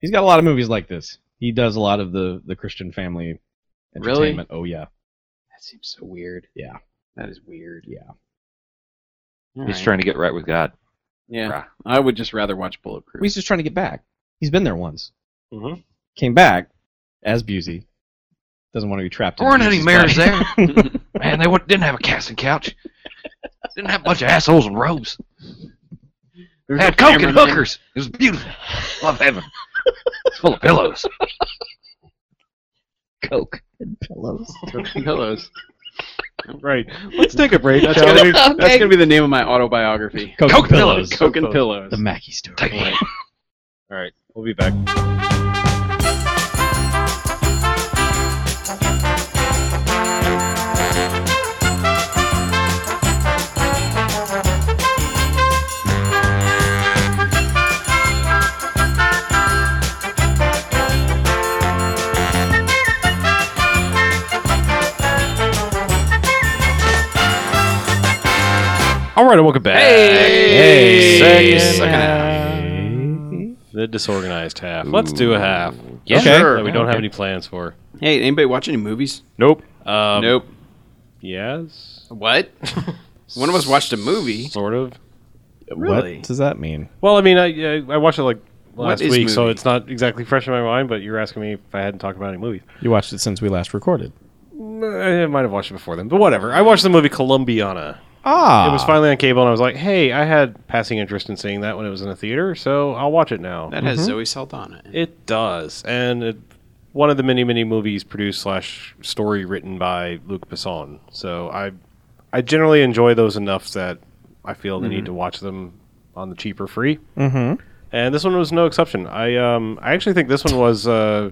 [SPEAKER 4] He's got a lot of movies like this. He does a lot of the the Christian family
[SPEAKER 3] Really?
[SPEAKER 4] entertainment. Oh yeah.
[SPEAKER 3] That seems so weird.
[SPEAKER 4] Yeah.
[SPEAKER 3] That is weird.
[SPEAKER 4] Yeah.
[SPEAKER 3] All
[SPEAKER 5] He's
[SPEAKER 3] right.
[SPEAKER 5] trying to get right with God.
[SPEAKER 3] Yeah,
[SPEAKER 5] Rah.
[SPEAKER 3] I would just rather watch Bullet Crew.
[SPEAKER 4] He's just trying to get back. He's been there once.
[SPEAKER 2] Mhm.
[SPEAKER 4] Came back as Busey. Doesn't want to be trapped.
[SPEAKER 5] There weren't
[SPEAKER 4] in
[SPEAKER 5] any
[SPEAKER 4] Busey's
[SPEAKER 5] mirrors
[SPEAKER 4] body.
[SPEAKER 5] there. Man, they wouldn't- didn't have a casting couch. Didn't have a bunch of assholes in robes.
[SPEAKER 3] There's
[SPEAKER 5] They had
[SPEAKER 3] no
[SPEAKER 5] coke and
[SPEAKER 3] cameraman.
[SPEAKER 5] hookers. It was beautiful. Love heaven. It's full of pillows.
[SPEAKER 4] Coke and pillows.
[SPEAKER 3] Pillows.
[SPEAKER 2] Right. Let's take a break. That's gonna be,
[SPEAKER 3] That's gonna be the name of my autobiography.
[SPEAKER 4] Coke,
[SPEAKER 5] Coke
[SPEAKER 4] and pillows.
[SPEAKER 5] pillows.
[SPEAKER 3] Coke and pillows.
[SPEAKER 4] The Mackey story.
[SPEAKER 5] Take it.
[SPEAKER 2] all right. We'll be back. All right, and welcome back.
[SPEAKER 5] Hey!
[SPEAKER 2] Hey,
[SPEAKER 5] Second
[SPEAKER 2] The disorganized half. Let's do a half.
[SPEAKER 5] Yeah,
[SPEAKER 4] Okay.
[SPEAKER 2] That we don't have any plans for.
[SPEAKER 3] Hey, anybody watch any movies?
[SPEAKER 2] Nope. Um,
[SPEAKER 3] nope.
[SPEAKER 2] Yes.
[SPEAKER 3] What? One of us watched a movie.
[SPEAKER 2] Sort of.
[SPEAKER 3] Really?
[SPEAKER 4] What does that mean?
[SPEAKER 2] Well, I mean, I I- I watched it like last
[SPEAKER 3] is
[SPEAKER 2] week, so
[SPEAKER 3] movie?
[SPEAKER 2] it's not exactly fresh in my mind. But you're asking me if I hadn't talked about any movies.
[SPEAKER 4] You watched it since we last recorded.
[SPEAKER 2] I might have watched it before then, but whatever. I watched the movie Columbiana.
[SPEAKER 4] Ah,
[SPEAKER 2] It was finally on cable, and I was like, hey, I had passing interest in seeing that when it was in the theater, so I'll watch it now.
[SPEAKER 3] That has Zoe Saldana. In it.
[SPEAKER 2] It does, and it, one of the many, many movies produced slash story written by Luc Besson. So I, I generally enjoy those enough that I feel the need to watch them on the cheap or free.
[SPEAKER 4] Mm-hmm.
[SPEAKER 2] And this one was no exception. I um, I actually think this one was. Uh,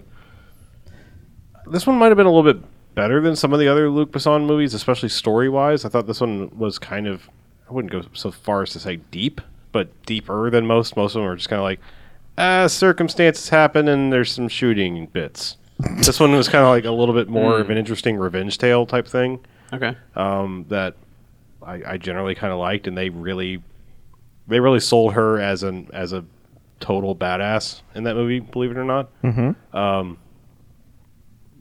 [SPEAKER 2] this one might have been a little bit better than some of the other Luc Besson movies, especially story wise. I thought this one was kind of. I wouldn't go so far as to say deep, but deeper than most. Most of them are just kind of like, ah, circumstances happen and there's some shooting bits. this one was kind of like a little bit more of an interesting revenge tale type thing
[SPEAKER 3] Okay.
[SPEAKER 2] um, that I, I generally kind of liked, and they really they really sold her as an as a total badass in that movie. Believe it or not,
[SPEAKER 4] Mm-hmm.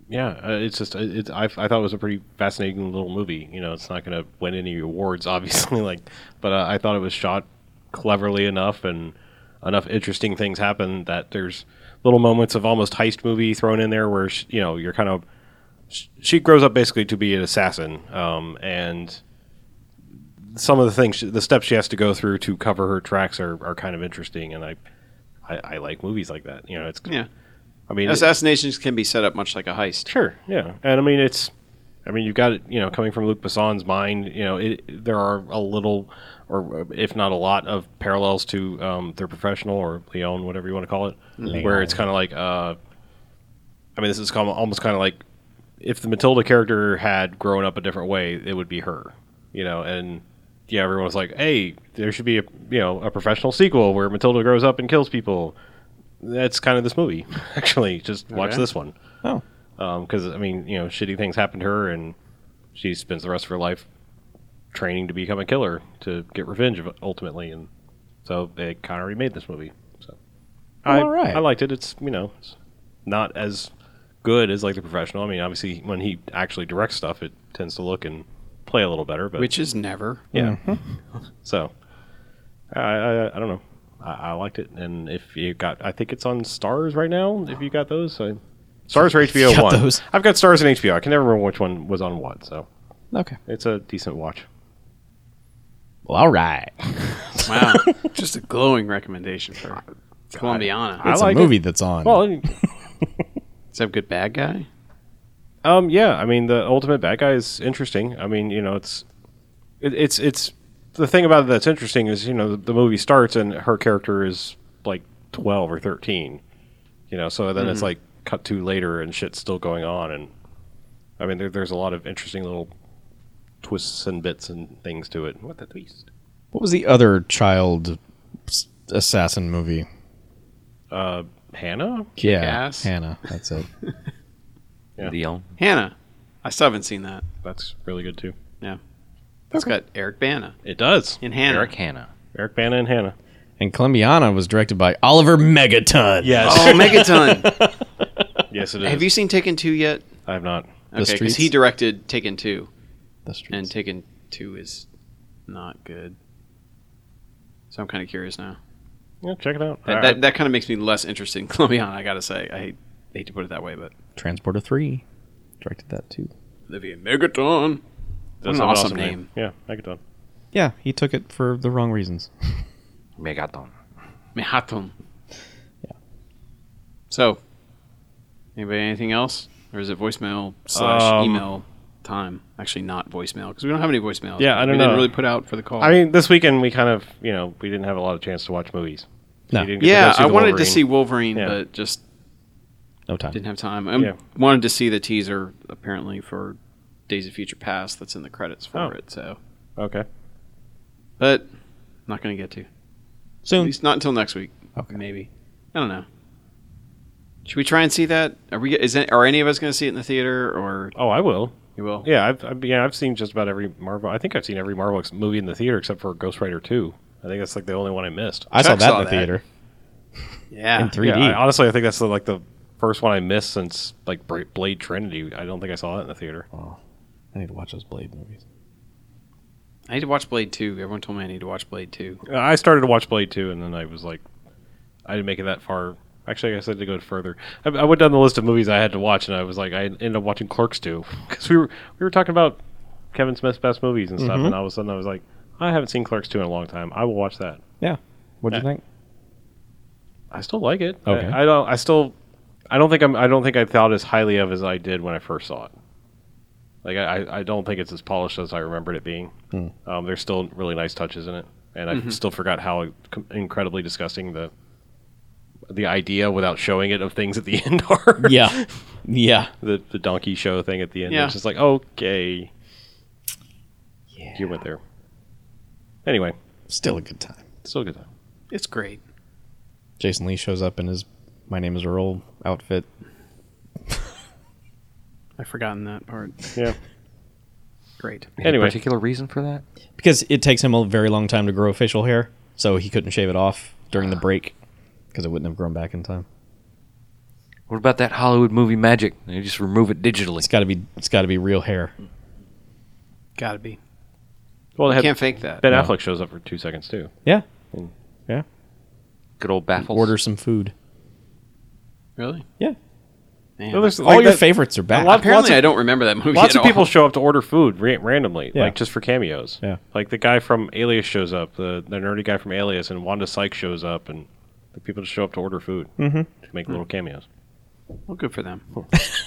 [SPEAKER 2] yeah, uh, it's just it, it's I, I thought it was a pretty fascinating little movie. You know, it's not going to win any awards, obviously, like, but uh, I thought it was shot cleverly enough, and enough interesting things happen that there's little moments of almost heist movie thrown in there where sh you know you're kind of sh- she grows up basically to be an assassin, um, and some of the things, the steps she has to go through to cover her tracks are, are kind of interesting, and I, I, I like movies like that. You know, it's
[SPEAKER 3] Yeah.
[SPEAKER 2] I mean, it-
[SPEAKER 3] Assassinations can be set up much like a heist.
[SPEAKER 2] Sure, yeah, and I mean it's, I mean you've got it, you know, coming from Luc Besson's mind, you know, it, there are a little, or if not a lot, of parallels to um, their professional or Leon, whatever you want to call it, where it's kind of like, uh, I mean, this is kind of- almost kind of like if the Matilda character had grown up a different way, it would be her, you know, and yeah, everyone was like, hey, there should be a you know a professional sequel where Matilda grows up and kills people. That's kind of this movie, actually. Just watch
[SPEAKER 3] Okay.
[SPEAKER 2] this one
[SPEAKER 4] Oh,
[SPEAKER 2] because I mean, you know, shitty things happen to her, and she spends the rest of her life training to become a killer to get revenge of- ultimately, and so they kind of remade this movie. So I,
[SPEAKER 4] All right.
[SPEAKER 2] I liked it. It's you know, it's not as good as like the professional. I mean, obviously, when he actually directs stuff, it tends to look and play a little better. But
[SPEAKER 3] Which is never.
[SPEAKER 2] yeah,
[SPEAKER 4] mm-hmm.
[SPEAKER 2] so I, I I don't know. I, I liked it, and if you got, I think it's on Stars right now. If you got those, so. Stars or HBO
[SPEAKER 4] Got
[SPEAKER 2] One.
[SPEAKER 4] those.
[SPEAKER 2] I've got Stars and HBO. I can never remember which one was on what, so
[SPEAKER 4] okay.
[SPEAKER 2] it's a decent watch.
[SPEAKER 4] Well, all right.
[SPEAKER 3] Wow. just a glowing recommendation for Columbiana.
[SPEAKER 4] It's
[SPEAKER 2] like
[SPEAKER 4] a
[SPEAKER 2] it.
[SPEAKER 4] movie that's on.
[SPEAKER 2] Well,
[SPEAKER 3] Does that have good bad guy?
[SPEAKER 2] um, yeah. I mean, the Ultimate Bad Guy is interesting. I mean, you know, it's it, it's it's the thing about it that's interesting is you know the, the movie starts and her character is like twelve or thirteen, you know. So then it's
[SPEAKER 3] Mm-hmm.
[SPEAKER 2] like cut to later and shit's still going on, and I mean, there, there's a lot of interesting little twists and bits and things to it. What the twist?
[SPEAKER 4] what was the other child s- assassin movie?
[SPEAKER 2] Uh, Hannah.
[SPEAKER 4] Yeah,
[SPEAKER 3] Kick-Ass?
[SPEAKER 4] Hannah. That's it.
[SPEAKER 2] Yeah.
[SPEAKER 5] Leon.
[SPEAKER 3] Hannah. I still haven't seen that.
[SPEAKER 2] That's really good too.
[SPEAKER 3] That's got Eric Bana
[SPEAKER 2] It does.
[SPEAKER 3] and Hannah.
[SPEAKER 5] Eric Hanna.
[SPEAKER 2] Eric Bana and Hannah.
[SPEAKER 4] and Columbiana was directed by Oliver Megaton.
[SPEAKER 2] Yes.
[SPEAKER 3] Oh, Megaton.
[SPEAKER 2] yes, it is.
[SPEAKER 3] have you seen Taken 2 yet?
[SPEAKER 2] I have not.
[SPEAKER 3] Okay,
[SPEAKER 4] The
[SPEAKER 3] because
[SPEAKER 4] Streets?
[SPEAKER 3] he directed Taken 2,
[SPEAKER 4] The streets.
[SPEAKER 3] and Taken 2 is not good. So I'm kind of curious now.
[SPEAKER 2] Yeah, check it out.
[SPEAKER 3] That,
[SPEAKER 2] All
[SPEAKER 3] that,
[SPEAKER 2] right.
[SPEAKER 3] that kind of makes me less interested in Clomion, I gotta say. I hate, hate to put it that way, but
[SPEAKER 4] Transporter 3 directed that too.
[SPEAKER 3] Olivia Megaton.
[SPEAKER 2] That's
[SPEAKER 3] That's an
[SPEAKER 2] an
[SPEAKER 3] awesome name.
[SPEAKER 2] Yeah, Megaton.
[SPEAKER 4] Yeah, he took it for the wrong reasons.
[SPEAKER 5] Megaton.
[SPEAKER 3] Mehaton. Yeah. So, anybody anything else? Or is it voicemail slash
[SPEAKER 2] Um,
[SPEAKER 3] email time? Actually, not voicemail, because we don't have any voicemails.
[SPEAKER 2] Yeah, I don't
[SPEAKER 3] we didn't
[SPEAKER 2] know.
[SPEAKER 3] really put out for the call.
[SPEAKER 2] I mean, this weekend we kind of, you know, we didn't have a lot of chance to watch movies.
[SPEAKER 4] No.
[SPEAKER 2] We didn't get to go
[SPEAKER 3] yeah,
[SPEAKER 2] see
[SPEAKER 3] I
[SPEAKER 2] the
[SPEAKER 3] wanted to
[SPEAKER 2] Wolverine.
[SPEAKER 3] see Wolverine,
[SPEAKER 2] Yeah.
[SPEAKER 3] but just
[SPEAKER 4] No time.
[SPEAKER 3] didn't have time. I
[SPEAKER 2] Yeah.
[SPEAKER 3] wanted to see the teaser, apparently, for Days of Future Past that's in the credits for
[SPEAKER 2] Oh.
[SPEAKER 3] it, so.
[SPEAKER 2] Okay.
[SPEAKER 3] But, not going to get to. At
[SPEAKER 4] Soon.
[SPEAKER 3] least not until next week.
[SPEAKER 4] Okay.
[SPEAKER 3] Maybe. I don't know. Should we try and see that? Are we? Is it, are any of us going to see it in the theater, or
[SPEAKER 2] Oh, I will.
[SPEAKER 3] you will?
[SPEAKER 2] Yeah, I've, I've yeah, I've seen just about every Marvel. I think I've seen every Marvel ex- movie in the theater except for Ghost Rider Two. I think that's like the only one I missed.
[SPEAKER 4] I saw
[SPEAKER 3] Chuck
[SPEAKER 4] that
[SPEAKER 3] saw
[SPEAKER 4] in the
[SPEAKER 3] that.
[SPEAKER 4] theater.
[SPEAKER 3] Yeah.
[SPEAKER 4] In 3D.
[SPEAKER 2] Yeah, I, honestly, I think that's the, like the first one I missed since like Bra- Blade Trinity. I don't think I saw that in the theater.
[SPEAKER 4] I need to watch those Blade movies.
[SPEAKER 3] I need to watch Blade Two. Everyone told me I need to watch Blade Two.
[SPEAKER 2] Uh, I started to watch Blade Two, and then I was like, I didn't make it that far. Actually, I guess I had to go further. I, I went down the list of movies I had to watch, and I was like, I ended up watching Clerks Two because we were we were talking about Kevin Smith's best movies and stuff, and all of a sudden I was like, I haven't seen Clerks Two in a long time. I will watch that.
[SPEAKER 4] Yeah. What'd you
[SPEAKER 2] Yeah.
[SPEAKER 4] think?
[SPEAKER 2] I still like it.
[SPEAKER 4] Okay.
[SPEAKER 2] I, I don't. I still. I don't think I'm. I don't think I thought as highly of as I did when I first saw it. Like I, I- I don't think it's as polished as I remembered it being.
[SPEAKER 4] Hmm.
[SPEAKER 2] Um, there's still really nice touches in it, and I still forgot how com- incredibly disgusting the the idea without showing it of things at the end are.
[SPEAKER 4] Yeah. Yeah.
[SPEAKER 2] the the donkey show thing at the end.
[SPEAKER 3] Yeah.
[SPEAKER 2] It's just like okay,
[SPEAKER 4] Yeah.
[SPEAKER 2] you went there. Anyway,
[SPEAKER 4] Still a good time.
[SPEAKER 2] still a good time.
[SPEAKER 3] It's great.
[SPEAKER 4] Jason Lee shows up in his My Name is Earl outfit.
[SPEAKER 3] I've forgotten that part.
[SPEAKER 2] Yeah.
[SPEAKER 3] Great.
[SPEAKER 2] Anyway.
[SPEAKER 5] Any particular reason for that?
[SPEAKER 4] Because it takes him a very long time to grow facial hair, so he couldn't shave it off during the break because it wouldn't have grown back in time.
[SPEAKER 5] What about that Hollywood movie magic? They just remove it digitally.
[SPEAKER 4] It's got to be it's got to be real hair.
[SPEAKER 3] Gotta be.
[SPEAKER 2] Well, they
[SPEAKER 3] I
[SPEAKER 2] had
[SPEAKER 3] can't fake that.
[SPEAKER 2] Ben
[SPEAKER 4] No.
[SPEAKER 2] Affleck shows up for two seconds too.
[SPEAKER 4] Yeah.
[SPEAKER 5] Good old baffles.
[SPEAKER 4] Order some food.
[SPEAKER 3] Really?
[SPEAKER 4] Yeah.
[SPEAKER 3] Man.
[SPEAKER 2] No, there's-
[SPEAKER 4] All
[SPEAKER 2] like
[SPEAKER 4] your
[SPEAKER 2] that-
[SPEAKER 4] favorites are back.
[SPEAKER 2] lot-
[SPEAKER 3] Apparently,
[SPEAKER 2] lots of-
[SPEAKER 3] I don't remember that movie.
[SPEAKER 2] Lots
[SPEAKER 3] at
[SPEAKER 2] of people
[SPEAKER 3] all.
[SPEAKER 2] show up to order food ra- randomly,
[SPEAKER 4] Yeah.
[SPEAKER 2] like just for cameos.
[SPEAKER 4] Yeah.
[SPEAKER 2] Like the guy from Alias shows up, the, the nerdy guy from Alias, and Wanda Sykes shows up, and like, people just show up to order food
[SPEAKER 4] Mhm.
[SPEAKER 2] to make
[SPEAKER 3] Hmm.
[SPEAKER 2] little cameos.
[SPEAKER 3] Well, good for them.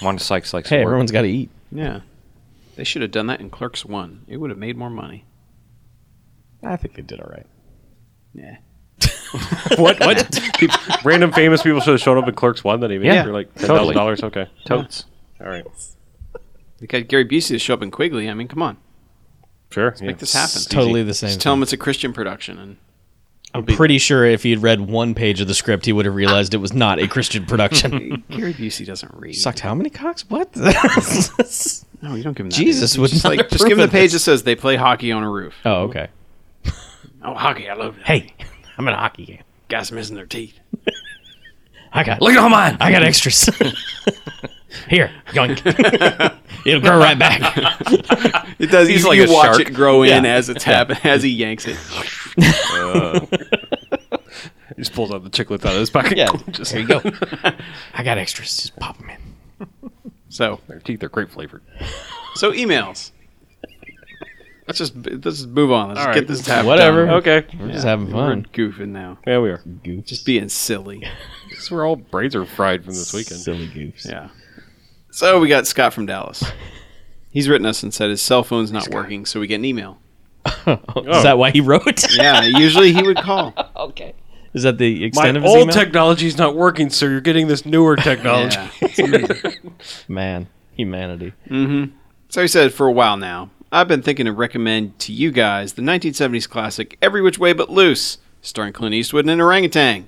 [SPEAKER 5] Wanda Sykes likes
[SPEAKER 4] hey,
[SPEAKER 5] to work.
[SPEAKER 4] everyone's got to eat.
[SPEAKER 3] Yeah. They should have done that in Clerks One. It would have made more money.
[SPEAKER 4] I think they did all right.
[SPEAKER 3] Yeah.
[SPEAKER 2] what? What? People- random famous people should have showed up at Clerks One that he made
[SPEAKER 5] Yeah.
[SPEAKER 2] for like ten
[SPEAKER 5] Totally.
[SPEAKER 2] thousand dollars. Okay.
[SPEAKER 5] Totes.
[SPEAKER 2] All right.
[SPEAKER 3] They got Gary Busey to show up in Quigley. I mean, come on,
[SPEAKER 2] Sure. yeah.
[SPEAKER 3] make this happen.
[SPEAKER 4] It's totally the same.
[SPEAKER 3] Just tell
[SPEAKER 4] thing.
[SPEAKER 3] him it's a Christian production, and
[SPEAKER 4] I'm pretty sure if he had read one page of the script, he would have realized it was not a Christian production.
[SPEAKER 3] Gary Busey doesn't read.
[SPEAKER 4] Sucked how many cocks? What?
[SPEAKER 3] No, you don't give him that.
[SPEAKER 4] Jesus
[SPEAKER 3] You
[SPEAKER 4] would
[SPEAKER 3] just
[SPEAKER 4] not
[SPEAKER 3] like just
[SPEAKER 4] approve
[SPEAKER 3] give him the
[SPEAKER 4] of
[SPEAKER 3] page that
[SPEAKER 4] this.
[SPEAKER 3] says they play hockey on a roof.
[SPEAKER 4] oh, okay.
[SPEAKER 3] Oh, hockey! I love that.
[SPEAKER 4] Hey, I'm in a hockey game.
[SPEAKER 3] Guys missing their teeth.
[SPEAKER 4] I got
[SPEAKER 5] Look at all mine.
[SPEAKER 4] I got extras. Here, yoink. It'll grow right back.
[SPEAKER 3] It does.
[SPEAKER 5] He's
[SPEAKER 3] you,
[SPEAKER 5] like
[SPEAKER 3] you
[SPEAKER 5] a
[SPEAKER 3] watch
[SPEAKER 5] shark.
[SPEAKER 3] it grow in
[SPEAKER 4] Yeah.
[SPEAKER 3] as it's happening, as he yanks it.
[SPEAKER 2] Uh, He just pulls out the chiclets out of his pocket.
[SPEAKER 4] Yeah.
[SPEAKER 2] Just,
[SPEAKER 4] There you go. I got extras. Just pop them in.
[SPEAKER 3] So,
[SPEAKER 2] Their teeth are grape flavored.
[SPEAKER 3] so emails. Let's just let's just move on. Let's just
[SPEAKER 2] All
[SPEAKER 3] get
[SPEAKER 2] right.
[SPEAKER 3] this tab.
[SPEAKER 4] Whatever.
[SPEAKER 3] Done.
[SPEAKER 2] Okay.
[SPEAKER 4] We're just having fun.
[SPEAKER 3] We're goofing now.
[SPEAKER 2] Yeah, we are.
[SPEAKER 4] Goofs.
[SPEAKER 3] Just being silly.
[SPEAKER 2] Because we're all braids are fried from this weekend.
[SPEAKER 4] Silly goofs.
[SPEAKER 3] Yeah. So we got Scott from Dallas. He's written us and said his cell phone's not working, so we get an email.
[SPEAKER 4] Is that why he wrote?
[SPEAKER 3] Yeah, usually he would call.
[SPEAKER 4] Is that the extent
[SPEAKER 2] My
[SPEAKER 4] of his
[SPEAKER 2] old
[SPEAKER 4] email?
[SPEAKER 2] technology's not working, so you're getting this newer technology.
[SPEAKER 3] Yeah.
[SPEAKER 4] Man, humanity.
[SPEAKER 3] So he said, for a while now, I've been thinking to recommend to you guys the 1970s classic Every Which Way But Loose, starring Clint Eastwood and an orangutan.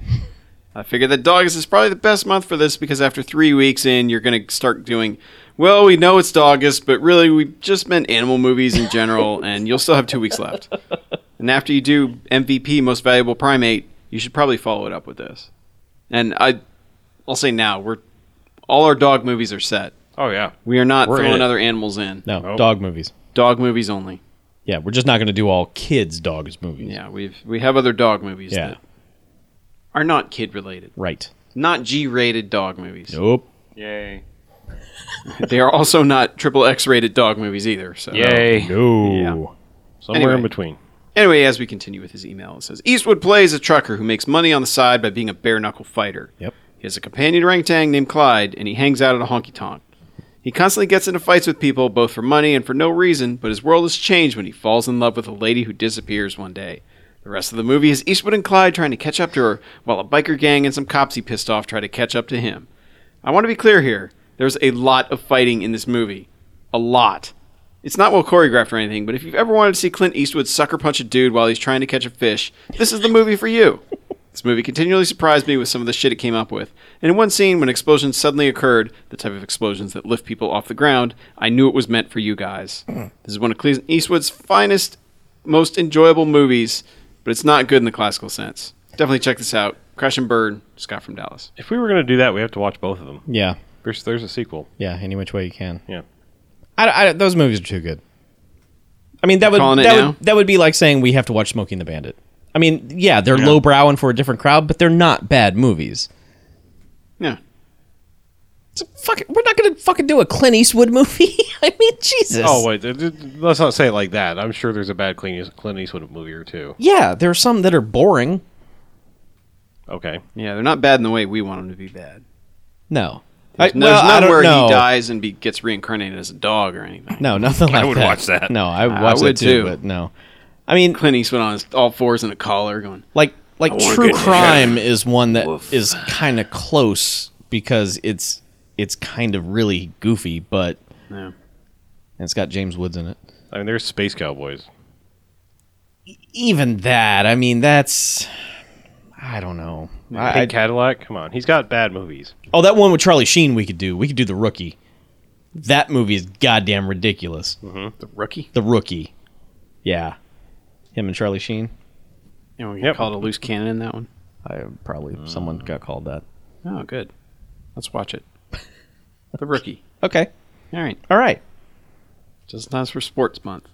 [SPEAKER 3] I figured that August is probably the best month for this because after three weeks in, you're going to start doing, well, we know it's August, but really we just meant animal movies in general, and you'll still have two weeks left. And after you do MVP, Most Valuable Primate, you should probably follow it up with this. And I, I'll say now, we're all our dog movies are set.
[SPEAKER 2] Oh yeah.
[SPEAKER 3] We are not
[SPEAKER 2] We're in
[SPEAKER 3] throwing
[SPEAKER 2] it.
[SPEAKER 3] other animals in.
[SPEAKER 4] No,
[SPEAKER 2] Nope.
[SPEAKER 4] dog movies.
[SPEAKER 3] Dog movies only.
[SPEAKER 4] Yeah, we're just not going to do all kids dogs movies.
[SPEAKER 3] Yeah, we've we have other dog movies
[SPEAKER 4] Yeah.
[SPEAKER 3] that are not kid related,
[SPEAKER 4] Right.
[SPEAKER 3] not G-rated dog movies.
[SPEAKER 4] Nope.
[SPEAKER 2] Yay.
[SPEAKER 3] They are also not triple X-rated dog movies either. So
[SPEAKER 5] Yay.
[SPEAKER 4] No.
[SPEAKER 2] Somewhere
[SPEAKER 3] Anyway.
[SPEAKER 2] in between.
[SPEAKER 3] Anyway, as we continue with his email, it says Eastwood plays a trucker who makes money on the side by being a bare knuckle fighter.
[SPEAKER 4] Yep.
[SPEAKER 3] He has a companion orangutan named Clyde, and he hangs out at a honky tonk. He constantly gets into fights with people, both for money and for no reason, but his world is changed when he falls in love with a lady who disappears one day. The rest of the movie is Eastwood and Clyde trying to catch up to her, while a biker gang and some cops he pissed off try to catch up to him. I want to be clear here there's a lot of fighting in this movie. A lot. It's not well choreographed or anything, but if you've ever wanted to see Clint Eastwood sucker punch a dude while he's trying to catch a fish, this is the movie for you. This movie continually surprised me with some of the shit it came up with. And in one scene, when explosions suddenly occurred, the type of explosions that lift people off the ground, I knew it was meant for you guys. This is one of Clint Eastwood's finest, most enjoyable movies, but it's not good in the classical sense. Definitely check this out. Crash and Burn, Scott from Dallas.
[SPEAKER 2] If we were going to do that, we have to watch both of them.
[SPEAKER 4] Yeah.
[SPEAKER 2] There's, there's a sequel.
[SPEAKER 4] Yeah. Any which way you can.
[SPEAKER 2] Yeah.
[SPEAKER 4] I, I- those movies are too good. I mean, that would
[SPEAKER 3] calling it
[SPEAKER 4] that,
[SPEAKER 3] now?
[SPEAKER 4] would that would be like saying we have to watch Smoking the Bandit. I mean, yeah, they're lowbrow and for a different crowd, but they're not bad movies.
[SPEAKER 3] Yeah.
[SPEAKER 4] It's a fucking, we're not going to fucking do a Clint Eastwood movie. I mean, Jesus.
[SPEAKER 2] Oh wait, th- th- let's not say it like that. I'm sure there's a bad Clint Eas- Clint Eastwood movie or two.
[SPEAKER 4] Yeah, there are some that are boring.
[SPEAKER 2] Okay,
[SPEAKER 3] Yeah, they're not bad in the way we want them to be bad.
[SPEAKER 4] No. I-
[SPEAKER 3] There's, no- there's
[SPEAKER 4] well, I
[SPEAKER 3] none
[SPEAKER 4] don't
[SPEAKER 3] where
[SPEAKER 4] know.
[SPEAKER 3] he dies and be, gets reincarnated as a dog or anything.
[SPEAKER 4] No, nothing like
[SPEAKER 6] would
[SPEAKER 4] that.
[SPEAKER 6] watch that.
[SPEAKER 4] No, I would
[SPEAKER 3] I
[SPEAKER 4] watch that
[SPEAKER 3] would
[SPEAKER 4] too,
[SPEAKER 3] too.
[SPEAKER 4] but no. I mean,
[SPEAKER 3] Clint Eastwood on his all fours in a collar going,
[SPEAKER 4] like like
[SPEAKER 6] wanna
[SPEAKER 4] true
[SPEAKER 6] get in.
[SPEAKER 4] crime is one that
[SPEAKER 6] Woof.
[SPEAKER 4] is kind of close because it's it's kind of really goofy, but
[SPEAKER 3] no.
[SPEAKER 4] and it's got James Woods in it.
[SPEAKER 2] I mean there's Space Cowboys.
[SPEAKER 4] Even that, I mean, that's I don't know. I,
[SPEAKER 2] Pink
[SPEAKER 4] I-
[SPEAKER 2] Cadillac, come on, he's got bad movies.
[SPEAKER 4] oh, that one with Charlie Sheen, we could do. We could do the rookie. That movie is goddamn ridiculous.
[SPEAKER 3] The rookie?
[SPEAKER 4] The rookie, yeah, him and Charlie Sheen.
[SPEAKER 3] You know, we
[SPEAKER 2] Yep.
[SPEAKER 3] call it a loose cannon in that one.
[SPEAKER 4] I probably someone got called that.
[SPEAKER 3] Oh, good. Let's watch it. The rookie.
[SPEAKER 4] Okay,
[SPEAKER 3] All right.
[SPEAKER 4] all right.
[SPEAKER 3] Just not for sports month.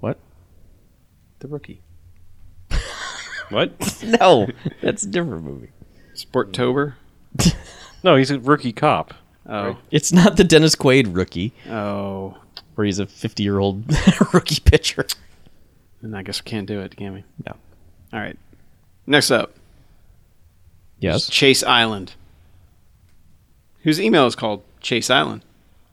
[SPEAKER 4] What?
[SPEAKER 3] The rookie.
[SPEAKER 2] What?
[SPEAKER 4] No, that's a different movie.
[SPEAKER 3] Sporttober.
[SPEAKER 2] no, he's a rookie cop.
[SPEAKER 3] Oh.
[SPEAKER 4] It's not the Dennis Quaid rookie.
[SPEAKER 3] Oh.
[SPEAKER 4] where he's a 50 year old rookie pitcher.
[SPEAKER 3] And I guess we can't do it, can we?
[SPEAKER 4] No.
[SPEAKER 3] All right. Next up,
[SPEAKER 4] Yes.
[SPEAKER 3] Chase Island. Whose email is called Chase Island.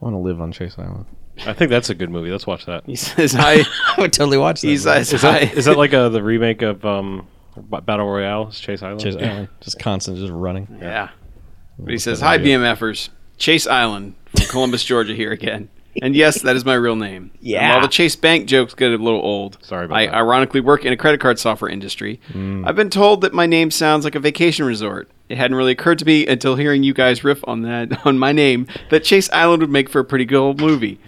[SPEAKER 4] I want to live on Chase Island.
[SPEAKER 2] I think that's a good movie. Let's watch that.
[SPEAKER 3] He says, I.
[SPEAKER 4] I would totally watch that.
[SPEAKER 3] He says,
[SPEAKER 2] Is
[SPEAKER 3] I.
[SPEAKER 2] that is that like uh the remake of um B- Battle Royale? It's Chase Island.
[SPEAKER 4] Chase Island. Just constant, just running.
[SPEAKER 3] Yeah. But he says, Hi, BMFers. Chase Island from Columbus, Georgia, here again. And yes, that is my real name. Yeah. And while the Chase Bank jokes get a little old,
[SPEAKER 2] Sorry about
[SPEAKER 3] I
[SPEAKER 2] that. Mm.
[SPEAKER 3] ironically work in a credit card software industry. I've been told that my name sounds like a vacation resort. It hadn't really occurred to me until hearing you guys riff on that on my name that Chase Island would make for a pretty good old movie.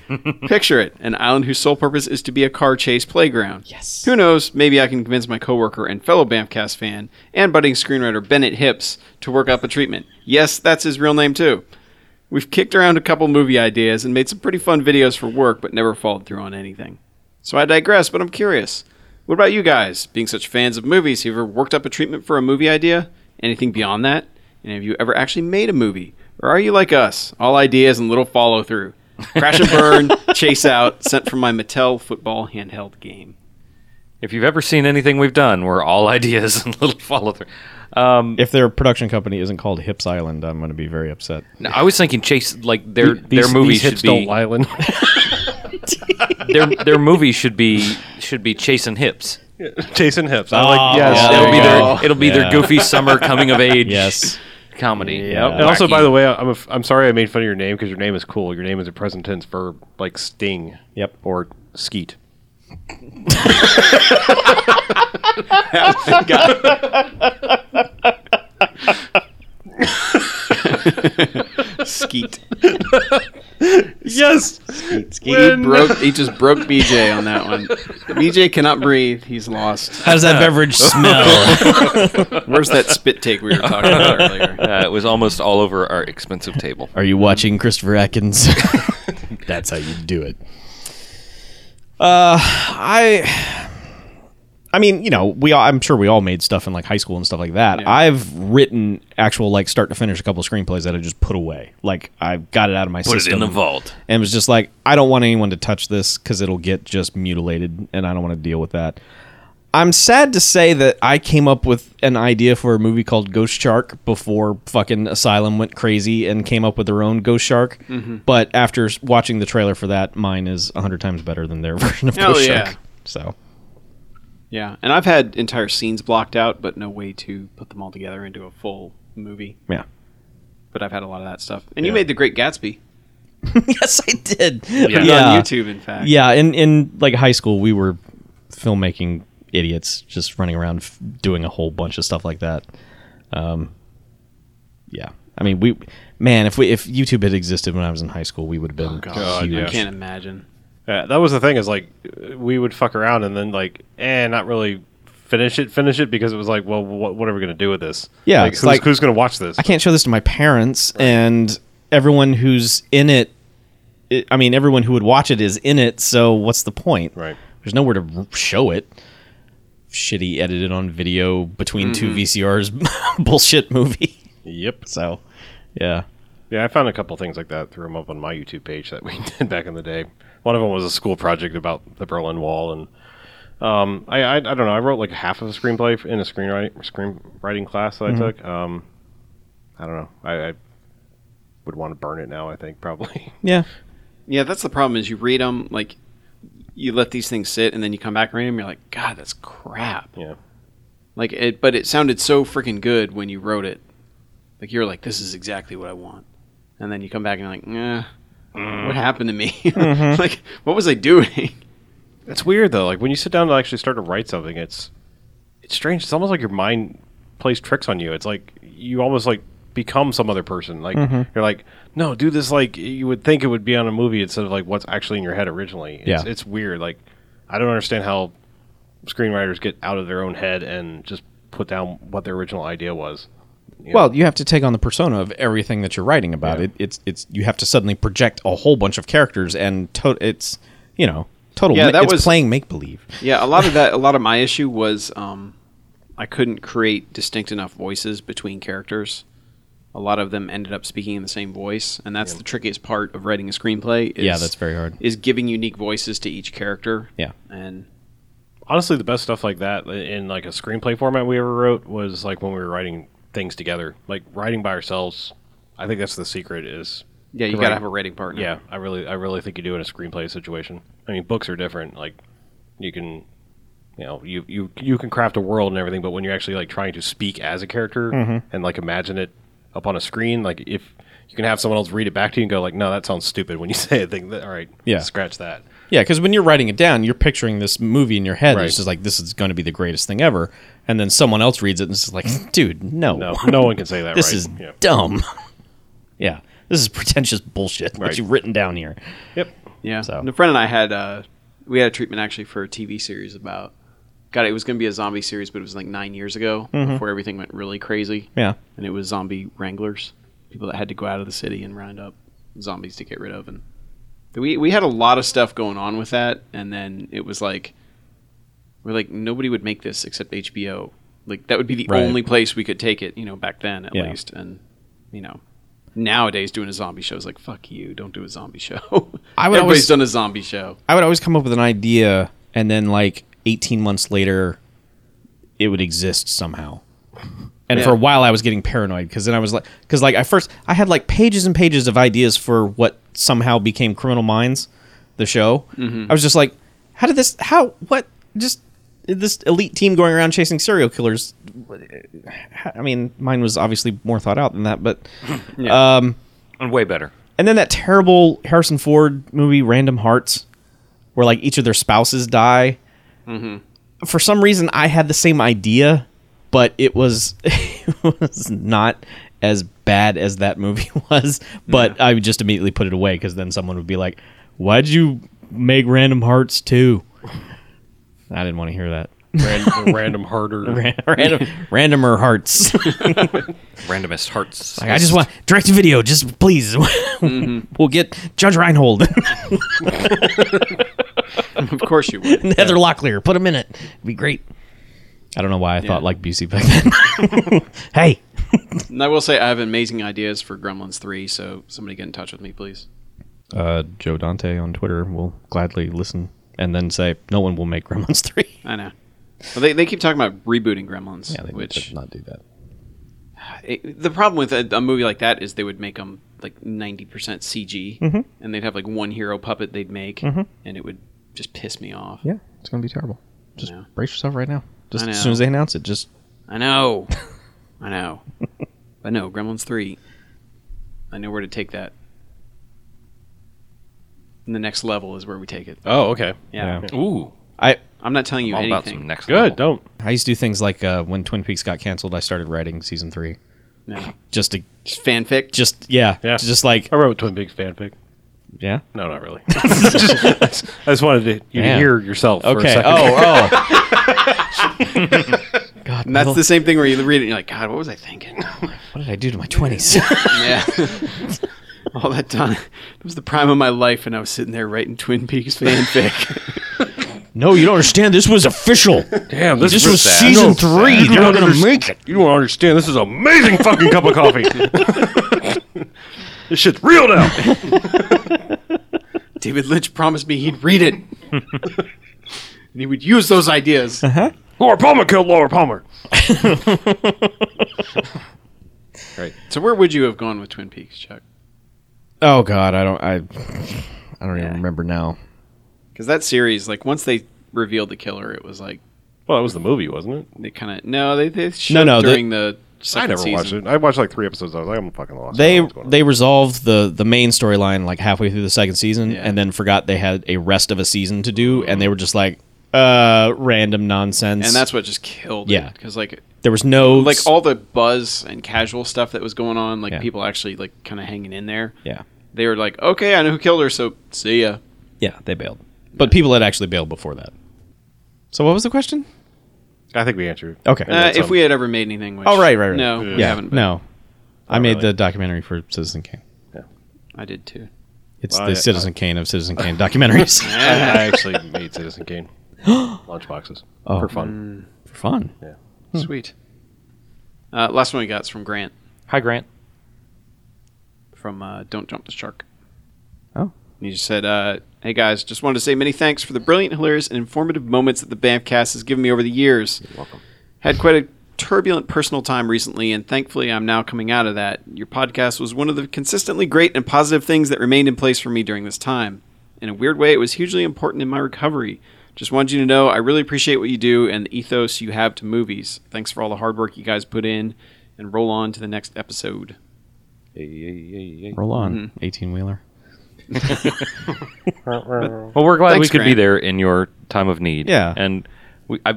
[SPEAKER 3] Picture it, an island whose sole purpose is to be a car chase playground.
[SPEAKER 4] Yes.
[SPEAKER 3] Who knows? Maybe I can convince my coworker and fellow Bamcast fan and budding screenwriter Bennett Hips to work up a treatment. Yes, that's his real name too. We've kicked around a couple movie ideas and made some pretty fun videos for work, but never followed through on anything. So I digress, but I'm curious. What about you guys? Being such fans of movies, have you ever worked up a treatment for a movie idea? Anything beyond that? And have you ever actually made a movie? Or are you like us, all ideas and little follow through? Crash and burn, chase out, sent from my Mattel football handheld game.
[SPEAKER 5] If you've ever seen anything we've done, we're all ideas and little follow through. Um,
[SPEAKER 4] If their production company isn't called Hips Island, I'm going to be very upset.
[SPEAKER 5] no, I was thinking Chase, like their
[SPEAKER 2] These-
[SPEAKER 5] their movie
[SPEAKER 2] these
[SPEAKER 5] should
[SPEAKER 2] hips
[SPEAKER 5] be
[SPEAKER 2] don't Island.
[SPEAKER 5] their their movie should be should be chasing hips.
[SPEAKER 2] Jason Hips. I like yes.
[SPEAKER 4] Oh, yeah,
[SPEAKER 2] there we
[SPEAKER 5] it'll be
[SPEAKER 2] go.
[SPEAKER 5] their it'll be
[SPEAKER 4] Yeah.
[SPEAKER 5] their goofy summer coming of age
[SPEAKER 4] Yes.
[SPEAKER 5] comedy.
[SPEAKER 2] And also, by the way, I'm a, I'm sorry I made fun of your name because your name is cool. Your name is a present tense verb like sting.
[SPEAKER 4] Yep.
[SPEAKER 2] Or skeet.
[SPEAKER 3] Skeet.
[SPEAKER 2] Yes.
[SPEAKER 3] He broke. He just broke BJ on that one. BJ cannot breathe. He's lost.
[SPEAKER 4] How does that beverage smell?
[SPEAKER 3] Where's that spit take we were talking about earlier?
[SPEAKER 5] Uh, it was almost all over our expensive table.
[SPEAKER 4] Are you watching Christopher Atkins? That's how you do it. Uh, I, I mean, you know, we all, I'm sure we all made stuff in like high school and stuff like that.
[SPEAKER 3] Yeah.
[SPEAKER 4] I've written actual like start to finish a couple screenplays that I just put away. Like I've got it out of my
[SPEAKER 1] Put it
[SPEAKER 4] system
[SPEAKER 1] in the vault.
[SPEAKER 4] and was just like, I don't want anyone to touch this because it'll get just mutilated, and I don't want to deal with that. I'm sad to say that I came up with an idea for a movie called Ghost Shark before fucking Asylum went crazy and came up with their own Ghost Shark.
[SPEAKER 3] Mm-hmm.
[SPEAKER 4] But after s- watching the trailer for that, mine is 100 times better than their version of
[SPEAKER 3] Hell
[SPEAKER 4] Ghost
[SPEAKER 3] yeah.
[SPEAKER 4] Shark. So,
[SPEAKER 3] Yeah, and I've had entire scenes blocked out, but no way to put them all together into a full movie.
[SPEAKER 4] yeah.
[SPEAKER 3] But I've had a lot of that stuff. And you made The Great Gatsby.
[SPEAKER 4] yes, I did.
[SPEAKER 3] Put
[SPEAKER 4] Yeah.
[SPEAKER 3] it
[SPEAKER 4] yeah.
[SPEAKER 3] on YouTube, in fact.
[SPEAKER 4] in, in like high school, we were filmmaking idiots just running around f- doing a whole bunch of stuff like that. Um, yeah. I mean, we, man, if we if YouTube had existed when I was in high school, we would have been huge.
[SPEAKER 3] I can't imagine.
[SPEAKER 2] Yeah, that was the thing. Is like uh, we would fuck around and then like, eh, not really finish it, finish it because it was like, well, what, what are we gonna do with this?
[SPEAKER 4] Yeah,
[SPEAKER 2] like,
[SPEAKER 4] it's
[SPEAKER 2] who's,
[SPEAKER 4] like-
[SPEAKER 2] who's gonna watch this?
[SPEAKER 4] I can't show this to my parents and everyone who's in it, it. I mean, everyone who would watch it is in it. So what's the point?
[SPEAKER 2] Right.
[SPEAKER 4] There's nowhere to r- show it. Shitty edited on video between two VCRs bullshit movie.
[SPEAKER 2] Yep.
[SPEAKER 4] So, yeah.
[SPEAKER 2] Yeah, I found a couple things like that. Threw them up on my YouTube page that we did back in the day. One of them was a school project about the Berlin Wall, and um, I, I I don't know. I wrote like half of a screenplay in a screenwriting screenwriting class that I took. Um, I don't know. I, I would want to burn it now. I think probably.
[SPEAKER 4] Yeah.
[SPEAKER 3] Yeah, that's the problem is you read them, like, you let these things sit, and then you come back and read them, you're like, God, that's crap.
[SPEAKER 2] yeah.
[SPEAKER 3] Like, it, but it sounded so freaking good when you wrote it. Like, you're like, this is exactly what I want. And then you come back and you're like, eh, what happened to me? like, what was I doing?
[SPEAKER 2] It's weird though. Like when you sit down to actually start to write something, it's it's strange. It's almost like your mind plays tricks on you. It's like you almost like become some other person. Like you're like, no, do this like you would think it would be on a movie instead of like what's actually in your head originally. It's,
[SPEAKER 4] Yeah.
[SPEAKER 2] it's weird. Like I don't understand how screenwriters get out of their own head and just put down what their original idea was. you know?
[SPEAKER 4] Well, you have to take on the persona of everything that you're writing about.
[SPEAKER 2] Yeah.
[SPEAKER 4] It, it's it's you have to suddenly project a whole bunch of characters and to- it's you know total.
[SPEAKER 3] Yeah,
[SPEAKER 4] ma-
[SPEAKER 3] that
[SPEAKER 4] it's
[SPEAKER 3] was-
[SPEAKER 4] playing make believe.
[SPEAKER 3] Yeah, a lot of that. A lot of my issue was um, I couldn't create distinct enough voices between characters. A lot of them ended up speaking in the same voice, and that's the trickiest part of writing a screenplay. Is,
[SPEAKER 4] Yeah, that's very hard.
[SPEAKER 3] Is giving unique voices to each character.
[SPEAKER 4] Yeah.
[SPEAKER 3] and
[SPEAKER 2] honestly the best stuff like that in like a screenplay format we ever wrote was like when we were writing things together like writing by ourselves i think that's the secret is
[SPEAKER 3] yeah, you
[SPEAKER 2] Right.
[SPEAKER 3] gotta have a writing partner.
[SPEAKER 2] yeah i really i really think you do in a screenplay situation i mean books are different like you can you know you you you can craft a world and everything but when you're actually like trying to speak as a character and like imagine it up on a screen like if you can have someone else read it back to you and go like no that sounds stupid when you say it think that all right
[SPEAKER 4] Yeah.
[SPEAKER 2] scratch that
[SPEAKER 4] Yeah, because when you're writing it down, you're picturing this movie in your head. and
[SPEAKER 2] Right.
[SPEAKER 4] It's just like this is going to be the greatest thing ever, and then someone else reads it and it's just like, dude, no,
[SPEAKER 2] no no one can say that
[SPEAKER 4] this
[SPEAKER 2] right
[SPEAKER 4] is
[SPEAKER 2] Yeah.
[SPEAKER 4] dumb. yeah, this is pretentious bullshit
[SPEAKER 2] Right.
[SPEAKER 4] that you've written down here.
[SPEAKER 2] yep
[SPEAKER 3] yeah.
[SPEAKER 4] So.
[SPEAKER 3] And a friend and I had uh, we had a treatment actually for a TV series about. God, it was gonna be a zombie series, but it was like nine years ago
[SPEAKER 4] Mm-hmm.
[SPEAKER 3] before everything went really crazy.
[SPEAKER 4] Yeah,
[SPEAKER 3] and it was zombie wranglers, people that had to go out of the city and round up zombies to get rid of. And we we had a lot of stuff going on with that, and then it was like we're like nobody would make this except HBO. Like that would be the
[SPEAKER 4] Right.
[SPEAKER 3] only place we could take it, you know, back then at
[SPEAKER 4] Yeah.
[SPEAKER 3] least. And you know, nowadays doing a zombie show is like fuck you, don't do a zombie show.
[SPEAKER 4] I would
[SPEAKER 3] Everybody's
[SPEAKER 4] always-
[SPEAKER 3] done a zombie show.
[SPEAKER 4] I would always come up with an idea, and then like 18 months later, it would exist somehow. And
[SPEAKER 3] Yeah.
[SPEAKER 4] for a while, I was getting paranoid because then I was like, because like I first I had like pages and pages of ideas for what somehow became Criminal Minds, the show. I was just like, how did this? How what? Just this elite team going around chasing serial killers. I mean, mine was obviously more thought out than that, but um,
[SPEAKER 5] And way better.
[SPEAKER 4] and then that terrible Harrison Ford movie, Random Hearts, where like each of their spouses die. For some reason, I had the same idea, but it was it was not as bad as that movie was. But I would just immediately put it away because then someone would be like, "Why'd you make Random Hearts too?" I didn't want to hear that.
[SPEAKER 2] random, random harder
[SPEAKER 4] Random, randomer hearts.
[SPEAKER 5] Randomest hearts.
[SPEAKER 4] Like, I just want direct to video. Just please, we'll get Judge Reinhold.
[SPEAKER 3] of course you would.
[SPEAKER 7] Heather Locklear, put him in it. It'd be great. I don't know why I thought like Busey back then. hey,
[SPEAKER 3] And I will say I have amazing ideas for Gremlins 3, so somebody get in touch with me, please.
[SPEAKER 4] Uh, Joe Dante on Twitter will gladly listen and then say, no one will make Gremlins 3.
[SPEAKER 3] I know. Well, they, they keep talking about rebooting Gremlins,
[SPEAKER 4] Yeah, they
[SPEAKER 3] which
[SPEAKER 4] should not do that.
[SPEAKER 3] it- the problem with a, a movie like that is they would make them like 90% CG,
[SPEAKER 4] Mm-hmm.
[SPEAKER 3] and they'd have like one hero puppet they'd make, and it would just piss me off.
[SPEAKER 4] Yeah, it's going to be terrible. Just
[SPEAKER 3] Yeah.
[SPEAKER 4] brace yourself right now. Just
[SPEAKER 3] I
[SPEAKER 4] as
[SPEAKER 3] know.
[SPEAKER 4] soon as they announce it, just
[SPEAKER 3] I know. I know. But no, Gremlins 3. I know where to take that. And the next level is where we take it.
[SPEAKER 4] Oh, okay.
[SPEAKER 3] Yeah.
[SPEAKER 5] Ooh,
[SPEAKER 3] I'm not telling you
[SPEAKER 5] all about
[SPEAKER 3] anything.
[SPEAKER 5] some next
[SPEAKER 2] Good,
[SPEAKER 5] level.
[SPEAKER 2] don't.
[SPEAKER 4] I used to do things like uh, when Twin Peaks got canceled, I started writing season three.
[SPEAKER 3] No.
[SPEAKER 4] Just to,
[SPEAKER 3] Just fanfic.
[SPEAKER 4] just yeah,
[SPEAKER 2] Yeah.
[SPEAKER 4] just like
[SPEAKER 2] I wrote Twin Peaks fanfic.
[SPEAKER 4] yeah.
[SPEAKER 2] No, not really. I just wanted to, you to
[SPEAKER 4] Man.
[SPEAKER 2] hear yourself. For a
[SPEAKER 4] Okay.
[SPEAKER 2] second.
[SPEAKER 4] Oh, oh. God,
[SPEAKER 3] And that's the same thing where you read it and you're like, God, what was I thinking?
[SPEAKER 4] what did I do to my twenties?
[SPEAKER 3] yeah. All that time. It was the prime of my life, and I was sitting there writing Twin Peaks fanfic.
[SPEAKER 4] no, you don't understand. This was official.
[SPEAKER 2] Damn, this,
[SPEAKER 4] This
[SPEAKER 2] is
[SPEAKER 4] was
[SPEAKER 2] sad.
[SPEAKER 4] season
[SPEAKER 2] No,
[SPEAKER 4] three.
[SPEAKER 2] sad. You
[SPEAKER 4] They're
[SPEAKER 2] don't
[SPEAKER 4] gonna
[SPEAKER 2] understand- You don't understand. This is an amazing fucking cup of coffee. this shit's real now.
[SPEAKER 3] David Lynch promised me he'd read it. and he would use those ideas.
[SPEAKER 4] Uh-huh.
[SPEAKER 2] Laura Palmer killed Laura Palmer.
[SPEAKER 3] Right. So where would you have gone with Twin Peaks, Chuck?
[SPEAKER 4] Oh God, I don't. I I don't even remember now.
[SPEAKER 3] Because that series, like once they revealed the killer, it was like
[SPEAKER 2] Well, that was the movie, wasn't it?
[SPEAKER 3] they kind of no, they they showed
[SPEAKER 4] No, no,
[SPEAKER 3] during the, second
[SPEAKER 2] I never
[SPEAKER 3] season.
[SPEAKER 2] watched it. I watched like three episodes. I was like, I'm fucking lost. I
[SPEAKER 4] They
[SPEAKER 2] don't know what's going on.
[SPEAKER 4] they resolved the the main storyline like halfway through the second season,
[SPEAKER 3] Yeah.
[SPEAKER 4] and then forgot they had a rest of a season to do, and they were just like, uh, random nonsense.
[SPEAKER 3] and that's what just killed
[SPEAKER 4] Yeah.
[SPEAKER 3] Because like
[SPEAKER 4] there was no
[SPEAKER 3] like all the buzz and casual stuff that was going on, like
[SPEAKER 4] Yeah.
[SPEAKER 3] people actually like kind of hanging in there.
[SPEAKER 4] yeah
[SPEAKER 3] They were like, okay, I know who killed her, so see ya.
[SPEAKER 4] yeah they bailed, but people had actually bailed before that. So what was the question?
[SPEAKER 2] I think we answered. it.
[SPEAKER 4] Okay.
[SPEAKER 2] And
[SPEAKER 3] Uh,
[SPEAKER 2] then
[SPEAKER 3] if
[SPEAKER 2] some.
[SPEAKER 3] we had ever made anything, which,
[SPEAKER 4] Oh, right, right, right.
[SPEAKER 3] no, we
[SPEAKER 4] yeah.
[SPEAKER 3] haven't. but
[SPEAKER 4] No, I made
[SPEAKER 2] really.
[SPEAKER 4] the documentary for Citizen Kane.
[SPEAKER 3] I did too.
[SPEAKER 4] It's
[SPEAKER 2] Well,
[SPEAKER 4] the
[SPEAKER 2] I-
[SPEAKER 4] Citizen Kane of Citizen Kane documentaries.
[SPEAKER 2] I, I actually made Citizen Kane lunchboxes
[SPEAKER 4] Oh.
[SPEAKER 2] for fun.
[SPEAKER 4] For fun.
[SPEAKER 3] Sweet. Uh, last one we got is from Grant
[SPEAKER 5] Hi, Grant.
[SPEAKER 3] from uh, Don't Jump the Shark.
[SPEAKER 4] Oh.
[SPEAKER 3] And he just said, uh, "Hey guys, just wanted to say many thanks for the brilliant, hilarious, and informative moments that the Bamfcast has given me over the years. You're welcome. Had quite a turbulent personal time recently, and thankfully I'm now coming out of that. Your podcast was one of the consistently great and positive things that remained in place for me during this time. In a weird way, it was hugely important in my recovery. Just wanted you to know I really appreciate what you do and the ethos you have to movies. Thanks for all the hard work you guys put in, and roll on to the next episode."
[SPEAKER 4] Roll on. 18 wheeler.
[SPEAKER 5] Well, we're glad
[SPEAKER 3] Thanks,
[SPEAKER 5] we could be
[SPEAKER 3] Grant.
[SPEAKER 5] there in your time of need.
[SPEAKER 4] Yeah.
[SPEAKER 5] and we, I,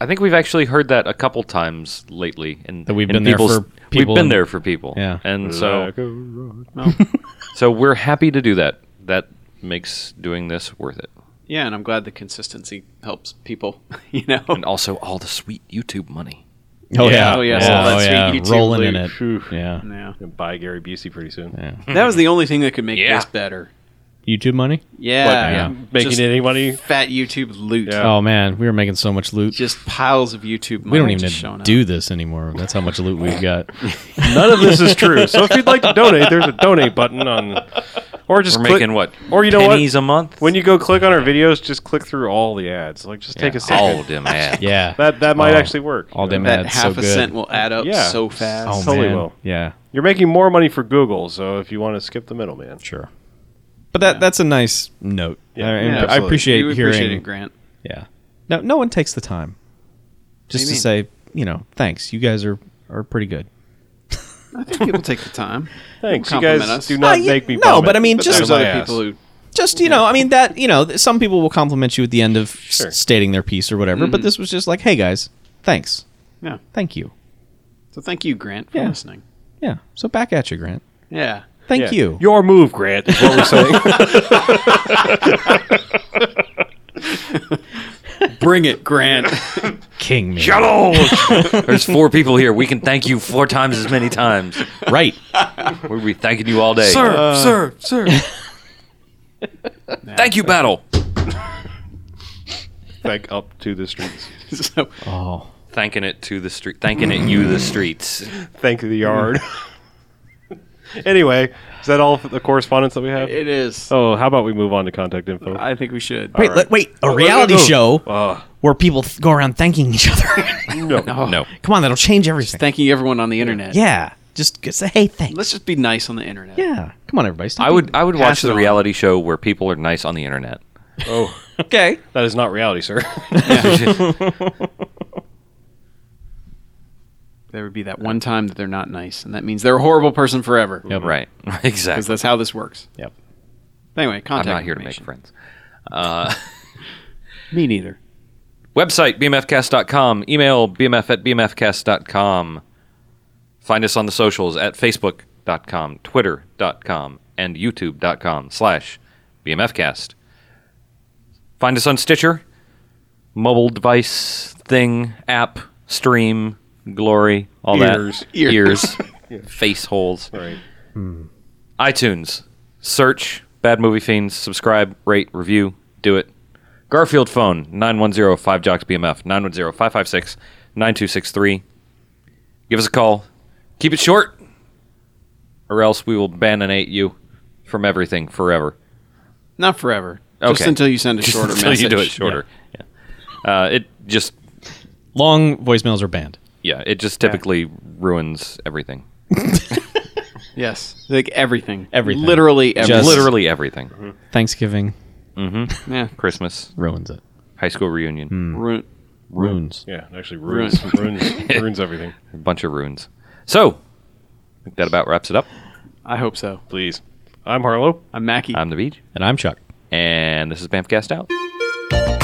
[SPEAKER 5] I think we've actually heard that a couple times lately, and
[SPEAKER 4] That we've
[SPEAKER 5] in
[SPEAKER 4] been there
[SPEAKER 5] people's-
[SPEAKER 4] for people
[SPEAKER 5] We've been
[SPEAKER 4] and-
[SPEAKER 5] there for people.
[SPEAKER 4] Yeah.
[SPEAKER 5] and so
[SPEAKER 2] Like a rock.
[SPEAKER 5] so we're happy to do that. That makes doing this worth it,
[SPEAKER 3] Yeah, and I'm glad the consistency helps people. You know,
[SPEAKER 5] and also all the sweet YouTube money.
[SPEAKER 4] Oh,
[SPEAKER 3] Yeah. yeah. Oh, yeah. So
[SPEAKER 4] oh,
[SPEAKER 3] that's
[SPEAKER 4] yeah.
[SPEAKER 3] your YouTube
[SPEAKER 4] Rolling in
[SPEAKER 3] loop.
[SPEAKER 4] it.
[SPEAKER 2] Phew.
[SPEAKER 4] Yeah.
[SPEAKER 3] yeah.
[SPEAKER 2] Gonna Buy Gary Busey pretty soon.
[SPEAKER 4] yeah.
[SPEAKER 3] that was the only thing that could make
[SPEAKER 5] Yeah.
[SPEAKER 3] this better.
[SPEAKER 4] YouTube money?
[SPEAKER 3] Yeah,
[SPEAKER 4] yeah.
[SPEAKER 2] Making
[SPEAKER 3] Just
[SPEAKER 2] anybody
[SPEAKER 3] fat YouTube loot.
[SPEAKER 2] Yeah.
[SPEAKER 4] Oh, man. We were making so much loot.
[SPEAKER 3] Just piles of YouTube. Money
[SPEAKER 4] we don't even
[SPEAKER 3] just showing up.
[SPEAKER 4] do this anymore. That's how much loot we've got.
[SPEAKER 2] None of this is true. So if you'd like to donate, there's a donate button on, or just
[SPEAKER 5] We're
[SPEAKER 2] click,
[SPEAKER 5] making what?
[SPEAKER 2] or you know what?
[SPEAKER 5] pennies a month.
[SPEAKER 2] When you go click on our videos, just click through all the ads. Like just take a second.
[SPEAKER 5] all of them ads.
[SPEAKER 4] Yeah.
[SPEAKER 2] That that might
[SPEAKER 4] Oh.
[SPEAKER 2] actually work.
[SPEAKER 4] All them
[SPEAKER 3] That
[SPEAKER 4] ads.
[SPEAKER 3] half
[SPEAKER 4] so
[SPEAKER 3] a
[SPEAKER 4] good.
[SPEAKER 3] cent will add up
[SPEAKER 2] Yeah.
[SPEAKER 3] so fast.
[SPEAKER 4] Oh,
[SPEAKER 2] Totally
[SPEAKER 4] man.
[SPEAKER 2] will.
[SPEAKER 4] Yeah.
[SPEAKER 2] You're making more money for Google, so if you want to skip the middleman,
[SPEAKER 4] Sure. But that that's a nice note.
[SPEAKER 2] Yeah.
[SPEAKER 4] I, I
[SPEAKER 2] Yeah,
[SPEAKER 4] I appreciate
[SPEAKER 3] you
[SPEAKER 4] hearing.
[SPEAKER 3] appreciate it, Grant.
[SPEAKER 4] Yeah. No, no one takes the time just
[SPEAKER 3] you
[SPEAKER 4] to
[SPEAKER 3] mean?
[SPEAKER 4] say, you know, thanks. You guys are are pretty good.
[SPEAKER 3] I think people take the time.
[SPEAKER 2] thanks. You
[SPEAKER 3] Don't
[SPEAKER 2] guys
[SPEAKER 3] compliment us.
[SPEAKER 2] do not
[SPEAKER 4] Uh, you-
[SPEAKER 2] make me.
[SPEAKER 4] no,
[SPEAKER 2] vomit.
[SPEAKER 4] but I mean,
[SPEAKER 3] But
[SPEAKER 4] Just
[SPEAKER 3] there's
[SPEAKER 2] my
[SPEAKER 3] other
[SPEAKER 2] ass.
[SPEAKER 3] people who
[SPEAKER 4] Just you know, I mean that you know, th- some people will compliment you at the end of s-
[SPEAKER 2] Sure. Mm-hmm.
[SPEAKER 4] stating their piece or whatever. But this was just like, hey guys, thanks,
[SPEAKER 3] yeah.
[SPEAKER 4] thank you,
[SPEAKER 3] So thank you, Grant, for
[SPEAKER 4] Yeah.
[SPEAKER 3] listening.
[SPEAKER 4] yeah. So back at you, Grant.
[SPEAKER 3] Yeah.
[SPEAKER 4] Thank
[SPEAKER 2] Yeah.
[SPEAKER 4] you.
[SPEAKER 2] Your move, Grant, is what we're saying.
[SPEAKER 3] Bring it, Grant.
[SPEAKER 4] King me.
[SPEAKER 5] There's four people here. We can thank you four times as many times.
[SPEAKER 4] Right. Oh.
[SPEAKER 5] We'll be thanking you all day.
[SPEAKER 1] Sir, sir, sir.
[SPEAKER 5] Thank you, Battle.
[SPEAKER 2] back up to the streets.
[SPEAKER 3] so
[SPEAKER 4] Oh.
[SPEAKER 5] Thanking it to the street. Thanking it you the streets.
[SPEAKER 2] Thank the yard. anyway, is that all for the correspondence that we have?
[SPEAKER 3] it is.
[SPEAKER 2] Oh, how about we move on to contact info?
[SPEAKER 3] I think we should.
[SPEAKER 4] Wait, let, wait, a reality
[SPEAKER 2] go.
[SPEAKER 4] show
[SPEAKER 2] Uh,
[SPEAKER 4] where people th- go around thanking each other.
[SPEAKER 2] no.
[SPEAKER 5] No.
[SPEAKER 4] Come on, that'll change everything.
[SPEAKER 3] Thanking everyone on the internet.
[SPEAKER 4] yeah. Just g- say, hey, thanks.
[SPEAKER 3] Let's just be nice on the internet.
[SPEAKER 4] yeah. Come on, everybody. stop
[SPEAKER 5] I would I would watch
[SPEAKER 3] Pass it
[SPEAKER 5] the
[SPEAKER 3] on.
[SPEAKER 5] reality show where people are nice on the internet.
[SPEAKER 2] Oh,
[SPEAKER 4] being- Okay.
[SPEAKER 2] that is not reality, sir.
[SPEAKER 3] There would be that one time that they're not nice, and that means they're a horrible person forever. Because
[SPEAKER 5] Right. Exactly.
[SPEAKER 3] that's how this works.
[SPEAKER 8] Yep.
[SPEAKER 3] Anyway,
[SPEAKER 5] I'm
[SPEAKER 3] contact.
[SPEAKER 5] not here to make friends. Uh,
[SPEAKER 3] Me neither.
[SPEAKER 5] website, bmfcast.com. Email, bmf at bmfcast.com. Find us on the socials at facebook.com, twitter.com, and youtube.com slash bmfcast. Find us on Stitcher, mobile device, thing, app, stream, glory, all
[SPEAKER 2] Ears.
[SPEAKER 5] that. Ears. face holes. Hmm.
[SPEAKER 2] right.
[SPEAKER 5] iTunes. Search Bad Movie Fiends. Subscribe, rate, review. Do it. Garfield phone 910 5 Jocks BMF 910 556 9263. Give us a call. Keep it short, or else we will baninate you from everything forever.
[SPEAKER 3] Not forever. Just
[SPEAKER 5] Okay.
[SPEAKER 3] until you send a shorter
[SPEAKER 5] until
[SPEAKER 3] message.
[SPEAKER 5] you do it shorter. Yeah. Uh, it just
[SPEAKER 8] Long voicemails are banned.
[SPEAKER 5] yeah, it just typically ruins everything.
[SPEAKER 3] Yes. Like everything.
[SPEAKER 8] Everything.
[SPEAKER 3] Literally everything.
[SPEAKER 8] Just-
[SPEAKER 3] Literally.
[SPEAKER 5] Literally everything.
[SPEAKER 3] Mm-hmm.
[SPEAKER 8] Thanksgiving
[SPEAKER 3] Yeah.
[SPEAKER 5] Christmas,
[SPEAKER 8] ruins it.
[SPEAKER 5] high school reunion,
[SPEAKER 3] Ruin-
[SPEAKER 8] Ruins.
[SPEAKER 2] Yeah, it actually ruins ruins, ruins everything.
[SPEAKER 5] a bunch of ruins. So, I think that about wraps it up.
[SPEAKER 3] I hope so.
[SPEAKER 2] Please. I'm Harlow.
[SPEAKER 3] I'm Mackie.
[SPEAKER 5] I'm the beach.
[SPEAKER 8] And I'm Chuck.
[SPEAKER 5] and this is Bamfcast out.